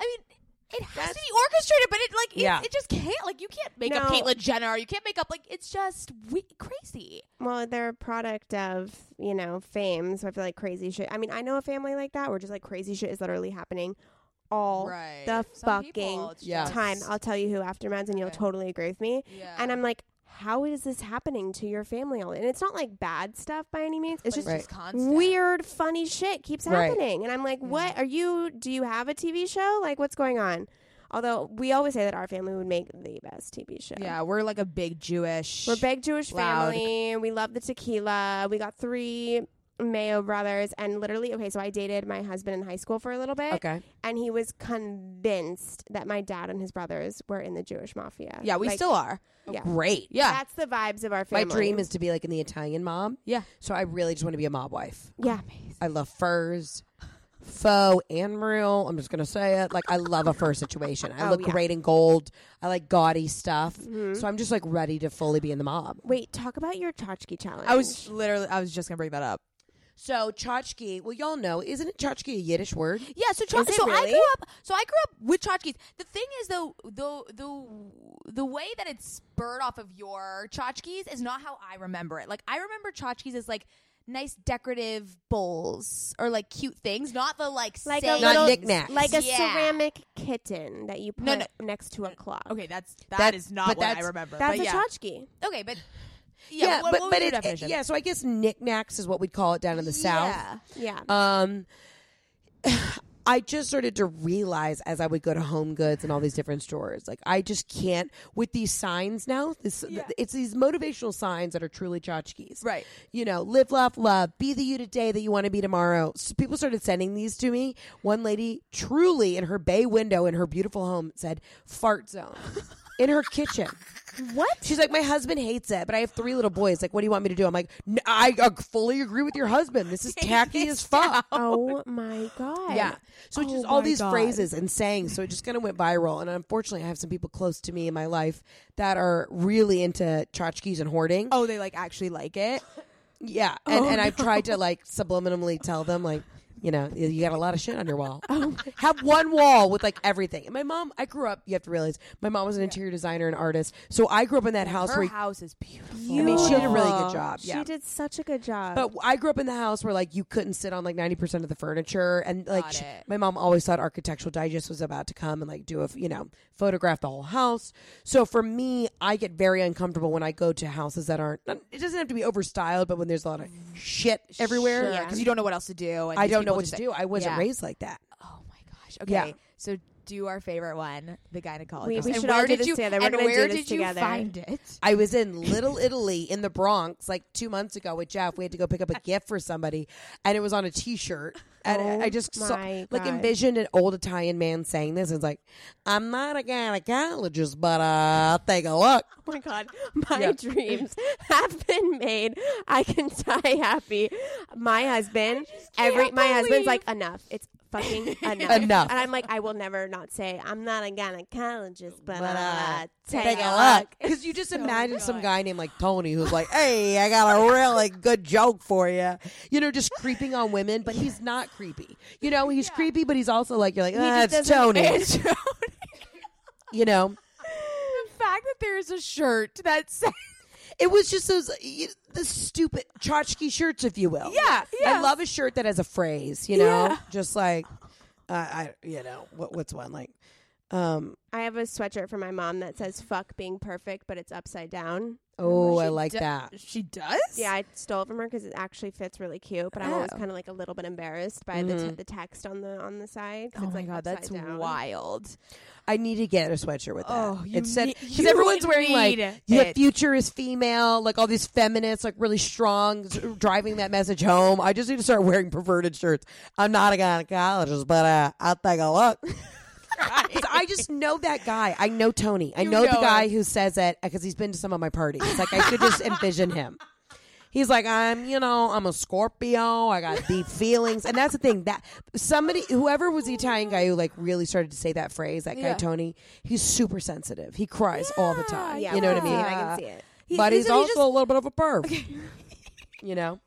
[SPEAKER 2] I mean. It has to be orchestrated, but it like it,
[SPEAKER 3] Yeah.
[SPEAKER 2] it just can't. Like you can't make up
[SPEAKER 1] No.
[SPEAKER 2] Caitlyn Jenner. You can't make up like it's just we- crazy.
[SPEAKER 1] Well, they're a product of, you know, fame. So I feel like crazy shit. I mean, I know a family like that where just like crazy shit is literally happening all
[SPEAKER 4] Right.
[SPEAKER 1] the
[SPEAKER 2] Some
[SPEAKER 1] fucking
[SPEAKER 2] people, it's
[SPEAKER 3] Yeah.
[SPEAKER 2] just-
[SPEAKER 1] time. I'll tell you who aftermaths and you'll
[SPEAKER 2] Okay.
[SPEAKER 1] totally agree with me.
[SPEAKER 4] Yeah.
[SPEAKER 1] And I'm like, how is this happening to your family? all- And it's not like bad stuff by any means. It's
[SPEAKER 4] But
[SPEAKER 1] just
[SPEAKER 3] Right.
[SPEAKER 4] just constant.
[SPEAKER 1] weird, funny shit keeps
[SPEAKER 3] Right.
[SPEAKER 1] happening. And I'm like, what are you? Do you have a TV show? Like, what's going on? Although we always say that our family would make the best TV show.
[SPEAKER 4] Yeah, we're like a big Jewish.
[SPEAKER 1] We're a big Jewish
[SPEAKER 4] Loud.
[SPEAKER 1] family. We love the tequila. We got three Mayo brothers. And literally, okay, so I dated my husband in high school for a little bit.
[SPEAKER 3] Okay.
[SPEAKER 1] And he was convinced that my dad and his brothers were in the Jewish mafia.
[SPEAKER 4] yeah, we
[SPEAKER 1] Like,
[SPEAKER 4] still are.
[SPEAKER 1] Yeah.
[SPEAKER 3] Great.
[SPEAKER 4] Yeah.
[SPEAKER 1] That's the vibes of our
[SPEAKER 3] My
[SPEAKER 1] family.
[SPEAKER 3] dream is to be like in the Italian mom.
[SPEAKER 4] Yeah.
[SPEAKER 3] So I really just want to be a mob wife.
[SPEAKER 1] Yeah.
[SPEAKER 3] I love furs, faux and real. I'm just gonna say it. Like I love a fur situation. I
[SPEAKER 1] Oh,
[SPEAKER 3] look
[SPEAKER 1] yeah.
[SPEAKER 3] great in gold. I like gaudy stuff. So I'm just like ready to fully be in the mob.
[SPEAKER 1] Wait, talk about your tchotchke challenge.
[SPEAKER 4] I was literally. I was just gonna bring that up.
[SPEAKER 3] So tchotchke, well y'all know, isn't it tchotchke a Yiddish word?
[SPEAKER 2] Yeah, so cho-
[SPEAKER 1] Is it
[SPEAKER 2] so I
[SPEAKER 1] really?
[SPEAKER 2] grew up so I grew up with tchotchkes. The thing is though the the the way that it's spurred off of your tchotchkes is not how I remember it. Like I remember tchotchkes as like nice decorative bowls or like cute things, not the like
[SPEAKER 1] Like a
[SPEAKER 2] sayings.
[SPEAKER 3] Not
[SPEAKER 1] Little-
[SPEAKER 3] knickknacks.
[SPEAKER 1] like a
[SPEAKER 2] Yeah.
[SPEAKER 1] ceramic kitten that you put
[SPEAKER 2] No, no.
[SPEAKER 1] next to a clock.
[SPEAKER 4] Okay, that's
[SPEAKER 3] That-
[SPEAKER 4] that is not
[SPEAKER 3] but
[SPEAKER 4] what
[SPEAKER 3] that's-
[SPEAKER 4] I remember.
[SPEAKER 1] That's
[SPEAKER 4] but
[SPEAKER 1] a
[SPEAKER 4] yeah.
[SPEAKER 1] tchotchke.
[SPEAKER 2] Okay, but yeah, what, what was your
[SPEAKER 3] it- it-
[SPEAKER 2] definition?
[SPEAKER 3] yeah, so I guess knickknacks is what we'd call it down in the south.
[SPEAKER 2] Yeah.
[SPEAKER 1] Yeah.
[SPEAKER 3] Um, [SIGHS] I just started to realize as I would go to Home Goods and all these different stores, like I just can't with these signs now. This it's these motivational signs that are truly tchotchkes.
[SPEAKER 4] Right.
[SPEAKER 3] You know, live, laugh, love. Be the you today that you want to be tomorrow. So people started sending these to me. One lady, truly, in her bay window in her beautiful home, said "fart zone" in her kitchen.
[SPEAKER 1] what?
[SPEAKER 3] She's like, my husband hates it, but I have three little boys. Like, what do you want me to do? I'm like, "N- I uh, fully agree with your husband. This is tacky as fuck.
[SPEAKER 1] Oh my god.
[SPEAKER 3] Yeah. So it's
[SPEAKER 4] Oh
[SPEAKER 3] just all
[SPEAKER 4] my
[SPEAKER 3] these
[SPEAKER 4] God.
[SPEAKER 3] phrases and sayings. So it just kind of went viral. And unfortunately, I have some people close to me in my life that are really into tchotchkes and hoarding.
[SPEAKER 4] Oh, they like actually like it. [LAUGHS] Oh,
[SPEAKER 3] yeah. And, and I've tried to like subliminally tell them, like, you know, you- you got a lot of shit on
[SPEAKER 4] [LAUGHS]
[SPEAKER 3] your wall.
[SPEAKER 4] Oh
[SPEAKER 3] Have one wall with like everything. And my mom, I grew up, you have to realize, my mom was an interior designer and artist. So I grew up in that house
[SPEAKER 4] Her
[SPEAKER 3] where,
[SPEAKER 4] house is beautiful.
[SPEAKER 3] I mean, she did a really
[SPEAKER 1] Beautiful.
[SPEAKER 3] good job. Yeah.
[SPEAKER 1] She did such a good job.
[SPEAKER 3] But I grew up in the house where like you couldn't sit on like ninety percent of the furniture, and like
[SPEAKER 4] Got
[SPEAKER 3] sh-
[SPEAKER 4] it.
[SPEAKER 3] my mom always thought Architectural Digest was about to come and like do a f- you know photograph the whole house. So for me, I get very uncomfortable when I go to houses that aren't. not- It doesn't have to be overstyled, but when there's a lot of shit everywhere,
[SPEAKER 4] Sure, because you don't know what else to do. and
[SPEAKER 3] I
[SPEAKER 4] these
[SPEAKER 3] don't know
[SPEAKER 4] people
[SPEAKER 3] what
[SPEAKER 4] just
[SPEAKER 3] to
[SPEAKER 4] say-
[SPEAKER 3] do. I wasn't
[SPEAKER 4] Yeah.
[SPEAKER 3] raised like that.
[SPEAKER 4] Oh my gosh. Okay,
[SPEAKER 3] Yeah.
[SPEAKER 4] so do our favorite one, the gynecologist.
[SPEAKER 1] We- we
[SPEAKER 4] And
[SPEAKER 1] should all
[SPEAKER 4] where
[SPEAKER 1] do
[SPEAKER 4] did
[SPEAKER 1] this
[SPEAKER 4] you,
[SPEAKER 1] together. We're
[SPEAKER 4] and
[SPEAKER 1] gonna do
[SPEAKER 4] where
[SPEAKER 1] this
[SPEAKER 4] did
[SPEAKER 1] together.
[SPEAKER 4] you find
[SPEAKER 1] [LAUGHS]
[SPEAKER 4] it?
[SPEAKER 3] I was in Little Italy in the Bronx like two months ago with Jeff. We had to
[SPEAKER 1] [LAUGHS]
[SPEAKER 3] go pick up a gift for somebody, and it was on a T-shirt. And
[SPEAKER 1] Oh
[SPEAKER 3] I just saw,
[SPEAKER 1] my
[SPEAKER 3] like
[SPEAKER 1] God.
[SPEAKER 3] envisioned an old Italian man saying this. And it's like, I'm not a gynecologist, but uh, I'll take a look.
[SPEAKER 1] oh [LAUGHS] my god, my dreams have been made. I can die happy. My husband, every my husband's like enough. It's fucking
[SPEAKER 3] [LAUGHS]
[SPEAKER 1] enough.
[SPEAKER 3] Enough.
[SPEAKER 1] And I'm like, I will never not say I'm not a gynecologist, but,
[SPEAKER 3] But,
[SPEAKER 1] uh,
[SPEAKER 3] uh,
[SPEAKER 1] take,
[SPEAKER 3] Take
[SPEAKER 1] a
[SPEAKER 3] a
[SPEAKER 1] look.
[SPEAKER 3] look,
[SPEAKER 1] [LAUGHS]
[SPEAKER 3] because you just imagine some guy named like Tony who's like, "Hey, I got a really good joke for you," you know, just creeping on women. But he's not creepy, you know. He's creepy, but he's also like, "You're like, ah,
[SPEAKER 1] just
[SPEAKER 3] it's
[SPEAKER 1] doesn't- [LAUGHS]
[SPEAKER 3] Tony,"
[SPEAKER 4] It's
[SPEAKER 3] you know.
[SPEAKER 4] the fact that there is a shirt that
[SPEAKER 1] [LAUGHS]
[SPEAKER 4] says
[SPEAKER 3] It was just those you, the stupid tchotchke shirts, if you
[SPEAKER 1] Oh,
[SPEAKER 3] will.
[SPEAKER 4] [LAUGHS] Yeah,
[SPEAKER 3] I
[SPEAKER 4] yeah.
[SPEAKER 3] love a shirt that has a phrase. You know, just like uh, I, you know, what, what's one like? Um,
[SPEAKER 1] I have a sweatshirt from my mom that says "fuck being perfect," but it's upside down.
[SPEAKER 3] oh,
[SPEAKER 4] She
[SPEAKER 3] I like
[SPEAKER 4] do-
[SPEAKER 3] that.
[SPEAKER 4] She does?
[SPEAKER 1] Yeah, I stole it from her because it actually fits really cute. But I'm always
[SPEAKER 4] Oh.
[SPEAKER 1] kind of like a little bit embarrassed by the,
[SPEAKER 3] Mm-hmm.
[SPEAKER 1] t- the text on the on the side. 'cause
[SPEAKER 4] Oh
[SPEAKER 1] it's,
[SPEAKER 4] my
[SPEAKER 1] like,
[SPEAKER 4] god, that's
[SPEAKER 1] upside down.
[SPEAKER 4] wild.
[SPEAKER 3] I need to get a sweatshirt with that.
[SPEAKER 4] Oh, you
[SPEAKER 3] it said
[SPEAKER 4] need-
[SPEAKER 3] because
[SPEAKER 4] you
[SPEAKER 3] everyone's wearing like
[SPEAKER 4] need
[SPEAKER 3] the
[SPEAKER 4] it.
[SPEAKER 3] future is female, like all these feminists, like really strong, s- driving that message home. I just need to start wearing perverted shirts. I'm not a gynecologist, but uh, I'll take a look. [LAUGHS] 'Cause I just know that guy. I know Tony. I
[SPEAKER 4] You
[SPEAKER 3] know, the
[SPEAKER 4] know
[SPEAKER 3] guy
[SPEAKER 4] him.
[SPEAKER 3] who says it because he's been to some of my parties. It's Like I could just envision him. He's like, I'm, you know, I'm a Scorpio. I got deep feelings, and that's the thing that somebody, whoever was the Italian guy who like really started to say that phrase, that guy
[SPEAKER 4] Yeah.
[SPEAKER 3] Tony, he's super sensitive. He cries all the time.
[SPEAKER 1] Yeah,
[SPEAKER 3] you know what I
[SPEAKER 1] can
[SPEAKER 3] mean?
[SPEAKER 1] see it, I can see it.
[SPEAKER 3] but he's,
[SPEAKER 4] he's- he's
[SPEAKER 3] also
[SPEAKER 4] just-
[SPEAKER 3] a little bit of a perv. you know,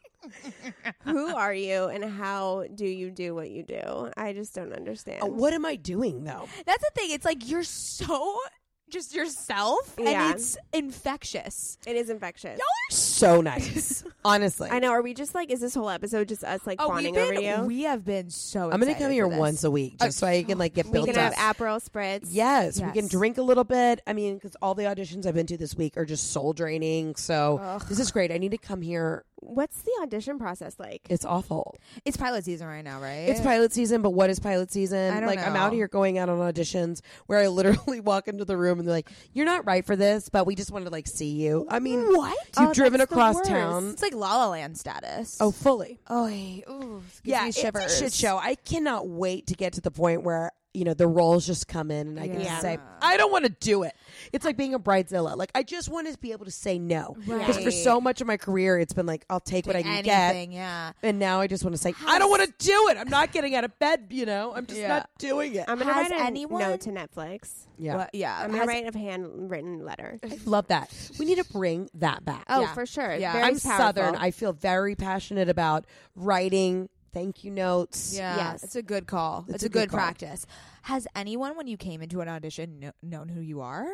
[SPEAKER 1] Who are you, and how do you do what you do? I just don't understand.
[SPEAKER 4] Oh,
[SPEAKER 3] Uh, what am I doing though?
[SPEAKER 4] That's the thing. It's like you're so [LAUGHS] just yourself
[SPEAKER 1] Yeah.
[SPEAKER 4] and it's infectious.
[SPEAKER 1] it is infectious.
[SPEAKER 3] So nice, honestly.
[SPEAKER 1] I know. Are we just like? Is this whole episode just us like fawning over you?
[SPEAKER 4] we have Oh, been so
[SPEAKER 3] I'm gonna
[SPEAKER 4] excited
[SPEAKER 3] come here
[SPEAKER 4] for this.
[SPEAKER 3] once a week just so I can like get
[SPEAKER 1] we
[SPEAKER 3] built
[SPEAKER 1] can
[SPEAKER 3] up.
[SPEAKER 1] have Aperol spritz.
[SPEAKER 3] Yes, we can
[SPEAKER 4] Yes.
[SPEAKER 3] drink a little bit. I mean, because all the auditions I've been to this week are just soul draining. So this is great. I need to come here.
[SPEAKER 1] What's the audition process like?
[SPEAKER 3] It's awful.
[SPEAKER 4] It's pilot season right now, right?
[SPEAKER 3] It's pilot season, but what is pilot season?
[SPEAKER 4] I don't
[SPEAKER 3] like, I'm
[SPEAKER 4] know.
[SPEAKER 3] out here going out on auditions where I literally [LAUGHS] walk into the room and they're like, "You're not right for this, but we just wanted to like see you." I mean,
[SPEAKER 4] What?
[SPEAKER 3] You've
[SPEAKER 1] Oh,
[SPEAKER 3] driven
[SPEAKER 1] that's the
[SPEAKER 3] across
[SPEAKER 1] worst.
[SPEAKER 3] town.
[SPEAKER 4] It's like La La Land status.
[SPEAKER 3] Oh, fully.
[SPEAKER 4] oh, ooh, gives
[SPEAKER 3] yeah,
[SPEAKER 4] me
[SPEAKER 3] it's
[SPEAKER 4] shivers.
[SPEAKER 3] a shit show. I cannot wait to get to the point where you know the roles just come in and I can
[SPEAKER 1] Yeah.
[SPEAKER 3] say I don't want to do it. It's like being a bridezilla. Like I just want to be able to say no because for
[SPEAKER 4] Right.
[SPEAKER 3] so much of my career it's been like I'll take what I can
[SPEAKER 4] Anything,
[SPEAKER 3] get.
[SPEAKER 4] yeah.
[SPEAKER 3] And now I just want to say I don't want to do it. I'm not getting out of bed. You know, I'm just
[SPEAKER 4] Yeah.
[SPEAKER 3] not doing it.
[SPEAKER 1] I'm gonna
[SPEAKER 4] Has
[SPEAKER 1] write a
[SPEAKER 4] anyone-
[SPEAKER 1] note to Netflix.
[SPEAKER 3] yeah,
[SPEAKER 4] What- yeah.
[SPEAKER 1] I'm
[SPEAKER 4] Has-
[SPEAKER 1] gonna write a handwritten letter.
[SPEAKER 3] I love that. We need to bring that back.
[SPEAKER 1] Oh,
[SPEAKER 4] Yeah.
[SPEAKER 1] for sure.
[SPEAKER 4] Yeah.
[SPEAKER 1] Very
[SPEAKER 3] I'm
[SPEAKER 1] powerful.
[SPEAKER 3] southern. I feel very passionate about writing thank you notes.
[SPEAKER 4] yeah,
[SPEAKER 1] Yes.
[SPEAKER 4] it's a good call. It's,
[SPEAKER 3] a
[SPEAKER 4] a,
[SPEAKER 3] good
[SPEAKER 4] good,
[SPEAKER 3] call.
[SPEAKER 4] practice. Has anyone, when you came into an audition, kno- known who you are?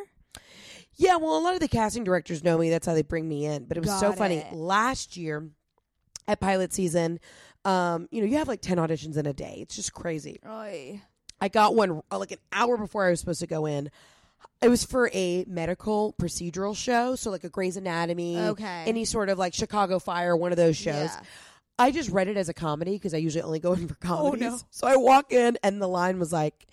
[SPEAKER 3] Yeah, well, a lot of the casting directors know me. That's how they bring me in. But it was so
[SPEAKER 4] Got
[SPEAKER 3] funny.
[SPEAKER 4] it.
[SPEAKER 3] Last year at pilot season, um, you know, you have like 10 auditions in a day. It's just crazy. I got one uh, like an hour before I was supposed to go in. It was for a medical procedural show. So, like a Grey's Anatomy,
[SPEAKER 4] Okay.
[SPEAKER 3] any sort of like Chicago Fire, one of those shows.
[SPEAKER 4] Yeah.
[SPEAKER 3] I just read it as a comedy because I usually only go in for comedies.
[SPEAKER 4] no.
[SPEAKER 3] So I walk in and the line was like,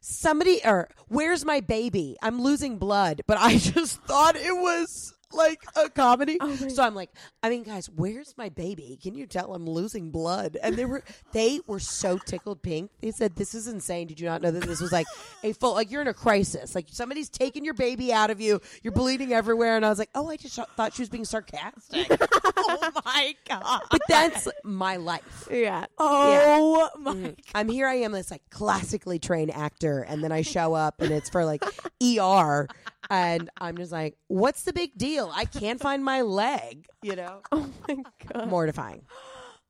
[SPEAKER 3] somebody or where's my baby? I'm losing blood. But I [LAUGHS] just thought it was like a comedy. so I'm like, I mean, guys, where's my baby? Can you tell I'm losing blood? And they were they were so tickled pink. They said, This is insane. Did you not know that this was like a full like you're in a crisis. Like somebody's taking your baby out of you. You're bleeding everywhere. And I was like, Oh, I just thought she was being sarcastic.
[SPEAKER 4] oh my god!
[SPEAKER 3] but that's my life.
[SPEAKER 1] Yeah.
[SPEAKER 4] Oh my!
[SPEAKER 3] Mm-hmm. I'm here. I am this like classically trained actor, and then I show up, and it's for like ER, and I'm just like, "What's the big deal? I can't find my leg." You know,
[SPEAKER 1] [LAUGHS] Oh my god.
[SPEAKER 3] mortifying.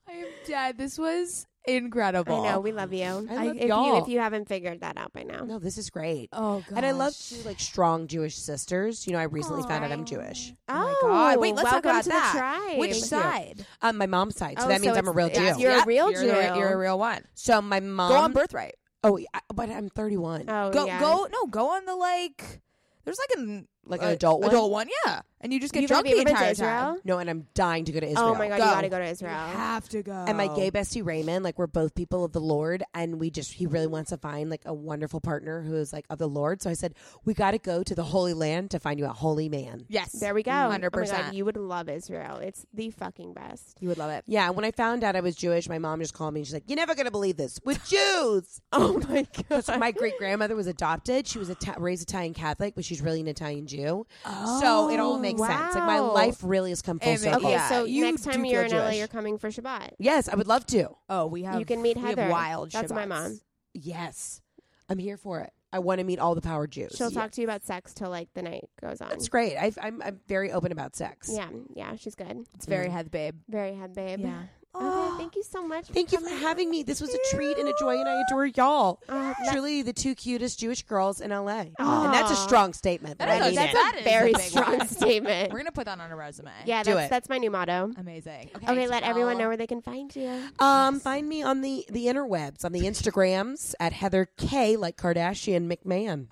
[SPEAKER 4] I am dead. This was incredible.
[SPEAKER 1] I know. We love you. I
[SPEAKER 3] love
[SPEAKER 1] if you
[SPEAKER 3] y'all.
[SPEAKER 1] if you haven't figured that out by now.
[SPEAKER 3] No, this is great.
[SPEAKER 4] Oh god!
[SPEAKER 3] and I love two like strong Jewish sisters. You know, I recently found out I'm
[SPEAKER 4] Aw.
[SPEAKER 3] Jewish.
[SPEAKER 1] Oh,
[SPEAKER 4] God. Wait, let's talk
[SPEAKER 1] welcome
[SPEAKER 4] about
[SPEAKER 1] to
[SPEAKER 4] that.
[SPEAKER 1] The tribe.
[SPEAKER 4] Which
[SPEAKER 3] Thank you.
[SPEAKER 4] side?
[SPEAKER 3] On Um, my mom's side, so
[SPEAKER 1] Oh,
[SPEAKER 3] that means
[SPEAKER 1] so
[SPEAKER 3] I'm a
[SPEAKER 1] it's-
[SPEAKER 3] real Jew.
[SPEAKER 1] yeah,
[SPEAKER 4] You're
[SPEAKER 1] You're a real
[SPEAKER 4] you're the-
[SPEAKER 1] Jew.
[SPEAKER 4] you're a real one.
[SPEAKER 3] so my
[SPEAKER 4] Go on Uh,
[SPEAKER 3] mom.
[SPEAKER 4] birthright.
[SPEAKER 3] oh, yeah, but I'm 31.
[SPEAKER 1] Oh,
[SPEAKER 4] go
[SPEAKER 1] yeah.
[SPEAKER 4] go no go on the like. There's like an
[SPEAKER 3] Like an adult one?
[SPEAKER 4] adult one, yeah. And you just get
[SPEAKER 1] You've
[SPEAKER 4] drunk
[SPEAKER 1] already
[SPEAKER 4] the
[SPEAKER 1] been to
[SPEAKER 4] entire
[SPEAKER 1] Israel?
[SPEAKER 4] time.
[SPEAKER 3] no, and I'm dying to go to Israel.
[SPEAKER 1] Oh my god,
[SPEAKER 4] Go.
[SPEAKER 1] you gotta go to Israel.
[SPEAKER 4] Have to go.
[SPEAKER 3] And my
[SPEAKER 1] Oh.
[SPEAKER 3] gay bestie Raymond, like we're both people of the Lord, and we just he really wants to find like a wonderful partner who is like of the Lord. So I said, we got to go to the Holy Land to find you a holy man.
[SPEAKER 4] Yes,
[SPEAKER 1] There we go.
[SPEAKER 4] Hundred
[SPEAKER 1] Oh my god,
[SPEAKER 4] percent.
[SPEAKER 1] you would love Israel. It's the
[SPEAKER 4] [LAUGHS]
[SPEAKER 1] fucking best.
[SPEAKER 4] You would love it.
[SPEAKER 3] Yeah, when I found out I was Jewish, my mom just called me and she's like, "You're never gonna believe this.
[SPEAKER 1] [LAUGHS]
[SPEAKER 3] We're Jews." oh my god! my great grandmother was adopted. She was Ita- raised Italian Catholic, but she's really an Italian Jew. so it all
[SPEAKER 1] Oh.
[SPEAKER 3] makes sense. Like my
[SPEAKER 1] wow.
[SPEAKER 3] life really has come full
[SPEAKER 4] It makes-
[SPEAKER 3] circle.
[SPEAKER 1] Okay,
[SPEAKER 4] Yeah,
[SPEAKER 1] so
[SPEAKER 4] you
[SPEAKER 1] next time
[SPEAKER 4] do
[SPEAKER 1] you're in
[SPEAKER 4] feel
[SPEAKER 1] LA,
[SPEAKER 4] Jewish.
[SPEAKER 1] you're coming for Shabbat.
[SPEAKER 3] Yes, I would love to.
[SPEAKER 4] Oh, we have.
[SPEAKER 1] You can meet
[SPEAKER 4] we have
[SPEAKER 1] Heather.
[SPEAKER 4] wild.
[SPEAKER 1] That's my
[SPEAKER 4] Shabbats.
[SPEAKER 1] mom.
[SPEAKER 3] Yes, I'm here for it. I want to meet all the power Jews.
[SPEAKER 1] She'll talk to you about sex till like the night goes on.
[SPEAKER 3] That's great. i I'm, I'm very open about sex.
[SPEAKER 1] Yeah, yeah, she's good.
[SPEAKER 4] It's very head babe.
[SPEAKER 1] Very head babe.
[SPEAKER 4] Yeah.
[SPEAKER 1] Mm. Okay, thank you so much.
[SPEAKER 3] Oh. Thank you for having me. This was a treat and a joy, and I adore y'all.
[SPEAKER 4] Oh,
[SPEAKER 1] Uh,
[SPEAKER 3] Truly, the two cutest Jewish girls in LA. And that's a
[SPEAKER 1] Aw.
[SPEAKER 3] strong statement. but
[SPEAKER 4] That
[SPEAKER 3] I
[SPEAKER 4] is
[SPEAKER 3] mean
[SPEAKER 4] a- that
[SPEAKER 3] it.
[SPEAKER 1] Oh, that's a
[SPEAKER 4] is
[SPEAKER 1] very
[SPEAKER 4] a big
[SPEAKER 1] strong [LAUGHS]
[SPEAKER 4] one.
[SPEAKER 1] statement.
[SPEAKER 4] We're gonna put that on a resume.
[SPEAKER 1] yeah,
[SPEAKER 3] Do
[SPEAKER 1] that's
[SPEAKER 3] it.
[SPEAKER 1] that's my new motto.
[SPEAKER 4] Amazing. Okay,
[SPEAKER 1] Okay, let everyone
[SPEAKER 4] Janelle. [LAUGHS]
[SPEAKER 1] know where they can find you.
[SPEAKER 3] Um, find me on the the interwebs, on the Instagrams at Heather K, like Kardashian McMahon.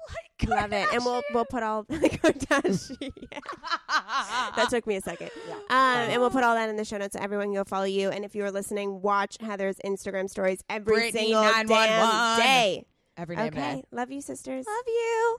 [SPEAKER 1] Love it, and we'll we'll put all the Kardashian. [LAUGHS] that took me a second. um, and we'll put all that in the show notes so everyone can go follow you. And if you are listening, watch Heather's Instagram stories every
[SPEAKER 4] Brittany
[SPEAKER 1] single damn
[SPEAKER 4] 911.
[SPEAKER 1] day.
[SPEAKER 4] Every damn day.
[SPEAKER 1] Okay, [LAUGHS] love you, sisters.
[SPEAKER 2] you.